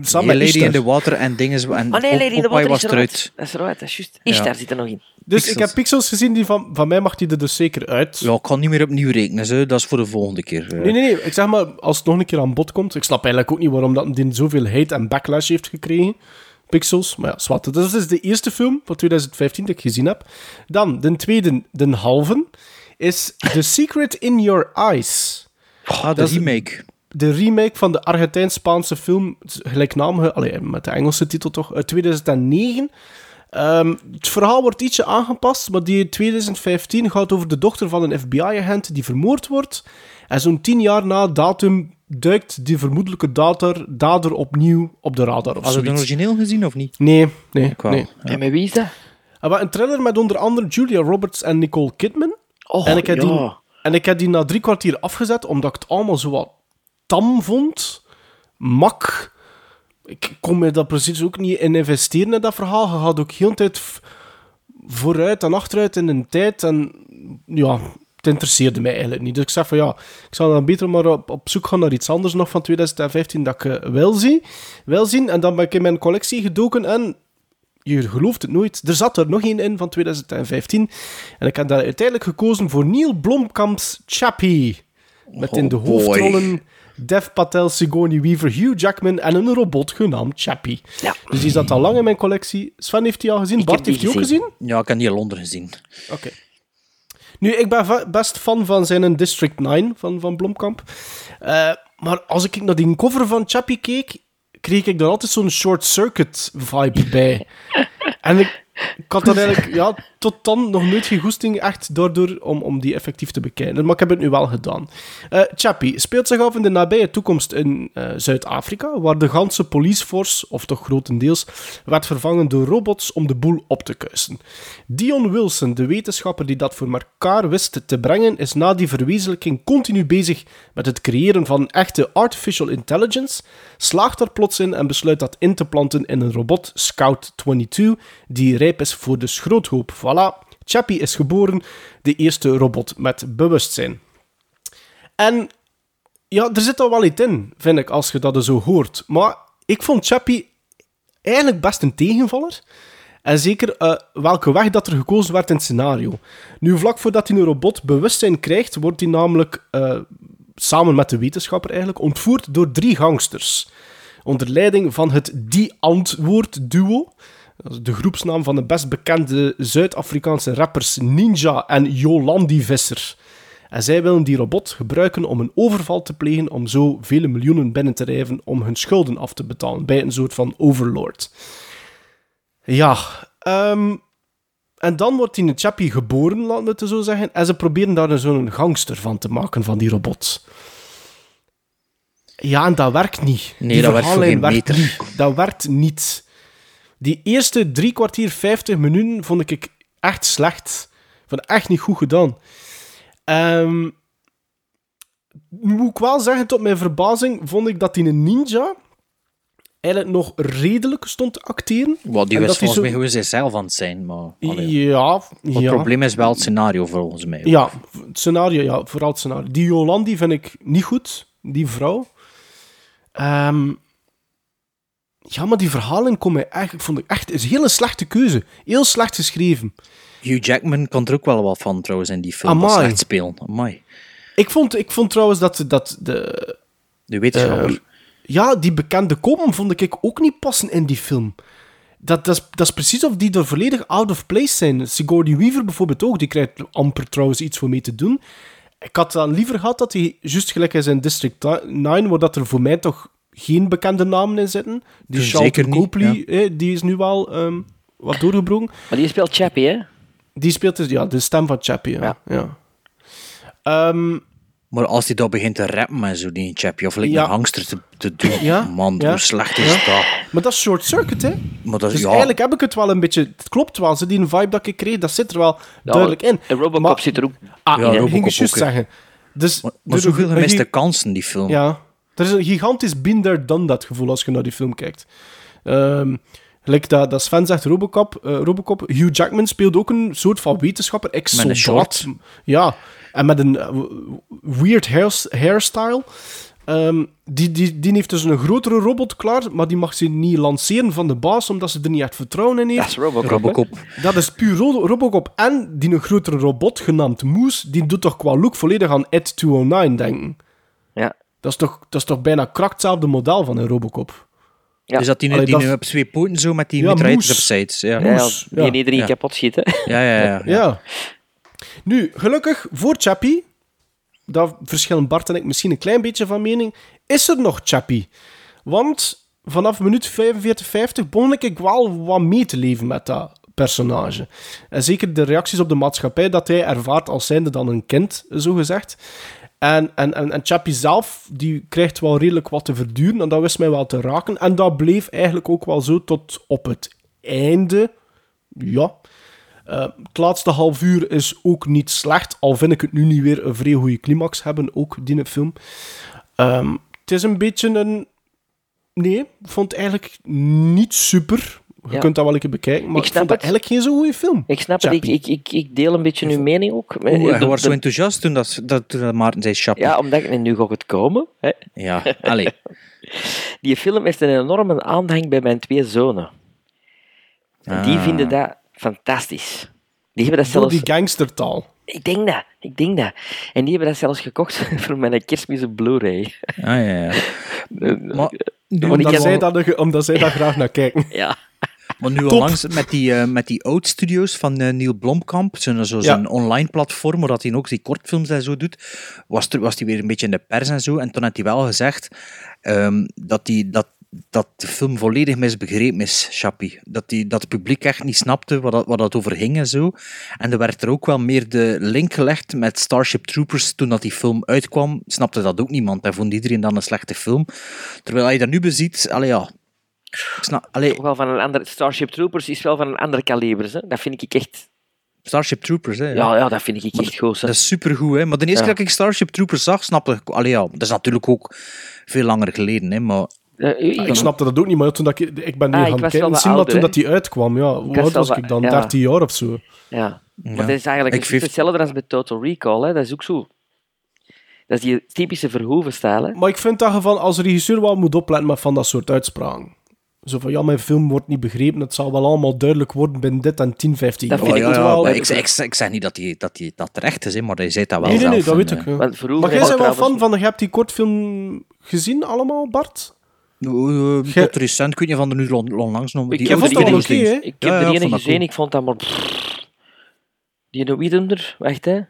Speaker 5: Samen
Speaker 4: Nee,
Speaker 5: met
Speaker 4: Lady in
Speaker 5: Ishtar.
Speaker 4: the Water en dingen. zo- En
Speaker 6: Oh nee,
Speaker 4: Pop-
Speaker 6: Lady in the
Speaker 4: Popeye
Speaker 6: Water
Speaker 4: was
Speaker 6: is eruit.
Speaker 4: eruit.
Speaker 6: Dat is eruit, dat is juist.
Speaker 4: Ja.
Speaker 6: Ishtar zit er nog in.
Speaker 5: Dus ik
Speaker 4: Pixels.
Speaker 5: heb Pixels gezien, die van, van mij mag die er dus zeker uit.
Speaker 4: Ja, ik kan niet meer opnieuw rekenen. Zo. Dat is voor de volgende keer. eh.
Speaker 5: Nee, nee, nee. Ik zeg maar, als het nog een keer aan bod komt. Ik snap eigenlijk ook niet waarom dat die zoveel hate en backlash heeft gekregen. Pixels, maar ja, zwart. Dus dat is de eerste film van 2015 die ik gezien heb. Dan, de tweede, de halve, is The Secret in Your Eyes.
Speaker 4: Ah, de
Speaker 5: Dat is-
Speaker 4: remake.
Speaker 5: de remake van de Argentijn-Spaanse film, het is gelijknamige, allee, met de Engelse titel toch, uit 2009. Ehm, het verhaal wordt ietsje aangepast, maar die in 2015 gaat over de dochter van een FBI-agent die vermoord wordt. En zo'n tien jaar na datum duikt die vermoedelijke dader, dader opnieuw op de radar of
Speaker 4: Had je het
Speaker 5: zoiets.
Speaker 4: origineel gezien of niet?
Speaker 5: Nee, nee,
Speaker 4: Ik wel.
Speaker 5: nee.
Speaker 4: Ja.
Speaker 6: En met wie is dat?
Speaker 5: Ah, wel, een trailer met onder andere Julia Roberts en Nicole Kidman.
Speaker 6: Oh,
Speaker 5: en, ik heb die,
Speaker 6: ja.
Speaker 5: en ik heb die na drie kwartier afgezet, omdat ik het allemaal zo wat tam vond. Mak. Ik kon me daar precies ook niet in investeren in dat verhaal. Je gaat ook heel de tijd v- vooruit en achteruit in een tijd. En ja, het interesseerde mij eigenlijk niet. Dus ik zeg van ja, ik zou dan beter maar op, op zoek gaan naar iets anders nog van 2015 dat ik eh, wel, zie, wel zien. En dan ben ik in mijn collectie gedoken en je gelooft het nooit. Er zat er nog één in van 2015. En ik heb daar uiteindelijk gekozen voor Neil Blomkamp's Chappie. Met in de
Speaker 4: Oh,
Speaker 5: hoofdrollen Dev Patel, Sigourney Weaver, Hugh Jackman en een robot genaamd Chappie. Dus die zat al lang in mijn collectie. Sven heeft die al gezien. Bart heeft die ook gezien.
Speaker 4: Ja, ik heb die in Londen gezien.
Speaker 5: Oké. Nu, ik ben va- best fan van zijn District 9 van, van Blomkamp. Eh, maar als ik naar die cover van Chappie keek, kreeg ik daar altijd zo'n short circuit vibe bij. en ik, ik had dat eigenlijk ja, tot dan nog nooit geen goesting echt daardoor om, om die effectief te bekijken. Maar ik heb het nu wel gedaan. Eh, Chappie speelt zich af in de nabije toekomst in eh, Zuid-Afrika, waar de ganse policeforce, of toch grotendeels, werd vervangen door robots om de boel op te kuisen. Dion Wilson, de wetenschapper die dat voor elkaar wist te brengen, is na die verwezenlijking continu bezig met het creëren van echte artificial intelligence, slaagt er plots in en besluit dat in te planten in een robot Scout 22, die rijp is voor de schroothoop. Voilà, Chappie is geboren, de eerste robot met bewustzijn. En ja, er zit al wel iets in, vind ik, als je dat zo hoort. Maar ik vond Chappie eigenlijk best een tegenvaller. En zeker eh, welke weg dat er gekozen werd in het scenario. Nu, vlak voordat hij een robot bewustzijn krijgt, wordt hij namelijk, eh, samen met de wetenschapper eigenlijk, ontvoerd door drie gangsters. Onder leiding van het Die Antwoord Duo. Dat is de groepsnaam van de best bekende Zuid-Afrikaanse rappers Ninja en Jolandi Visser. En zij willen die robot gebruiken om een overval te plegen om zo vele miljoenen binnen te rijven om hun schulden af te betalen bij een soort van overlord. Ja, ehm, en dan wordt die een chappie geboren, laten we het zo zeggen, en ze proberen daar een zo'n gangster van te maken van die robot. Ja, en dat werkt niet.
Speaker 4: Nee,
Speaker 5: Die
Speaker 4: dat werkt voor geen
Speaker 5: verhaallijn
Speaker 4: meter.
Speaker 5: niet. Dat werkt niet. Die eerste drie kwartier, 50 minuten vond ik echt slecht. Vond ik echt niet goed gedaan. Ehm, moet ik wel zeggen, tot mijn verbazing vond ik dat die een ninja eigenlijk nog redelijk stond te acteren.
Speaker 4: Wel, die
Speaker 5: En
Speaker 4: was
Speaker 5: dat
Speaker 4: volgens
Speaker 5: zo-
Speaker 4: mij gewoon zichzelf aan het zijn. Maar, allee.
Speaker 5: Ja,
Speaker 4: Maar
Speaker 5: ja.
Speaker 4: Het probleem is wel het scenario volgens mij.
Speaker 5: Ja, het scenario, ja, vooral het scenario. Die Jolan, die vind ik niet goed, die vrouw. Ehm, ja, maar die verhalen komen eigenlijk, vond ik echt, is een hele slechte keuze. Heel slecht geschreven.
Speaker 4: Hugh Jackman kan er ook wel wat van trouwens in die film. Dat is
Speaker 5: Amai.
Speaker 4: echt spelen. Amai.
Speaker 5: Ik vond, ik vond trouwens dat, dat de...
Speaker 4: De wetenschapper.
Speaker 5: eh, ja, die bekende kom vond ik ook niet passen in die film. Dat, dat, is, dat is precies of die er volledig out of place zijn. Sigourney Weaver bijvoorbeeld ook, die krijgt amper trouwens iets voor mee te doen. Ik had dan liever gehad dat hij, juist gelijk is in District 9, waar dat er voor mij toch geen bekende namen in zitten. Die
Speaker 4: Dus
Speaker 5: Charlton
Speaker 4: zeker niet,
Speaker 5: Copley,
Speaker 4: ja.
Speaker 5: eh, die is nu wel ehm, wat doorgebroken.
Speaker 6: Maar die speelt Chappie, hè?
Speaker 5: Die speelt dus, ja, de stem van Chappie, ja. ja.
Speaker 4: maar als hij dat begint te rappen en zo, die chapje, of lijkt
Speaker 5: Ja.
Speaker 4: een hangster te, te doen.
Speaker 5: Ja,
Speaker 4: Man,
Speaker 5: ja,
Speaker 4: hoe slecht is
Speaker 5: ja.
Speaker 4: dat?
Speaker 5: Maar dat is short circuit, hè?
Speaker 4: Maar dat,
Speaker 5: dus
Speaker 4: ja,
Speaker 5: eigenlijk heb ik het wel een beetje... Het klopt wel, ze die vibe dat ik kreeg, dat zit er wel
Speaker 6: Ja,
Speaker 5: duidelijk in.
Speaker 6: En Robocop zit er ook
Speaker 5: Ah,
Speaker 4: Ja,
Speaker 5: ja,
Speaker 4: Robocop
Speaker 5: ging ik juist
Speaker 4: ook, hè.
Speaker 5: zeggen. Dus
Speaker 4: maar
Speaker 5: er-
Speaker 4: zoveel
Speaker 5: er-
Speaker 4: gemiste
Speaker 5: er-
Speaker 4: kansen, die film.
Speaker 5: Ja. Er is een gigantisch been there, done that gevoel als je naar die film kijkt. Ehm gelijk dat, dat Sven zegt, Robocop, eh, Robocop, Hugh Jackman speelde ook een soort van wetenschapper,
Speaker 4: Met een
Speaker 5: ex-soldaat. Ja, en met een eh, w- weird hairs- hairstyle. Ehm, die, die, die heeft dus een grotere robot klaar, maar die mag ze niet lanceren van de baas, omdat ze er niet echt vertrouwen in heeft.
Speaker 6: Dat is Robocop,
Speaker 4: Robocop.
Speaker 5: Dat is puur ro- Robocop. En die een grotere robot genaamd Moose, die doet toch qua look volledig aan Ed 209 denken.
Speaker 6: Ja.
Speaker 5: Dat is toch, dat is toch bijna krak hetzelfde model van een Robocop.
Speaker 4: Dus dat die, nu-
Speaker 5: Allee,
Speaker 4: die
Speaker 5: dat-
Speaker 4: nu op twee poten zo met die
Speaker 5: Ja,
Speaker 4: mitraillettes op
Speaker 5: moes.
Speaker 4: sides. Ja.
Speaker 5: Ja, Moes,
Speaker 6: die
Speaker 5: ja.
Speaker 6: in iedereen
Speaker 4: Ja.
Speaker 6: kapot schieten.
Speaker 4: Ja, ja, ja.
Speaker 5: Ja. Nu, gelukkig voor Chappie, daar verschillen Bart en ik misschien een klein beetje van mening, is er nog Chappie? Want vanaf minuut 45-50 begon ik wel wat mee te leven met dat personage. En zeker de reacties op de maatschappij dat hij ervaart als zijnde dan een kind, zogezegd. En, en, en, en Chappie zelf, die krijgt wel redelijk wat te verduren en dat wist mij wel te raken. En dat bleef eigenlijk ook wel zo tot op het einde. Ja. Eh, het laatste half uur is ook niet slecht, al vind ik het nu niet weer een vrij goede climax hebben, ook die film. Ehm, het is een beetje een... Nee, ik vond het eigenlijk niet super. Je
Speaker 6: Ja.
Speaker 5: kunt dat wel een keer bekijken, maar
Speaker 6: Ik
Speaker 5: ik,
Speaker 6: snap
Speaker 5: vond dat
Speaker 6: het.
Speaker 5: eigenlijk geen zo goede film.
Speaker 6: Ik snap het, ik, ik, ik, ik deel een beetje uw mening ook.
Speaker 4: Oeh,
Speaker 6: Eh,
Speaker 4: je
Speaker 6: de-
Speaker 4: was
Speaker 6: de-
Speaker 4: zo enthousiast toen, dat, dat, toen dat Maarten zei Chappie.
Speaker 6: Ja, omdat ik en nu ga ik het komen. Hè?
Speaker 4: Ja, allee.
Speaker 6: Die film heeft een enorme aanhang bij mijn twee zonen. En die
Speaker 5: Ah.
Speaker 6: vinden dat fantastisch. Die hebben dat
Speaker 5: Door
Speaker 6: zelfs...
Speaker 5: die gangstertaal.
Speaker 6: Ik denk dat, ik denk dat. En die hebben dat zelfs gekocht voor mijn kerstmis op Blu-ray.
Speaker 4: Ah, ja, ja. maar,
Speaker 6: Want ik
Speaker 5: omdat,
Speaker 6: heb-
Speaker 5: zij dat, omdat zij daar graag naar kijken.
Speaker 6: Ja.
Speaker 4: Maar nu onlangs met die, eh, met die oud studios van eh, Neil Blomkamp, zijn, zo, zijn online platform, waar dat hij ook die kortfilms en zo doet, was hij was die weer een beetje in de pers en zo. En toen had hij wel gezegd ehm, dat, die, dat, dat de film volledig misbegrepen is, Chappie. Dat, die, dat het publiek echt niet snapte wat dat, wat dat over ging en zo. En er werd er ook wel meer de link gelegd met Starship Troopers toen dat die film uitkwam. Snapte dat ook niemand en vond iedereen dan een slechte film. Terwijl als je dat nu beziet, allee ja... Ik snap, allee,
Speaker 6: Ook wel van een andere, Starship Troopers is wel van een ander kaliber. hè. Dat vind ik echt...
Speaker 4: Starship Troopers, hè?
Speaker 6: Ja, ja dat vind ik echt goed.
Speaker 4: Dat is supergoed, hè? Maar de eerste
Speaker 6: Ja.
Speaker 4: keer dat ik Starship Troopers zag, snapte ik... Allee, ja, dat is natuurlijk ook veel langer geleden, hè? Maar...
Speaker 6: Eh,
Speaker 5: Ah, ik snapte dat ook niet, maar toen dat ik, ik ben nu
Speaker 6: Ah, ik
Speaker 5: gaan
Speaker 6: was
Speaker 5: kijken,
Speaker 6: wel wat
Speaker 5: zien dat
Speaker 6: ouder,
Speaker 5: toen
Speaker 6: hè?
Speaker 5: dat die uitkwam. Ja,
Speaker 6: Ik
Speaker 5: hoe
Speaker 6: was
Speaker 5: oud
Speaker 6: wel
Speaker 5: was ik
Speaker 6: wat-
Speaker 5: dan?
Speaker 6: ja.
Speaker 5: 13 jaar of zo.
Speaker 6: Ja.
Speaker 5: Ja.
Speaker 6: Maar dat is eigenlijk
Speaker 5: Ik
Speaker 6: het
Speaker 5: vind-
Speaker 6: hetzelfde als bij Total Recall. Hè. Dat is ook zo. Dat is die typische Verhoeven-stijl. hè.
Speaker 5: Maar ik vind dat je van als regisseur wel moet opletten met van dat soort uitspraken. Zo van, ja, mijn film wordt niet begrepen, het zal wel allemaal duidelijk worden binnen dit en 10, 15 jaar.
Speaker 4: Oh, Ja, ja,
Speaker 5: moet
Speaker 4: ja,
Speaker 5: wel-
Speaker 4: maar ik, ik, ik zeg niet dat die, dat die dat terecht is, hè, maar je zei dat wel
Speaker 5: Nee, nee,
Speaker 4: zelf.
Speaker 5: nee, dat
Speaker 4: en,
Speaker 5: weet
Speaker 4: eh,
Speaker 5: ik. ja. Maar jij bent wel fan van, je hebt die kortfilm gezien allemaal, Bart?
Speaker 4: Eh, eh, Tot recent, kun je van de nu on- onlangs nog...
Speaker 6: Ik
Speaker 4: die
Speaker 6: heb,
Speaker 4: oude
Speaker 6: er één
Speaker 4: video's
Speaker 6: gezien.
Speaker 4: ding.
Speaker 6: ik heb
Speaker 4: Ja, ja,
Speaker 6: er
Speaker 4: ik
Speaker 6: één
Speaker 4: vond dat
Speaker 6: gezien,
Speaker 4: cool.
Speaker 6: ik vond dat maar... Die de Wiedender, wacht hè.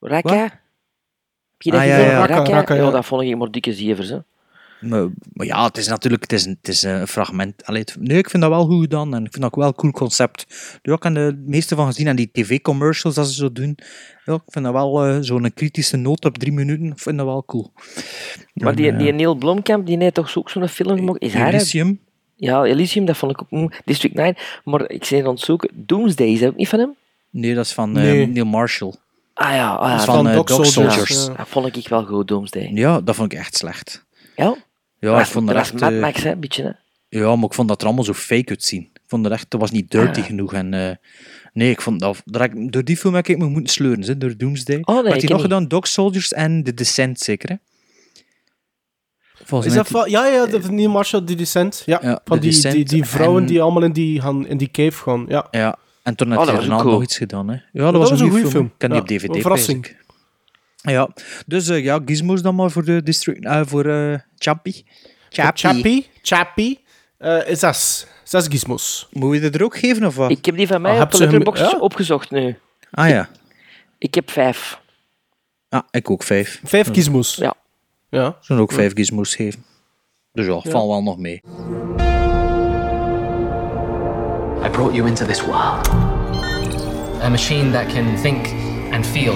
Speaker 6: Raka. Heb je dat
Speaker 4: Ah, ja,
Speaker 6: gezien?
Speaker 4: ja.
Speaker 6: Raka,
Speaker 4: Raka, Raka, ja.
Speaker 6: ja. dat vond ik maar dikke zievers. Hè.
Speaker 4: Maar, maar ja, het is natuurlijk het is, een- het is een fragment. Allee, het- nee, ik vind dat wel goed gedaan en ik vind dat ook wel een cool concept. Daar heb ik aan de meeste van gezien aan die tv-commercials dat ze zo doen. Ja, ik vind dat wel eh, zo'n kritische noot op drie minuten. Ik vind dat wel cool.
Speaker 6: Maar
Speaker 4: En,
Speaker 6: die,
Speaker 4: eh,
Speaker 6: die Neil Blomkamp, die heeft toch zo- ook zo'n film gemaakt? Is hij dat?
Speaker 4: Elysium.
Speaker 6: Ja, Elysium, dat vond ik ook... mm, District 9. Maar ik zei aan het zoeken, Doomsday, is dat ook niet van hem?
Speaker 4: Nee, dat is van eh,
Speaker 6: Nee.
Speaker 4: Neil Marshall.
Speaker 6: Ah ja, ah, ja
Speaker 4: Dat is van, eh, Dog Soldiers.
Speaker 6: Ja, dat vond ik wel goed, Doomsday.
Speaker 4: Ja, dat vond ik echt slecht.
Speaker 6: Ja?
Speaker 4: Ja,
Speaker 6: dat
Speaker 4: ik vond dat
Speaker 6: was
Speaker 4: echt...
Speaker 6: Mad
Speaker 4: eh,
Speaker 6: Max, hè, een beetje. Hè.
Speaker 4: Ja, maar ik vond dat er allemaal zo fake uitzien. Ik vond dat echt, dat was niet dirty
Speaker 6: Ah.
Speaker 4: genoeg. En, eh, nee, ik vond dat, daar heb ik- door die film heb ik me moeten sleuren, hè, door Doomsday.
Speaker 5: Oh,
Speaker 6: nee,
Speaker 4: Wat
Speaker 6: ik
Speaker 4: had hij
Speaker 6: ken
Speaker 4: nog
Speaker 6: niet.
Speaker 4: gedaan? Dog Soldiers en The Descent, zeker, hè? Volgens
Speaker 5: Is
Speaker 4: mij
Speaker 5: dat van, ja, ja, de, Neil Marshall, die Descent. Ja, van
Speaker 4: The
Speaker 5: die, die,
Speaker 4: Descent
Speaker 5: die vrouwen
Speaker 4: en-
Speaker 5: die allemaal in die, gaan, in die cave gaan. Ja.
Speaker 4: Ja, en toen
Speaker 5: Oh,
Speaker 4: had
Speaker 5: dat
Speaker 4: hij
Speaker 5: was
Speaker 4: daarna
Speaker 5: ook cool.
Speaker 4: nog iets gedaan, hè? Ja, dat, was, een goede film. Ik heb die
Speaker 5: Ja,
Speaker 4: op DVD.
Speaker 5: een verrassing.
Speaker 4: prijs ik. Ja, dus eh, ja, gizmos dan maar voor de district, eh, voor eh Chappie.
Speaker 5: Chappie. Chappie. eh, is zes. Zes gizmos.
Speaker 4: Moet je er ook geven of wat?
Speaker 6: Ik heb die van mij
Speaker 5: Ah,
Speaker 6: op
Speaker 5: heb
Speaker 6: de
Speaker 5: ze hem-
Speaker 6: Letterboxd
Speaker 5: ja?
Speaker 6: opgezocht nu.
Speaker 4: Ah ja.
Speaker 6: Ik heb vijf.
Speaker 4: Ah, ik ook vijf.
Speaker 5: Vijf gizmos?
Speaker 6: Ja.
Speaker 5: Ja.
Speaker 4: Zullen ook vijf gizmos geven. Dus ja,
Speaker 6: Ja.
Speaker 4: van wel nog mee.
Speaker 14: I brought you into this world. A machine that can think and feel.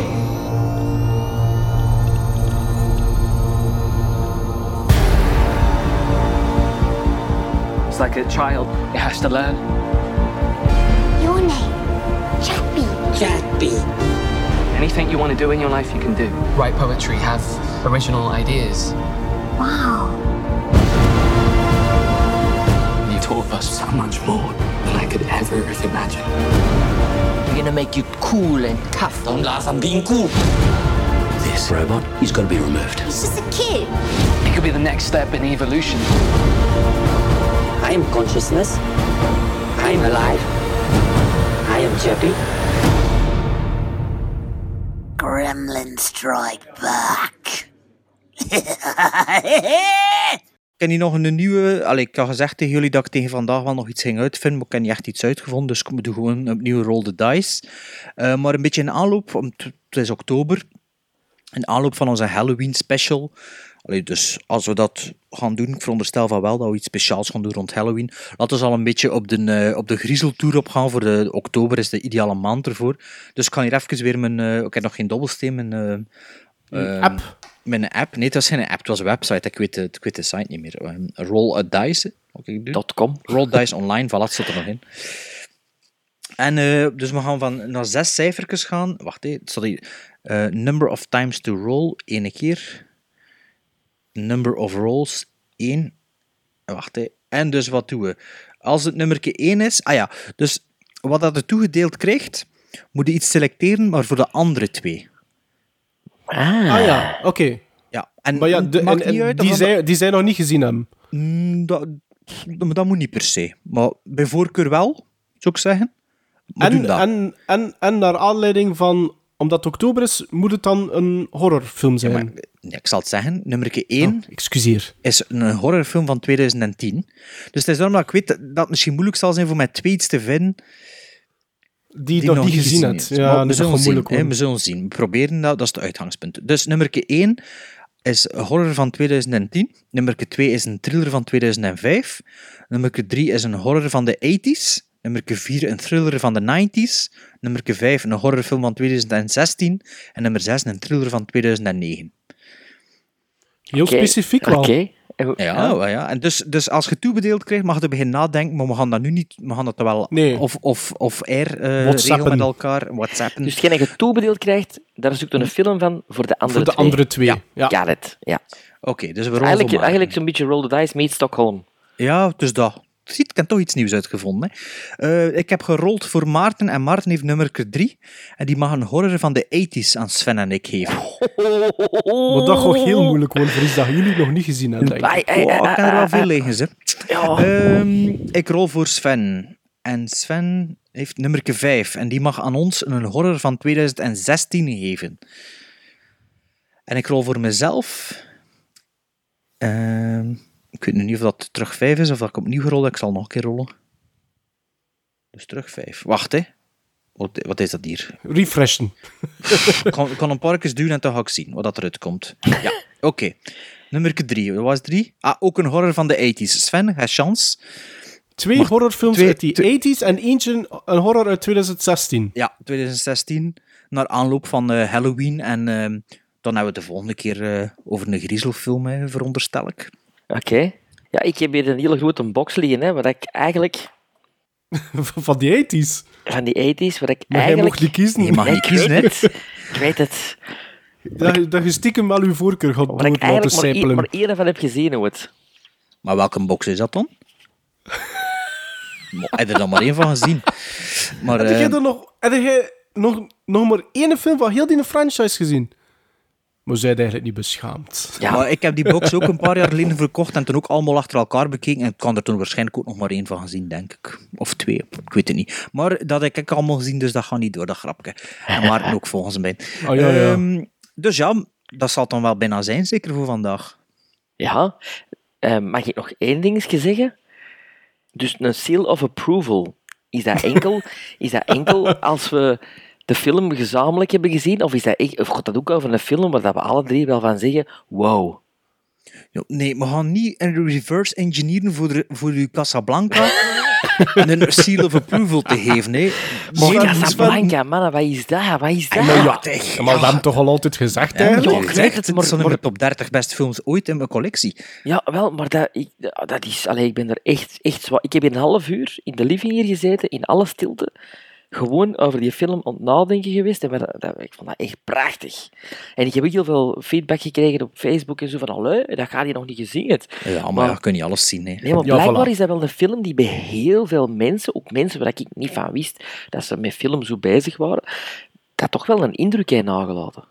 Speaker 14: It's like a child, it has to learn.
Speaker 22: Your name, Chappie. Chappie.
Speaker 14: Anything you want to do in your life, you can do. Write poetry, have original ideas.
Speaker 22: Wow.
Speaker 14: You taught us so much more than I could ever imagine.
Speaker 9: We're gonna make you cool and tough. Don't laugh, I'm being cool. This robot is gonna be removed.
Speaker 22: He's just a kid.
Speaker 14: It could be the next step in evolution.
Speaker 9: I am consciousness. I am alive. I am Chappie.
Speaker 22: Gremlin strike back.
Speaker 4: Ik heb hier nog een nieuwe... Allee, ik had gezegd tegen jullie dat ik tegen vandaag wel nog iets ging uitvinden, maar ik heb niet echt iets uitgevonden, dus ik doe gewoon opnieuw roll the dice. Eh, maar een beetje in aanloop, om- het is oktober, in aanloop van onze Halloween special Allee, dus als we dat gaan doen, ik veronderstel van wel dat we iets speciaals gaan doen rond Halloween. Laten we al een beetje op de, eh, op de griezeltour opgaan. Voor de, oktober is de ideale maand ervoor. Dus ik kan hier even weer mijn... eh, ik heb nog geen dobbelsteen, mijn... eh,
Speaker 5: Een
Speaker 4: eh,
Speaker 5: app?
Speaker 4: Mijn app? Nee, het was geen app, het was een website. Ik weet, de- ik weet de site niet meer. Ehm, Roll a Dice. .com. Roll Dice Online, voilà, het zit er nog in. En eh, dus we gaan van naar zes cijfertjes gaan. Wacht, hé, het staat hier. Eh, number of times to roll, één keer. Number of rolls, één. En Wacht, hé. En dus wat doen we? Als het nummerke 1 is... Ah ja, dus wat dat er toegedeeld krijgt, moet je iets selecteren, maar voor de andere twee. Ah,
Speaker 5: Ah ja, oké.
Speaker 4: Ja, en
Speaker 5: maar ja, de-
Speaker 4: maakt
Speaker 5: en-
Speaker 4: niet
Speaker 5: en
Speaker 4: uit of
Speaker 5: die,
Speaker 4: dat-
Speaker 5: zij, die zij nog niet gezien hebben.
Speaker 4: Mm, Dat, dat, dat moet niet per se. Maar bij voorkeur wel, zou ik zeggen. Maar doen
Speaker 5: En,
Speaker 4: dat.
Speaker 5: en, en, en naar aanleiding van, omdat het oktober is, moet het dan een horrorfilm zijn. Ah,
Speaker 4: Nee, ik zal het zeggen. Nummer 1
Speaker 5: Oh. excuseer.
Speaker 4: is een horrorfilm van 2010. Dus het is daarom dat ik weet dat het misschien moeilijk zal zijn voor mij twee iets te vinden
Speaker 5: Die, nog niet gezien had.
Speaker 4: heeft.
Speaker 5: Ja,
Speaker 4: Maar
Speaker 5: dat
Speaker 4: we zullen
Speaker 5: is gewoon
Speaker 4: zien.
Speaker 5: moeilijk
Speaker 4: hè,
Speaker 5: hoor.
Speaker 4: We zullen zien. We proberen dat. Dat is het uitgangspunt. Dus nummer 1 is horror van 2010. Nummer 2 is een thriller van 2005. Nummer 3 is een horror van de 80s. Nummer 4 een thriller van de 90s. Nummer 5 een horrorfilm van 2016. En nummer 6 een thriller van 2009.
Speaker 5: Heel
Speaker 4: Oké,
Speaker 5: specifiek wel.
Speaker 4: oké.
Speaker 6: Ja,
Speaker 4: ja. wel, ja. En dus, dus als je toebedeeld krijgt, mag je beginnen nadenken, maar we gaan dat nu niet, we gaan dat wel of, of, of air eh, regelen met elkaar, whatsappen.
Speaker 6: Dus hetgeen dat je toebedeeld krijgt, daar zoekt een film van voor de andere
Speaker 4: de
Speaker 6: twee.
Speaker 4: andere
Speaker 5: twee,
Speaker 6: e- Ja, got it. Ja.
Speaker 4: Oké, dus we rollen
Speaker 6: Eigenlijk,
Speaker 4: voor
Speaker 6: eigenlijk zo'n beetje roll the dice meet Stockholm.
Speaker 4: Ja, dus dat. Ziet, ik heb toch iets nieuws uitgevonden. Hè. Eh, ik heb gerold voor Maarten en Maarten heeft nummer 3. En die mag een horror van de 80s aan Sven en ik geven.
Speaker 5: Maar dat gaat heel moeilijk worden voor iets dat jullie nog niet gezien hebben. denk
Speaker 4: Oh,
Speaker 5: ik.
Speaker 4: ik kan er wel veel liggen, ze. Ehm, ik rol voor Sven. En Sven heeft nummer 5. En die mag aan ons een horror van 2016 geven. En ik rol voor mezelf. Ehm, ik weet nu niet of dat terug 5 is of dat ik opnieuw rol. Ik zal nog een keer rollen. Dus terug 5. Wacht, hè. Wat, wat is dat hier?
Speaker 5: Refreshen.
Speaker 4: ik, kan, ik kan een paar keer duwen en dan ga ik zien wat dat eruit komt. Ja, oké. Nummer 3. Wat was 3? Ah, ook een horror van de 80s. Sven, ga chance.
Speaker 5: Twee horrorfilms uit die 80s en eentje een horror uit 2016.
Speaker 4: Ja, 2016. Naar aanloop van eh, Halloween. En ehm, dan hebben we de volgende keer eh, over een griezelfilm, hè, veronderstel ik.
Speaker 6: Oké. Ja, ik heb hier een hele grote box liggen, hè, wat ik eigenlijk...
Speaker 5: Van die 80s?
Speaker 6: Van die 80s, wat ik
Speaker 5: Maar jij
Speaker 6: eigenlijk...
Speaker 5: mocht niet kiezen.
Speaker 6: Je
Speaker 5: Je mag niet kiezen, hè.
Speaker 6: Ik weet het.
Speaker 5: Dat, je- dat je stiekem wel uw voorkeur gaat
Speaker 6: Wat ik
Speaker 5: door laten
Speaker 6: eigenlijk maar, één-
Speaker 5: sijpelen.
Speaker 6: maar één van heb gezien, hoe het.
Speaker 4: Maar welke box is dat dan? Mo- Heb je er dan maar één van gezien? Maar,
Speaker 5: Heb jij
Speaker 4: eh,
Speaker 5: er nog, heb jij nog, nog maar één film van heel die franchise gezien? Maar zij eigenlijk niet beschaamd.
Speaker 4: Maar ik heb die box ook een paar jaar geleden verkocht en toen ook allemaal achter elkaar bekeken. En ik kan er toen waarschijnlijk ook nog maar één van gezien, denk ik. Of twee, ik weet het niet. Maar dat heb ik allemaal gezien, dus dat gaat niet door, dat grapje. En Maarten ook volgens mij.
Speaker 5: Oh, ja, ja.
Speaker 4: Ehm, dus ja, dat zal dan wel bijna zijn, zeker voor vandaag.
Speaker 6: Ja. Eh, mag ik nog één dingetje zeggen? Dus een seal of approval. Is dat enkel, is dat enkel als we de film gezamenlijk hebben gezien? Of, is dat echt, of gaat dat ook over een film waar dat we alle drie wel van zeggen... Wow.
Speaker 4: Ja, Nee, we gaan niet een reverse engineeren voor, de- voor uw Casablanca een seal of approval te geven. Nee.
Speaker 6: Maar
Speaker 4: Geen-
Speaker 6: Casablanca, mannen, wat is dat? Wat is dat?
Speaker 4: Maar ja,
Speaker 5: Ja, maar we hebben toch al altijd gezegd,
Speaker 4: Ja,
Speaker 5: eigenlijk?
Speaker 4: ik zeg het, het is de top 30 beste films ooit in mijn collectie.
Speaker 6: Ja, wel, maar dat, ik, dat is... Allee, ik ben er echt, echt zwaar... Ik heb hier een half uur in de living hier gezeten, in alle stilte. Gewoon over die film aan het nadenken geweest. En dat, dat- ik vond dat echt prachtig. En ik heb ook heel veel feedback gekregen op Facebook en zo van... Allee, dat gaat je nog niet gezien. hebt."
Speaker 4: Ja, maar,
Speaker 6: Maar-
Speaker 4: ja, kun je alles zien. Hè.
Speaker 6: Nee, maar blijkbaar is dat wel een film die bij heel veel mensen, ook mensen waar ik niet van wist dat ze met film zo bezig waren, dat toch wel een indruk heeft nagelaten.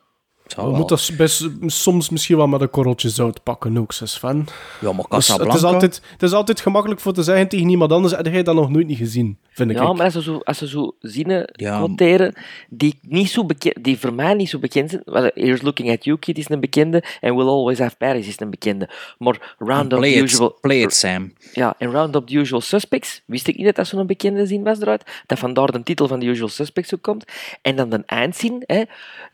Speaker 5: We moeten dat best, soms misschien wel met een korreltje zout pakken ook, zes van.
Speaker 4: Ja, maar
Speaker 5: het, is
Speaker 6: Casablanca?
Speaker 5: altijd, het is altijd gemakkelijk voor te zeggen tegen iemand anders, heb jij dat nog nooit niet gezien, vind ik.
Speaker 6: Ja, maar als ze zo, als ze zo zinnen
Speaker 5: Ja,
Speaker 6: quoteren die, ik niet zo beken- die voor mij niet zo bekend zijn. Well, Here's Looking at You Kid is een bekende en We'll Always Have Paris is een bekende. Maar Round Up
Speaker 4: Play
Speaker 6: the
Speaker 4: it,
Speaker 6: Usual...
Speaker 4: play it, Sam.
Speaker 6: Ja, en Round Up the Usual Suspects wist ik niet dat dat zo'n bekende zin was eruit. Dat vandaar de titel van The Usual Suspects ook komt. En dan de eindzin, hè.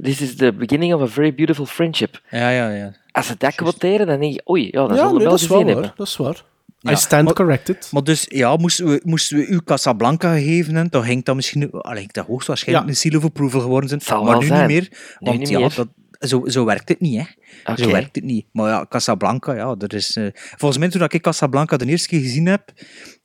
Speaker 6: This is the beginning of a very beautiful friendship.
Speaker 4: Ja, ja, ja.
Speaker 6: Als ze dat quoteren, dan denk je, oei, ja, dat
Speaker 5: Ja,
Speaker 6: zal
Speaker 5: nee,
Speaker 6: wel
Speaker 5: dat is
Speaker 6: gezien
Speaker 5: wel
Speaker 6: hebben.
Speaker 5: waar. Dat is waar.
Speaker 4: Ja.
Speaker 5: I stand
Speaker 4: Maar-
Speaker 5: corrected.
Speaker 4: Maar dus, ja, moesten we, moesten we u Casablanca gegeven hebben, dan ging dat misschien... Allee, ging dat hoogstwaarschijnlijk
Speaker 6: Ja.
Speaker 4: een seal of approval geworden zijn.
Speaker 6: Zal
Speaker 4: maar
Speaker 6: wel
Speaker 4: nu
Speaker 6: zijn.
Speaker 4: niet meer.
Speaker 6: Nu
Speaker 4: Want
Speaker 6: niet
Speaker 4: ja,
Speaker 6: meer.
Speaker 4: Dat, zo, zo werkt het niet, hè. Zo
Speaker 6: Oké.
Speaker 4: werkt het niet. Maar ja, Casablanca, ja, er is... eh, volgens mij, toen ik Casablanca de eerste keer gezien heb,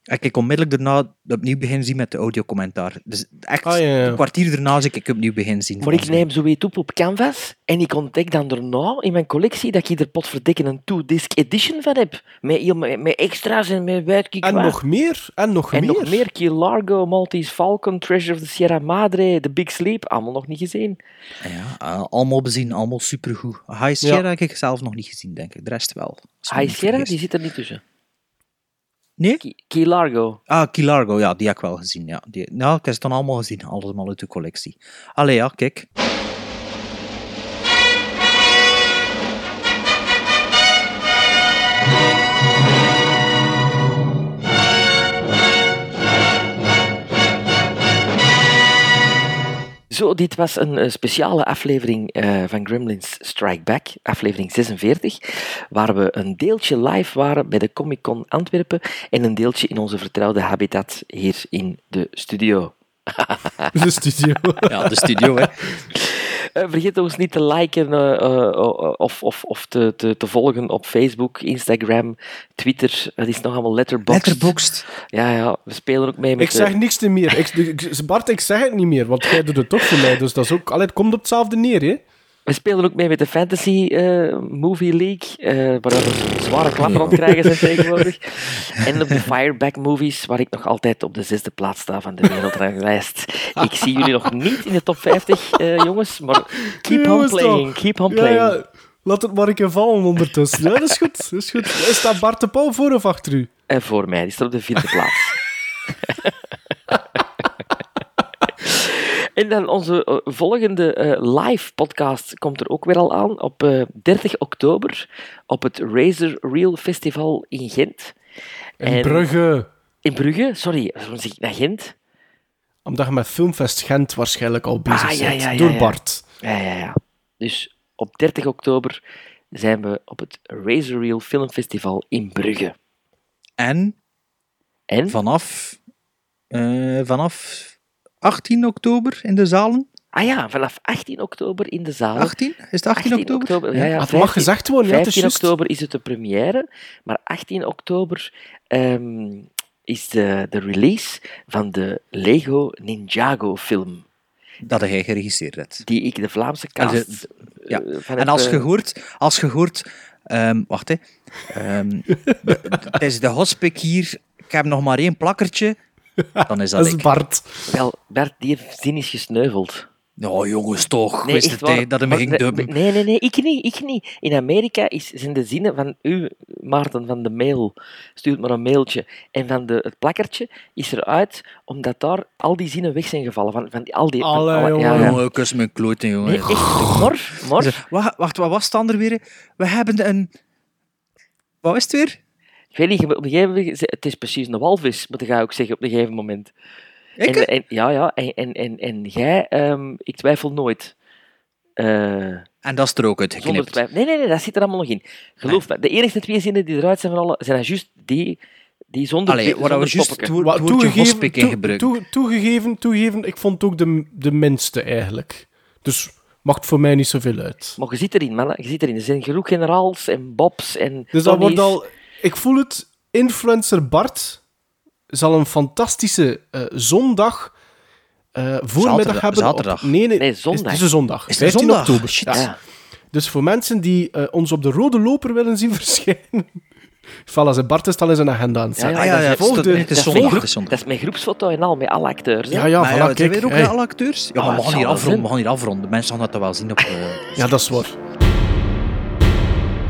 Speaker 4: heb ik onmiddellijk daarna opnieuw begin zien met de audiocommentaar. Dus echt,
Speaker 6: Ah, ja, ja.
Speaker 4: een kwartier daarna heb ik opnieuw begin zien.
Speaker 6: Maar ik neem zo weet op op canvas en ik ontdek dan daarna in mijn collectie dat ik er potverdikke een two-disc edition van heb. Met, heel- met, met extra's en met wijdkijk
Speaker 5: En nog meer. En nog
Speaker 6: En
Speaker 5: meer.
Speaker 6: nog meer. Key Largo, Maltese Falcon, Treasure of the Sierra Madre, The Big Sleep. Allemaal nog niet gezien.
Speaker 4: Ja, eh, allemaal bezien, allemaal supergoed. High Sierra heb ik zelf nog niet gezien, denk ik. De rest wel. Als ik me
Speaker 6: High
Speaker 4: niet
Speaker 6: Sierra,
Speaker 4: vergis.
Speaker 6: die zit er niet tussen.
Speaker 4: Nee?
Speaker 6: Key, Key Largo.
Speaker 4: Ah, Key Largo, ja, die heb ik wel gezien. Ja. Die, nou, ik heb ze dan allemaal gezien, allemaal uit de collectie. Allee, ja, kijk.
Speaker 6: Zo, dit was een eh, speciale aflevering eh, van Gremlins Strike Back, aflevering 46, waar we een deeltje live waren bij de Comic Con Antwerpen en een deeltje in onze vertrouwde habitat hier in de studio.
Speaker 5: De studio.
Speaker 4: Ja, de studio, hè.
Speaker 6: Eh, vergeet ons niet te liken eh, eh, eh, of, of, of te, te, te volgen op Facebook, Instagram, Twitter. Dat is nog allemaal letterboxd.
Speaker 4: Letterboxd.
Speaker 6: Ja, ja, we spelen ook mee met
Speaker 5: Ik zeg
Speaker 6: de...
Speaker 5: niks meer. Ik, ik- Bart, ik zeg het niet meer, want jij doet het toch voor mij. Dus dat is ook... Allee, het komt op hetzelfde neer, hè.
Speaker 6: We spelen ook mee met de Fantasy eh, Movie League, eh, waar we zware klappen op krijgen zijn tegenwoordig. En op de Fireback Movies, waar ik nog altijd op de zesde plaats sta van de wereldranglijst. Ik zie jullie nog niet in de top 50, eh, jongens, maar keep on
Speaker 5: Jongens,
Speaker 6: playing,
Speaker 5: toch.
Speaker 6: keep on
Speaker 5: Ja,
Speaker 6: playing.
Speaker 5: ja. Laat het maar een keer vallen ondertussen. Ja, dat is goed. Dat is goed. Staat Bart de Pauw voor of achter u?
Speaker 6: En voor mij, die staat op de vierde plaats. En dan onze eh, volgende eh, live podcast komt er ook weer al aan op eh, 30 oktober op het Razor Reel Festival in Gent.
Speaker 5: In Brugge.
Speaker 6: In Brugge, sorry, waarom zeg ik naar Gent?
Speaker 5: Omdat je met Filmfest Gent waarschijnlijk al bezig
Speaker 6: Ah,
Speaker 5: bent.
Speaker 6: ja, ja, ja,
Speaker 5: door
Speaker 6: ja.
Speaker 5: Bart.
Speaker 6: Ja, ja, ja. Dus op 30 oktober zijn we op het Razor Reel Filmfestival in Brugge.
Speaker 4: En, vanaf, eh, vanaf 18 oktober in de zalen.
Speaker 6: Ah ja, vanaf 18 oktober in de zaal.
Speaker 4: 18? Is het 18 oktober?
Speaker 6: ja, ja,
Speaker 4: Ah, het mag
Speaker 6: 15
Speaker 4: gezegd worden, ja, het is
Speaker 6: 15
Speaker 4: juist.
Speaker 6: oktober is het de première, maar 18 oktober ehm, is de, de release van de Lego Ninjago film.
Speaker 4: Dat hij geregisseerd hebt.
Speaker 6: Die ik de Vlaamse
Speaker 4: En
Speaker 6: cast...
Speaker 4: de-
Speaker 6: eh,
Speaker 4: ja.
Speaker 6: van
Speaker 4: En
Speaker 6: het,
Speaker 4: als
Speaker 6: eh,
Speaker 4: je hoort, als je hoort, ehm, wacht hè, Ehm, de- het is de hospik hier, ik heb nog maar één plakkertje, dan is dat,
Speaker 6: Dat is
Speaker 4: ik.
Speaker 5: Bart.
Speaker 6: Wel, Bert, die zin is gesneuveld.
Speaker 4: Nou jongens, toch, wist
Speaker 6: echt
Speaker 4: het
Speaker 6: waar.
Speaker 4: hè, dat hem
Speaker 6: Maar-
Speaker 4: ging
Speaker 6: nee,
Speaker 4: dubben.
Speaker 6: Nee, nee, nee, ik niet, ik niet. In Amerika is, zijn de zinnen van u, Maarten van de mail, stuurt maar een mailtje, en van de, het plakkertje is eruit, omdat daar al die zinnen weg zijn gevallen. Van, van die- al die... van
Speaker 4: Alle
Speaker 6: alle- ja, ja.
Speaker 4: Oh, jongen, kus mijn kloten, jongen.
Speaker 6: Nee, echt, mor, mor.
Speaker 4: Wacht, wacht, wat was het ander weer? We hebben een... Wat is het weer?
Speaker 6: Ik weet niet, je moet op een gegeven moment... Het is precies een walvis, moet ik ook zeggen op een gegeven moment.
Speaker 4: Ik,
Speaker 6: En, eh, en, ja, ja, en, en, en, en jij, ehm, ik twijfel nooit. Eh,
Speaker 4: En dat is er ook
Speaker 6: Zonder
Speaker 4: uitgeknipt.
Speaker 6: twijfel. Nee, nee, nee, dat zit er allemaal nog in. Geloof me, de enige twee zinnen die eruit zijn van alle, zijn dat juist die, die zonder
Speaker 4: Allee,
Speaker 6: zonder
Speaker 4: waar we juist
Speaker 6: poppeken.
Speaker 4: het woord- het woordje hospik in
Speaker 5: toe-
Speaker 4: gebruikt.
Speaker 5: toe- toegegeven, toegegeven, ik vond het ook de, de minste eigenlijk. Dus maakt voor mij niet zoveel uit.
Speaker 6: Maar je zit erin, man. Je zit erin. Er zijn genoeg generaals en bobs en
Speaker 5: Dus dat
Speaker 6: Tonnies.
Speaker 5: wordt al... Ik voel het, influencer Bart zal een fantastische eh, zondag... eh, voormiddag
Speaker 4: Zaterdag-
Speaker 5: hebben. op-
Speaker 4: zaterdag.
Speaker 5: nee, nee,
Speaker 4: Nee,
Speaker 5: is-
Speaker 4: zondag.
Speaker 5: Het is een zondag.
Speaker 4: Is het een
Speaker 5: 15
Speaker 4: zondag?
Speaker 6: Ah,
Speaker 5: oktober.
Speaker 4: Shit. Ah.
Speaker 5: Ja.
Speaker 4: Ja.
Speaker 5: Dus voor mensen die eh, ons op de rode loper willen zien verschijnen... Voilà, zijn Bart is al in zijn agenda aan het zetten. Volg de- volg
Speaker 6: mijn
Speaker 5: de-
Speaker 6: groep- dat is mijn groepsfoto en al, met alle acteurs. hè.
Speaker 4: maar ja, zijn weer ook weer alle acteurs? Ja,
Speaker 6: Ah,
Speaker 4: maar we
Speaker 6: het
Speaker 4: gaan hier
Speaker 6: zal wel
Speaker 4: afronden,
Speaker 6: zijn.
Speaker 4: we gaan hier afronden. De mensen gaan dat toch wel zien op... eh,
Speaker 5: Ja, dat is waar.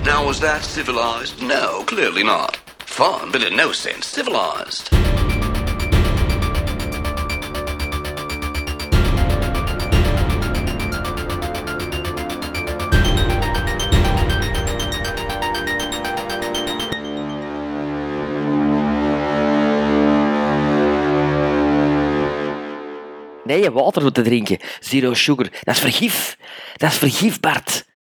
Speaker 14: Now, was that civilized? No, clearly not. Fun, but in no sense civilized.
Speaker 6: Nee, water moeten drinken. Zero sugar. Dat is vergif. Dat is vergif, Bart.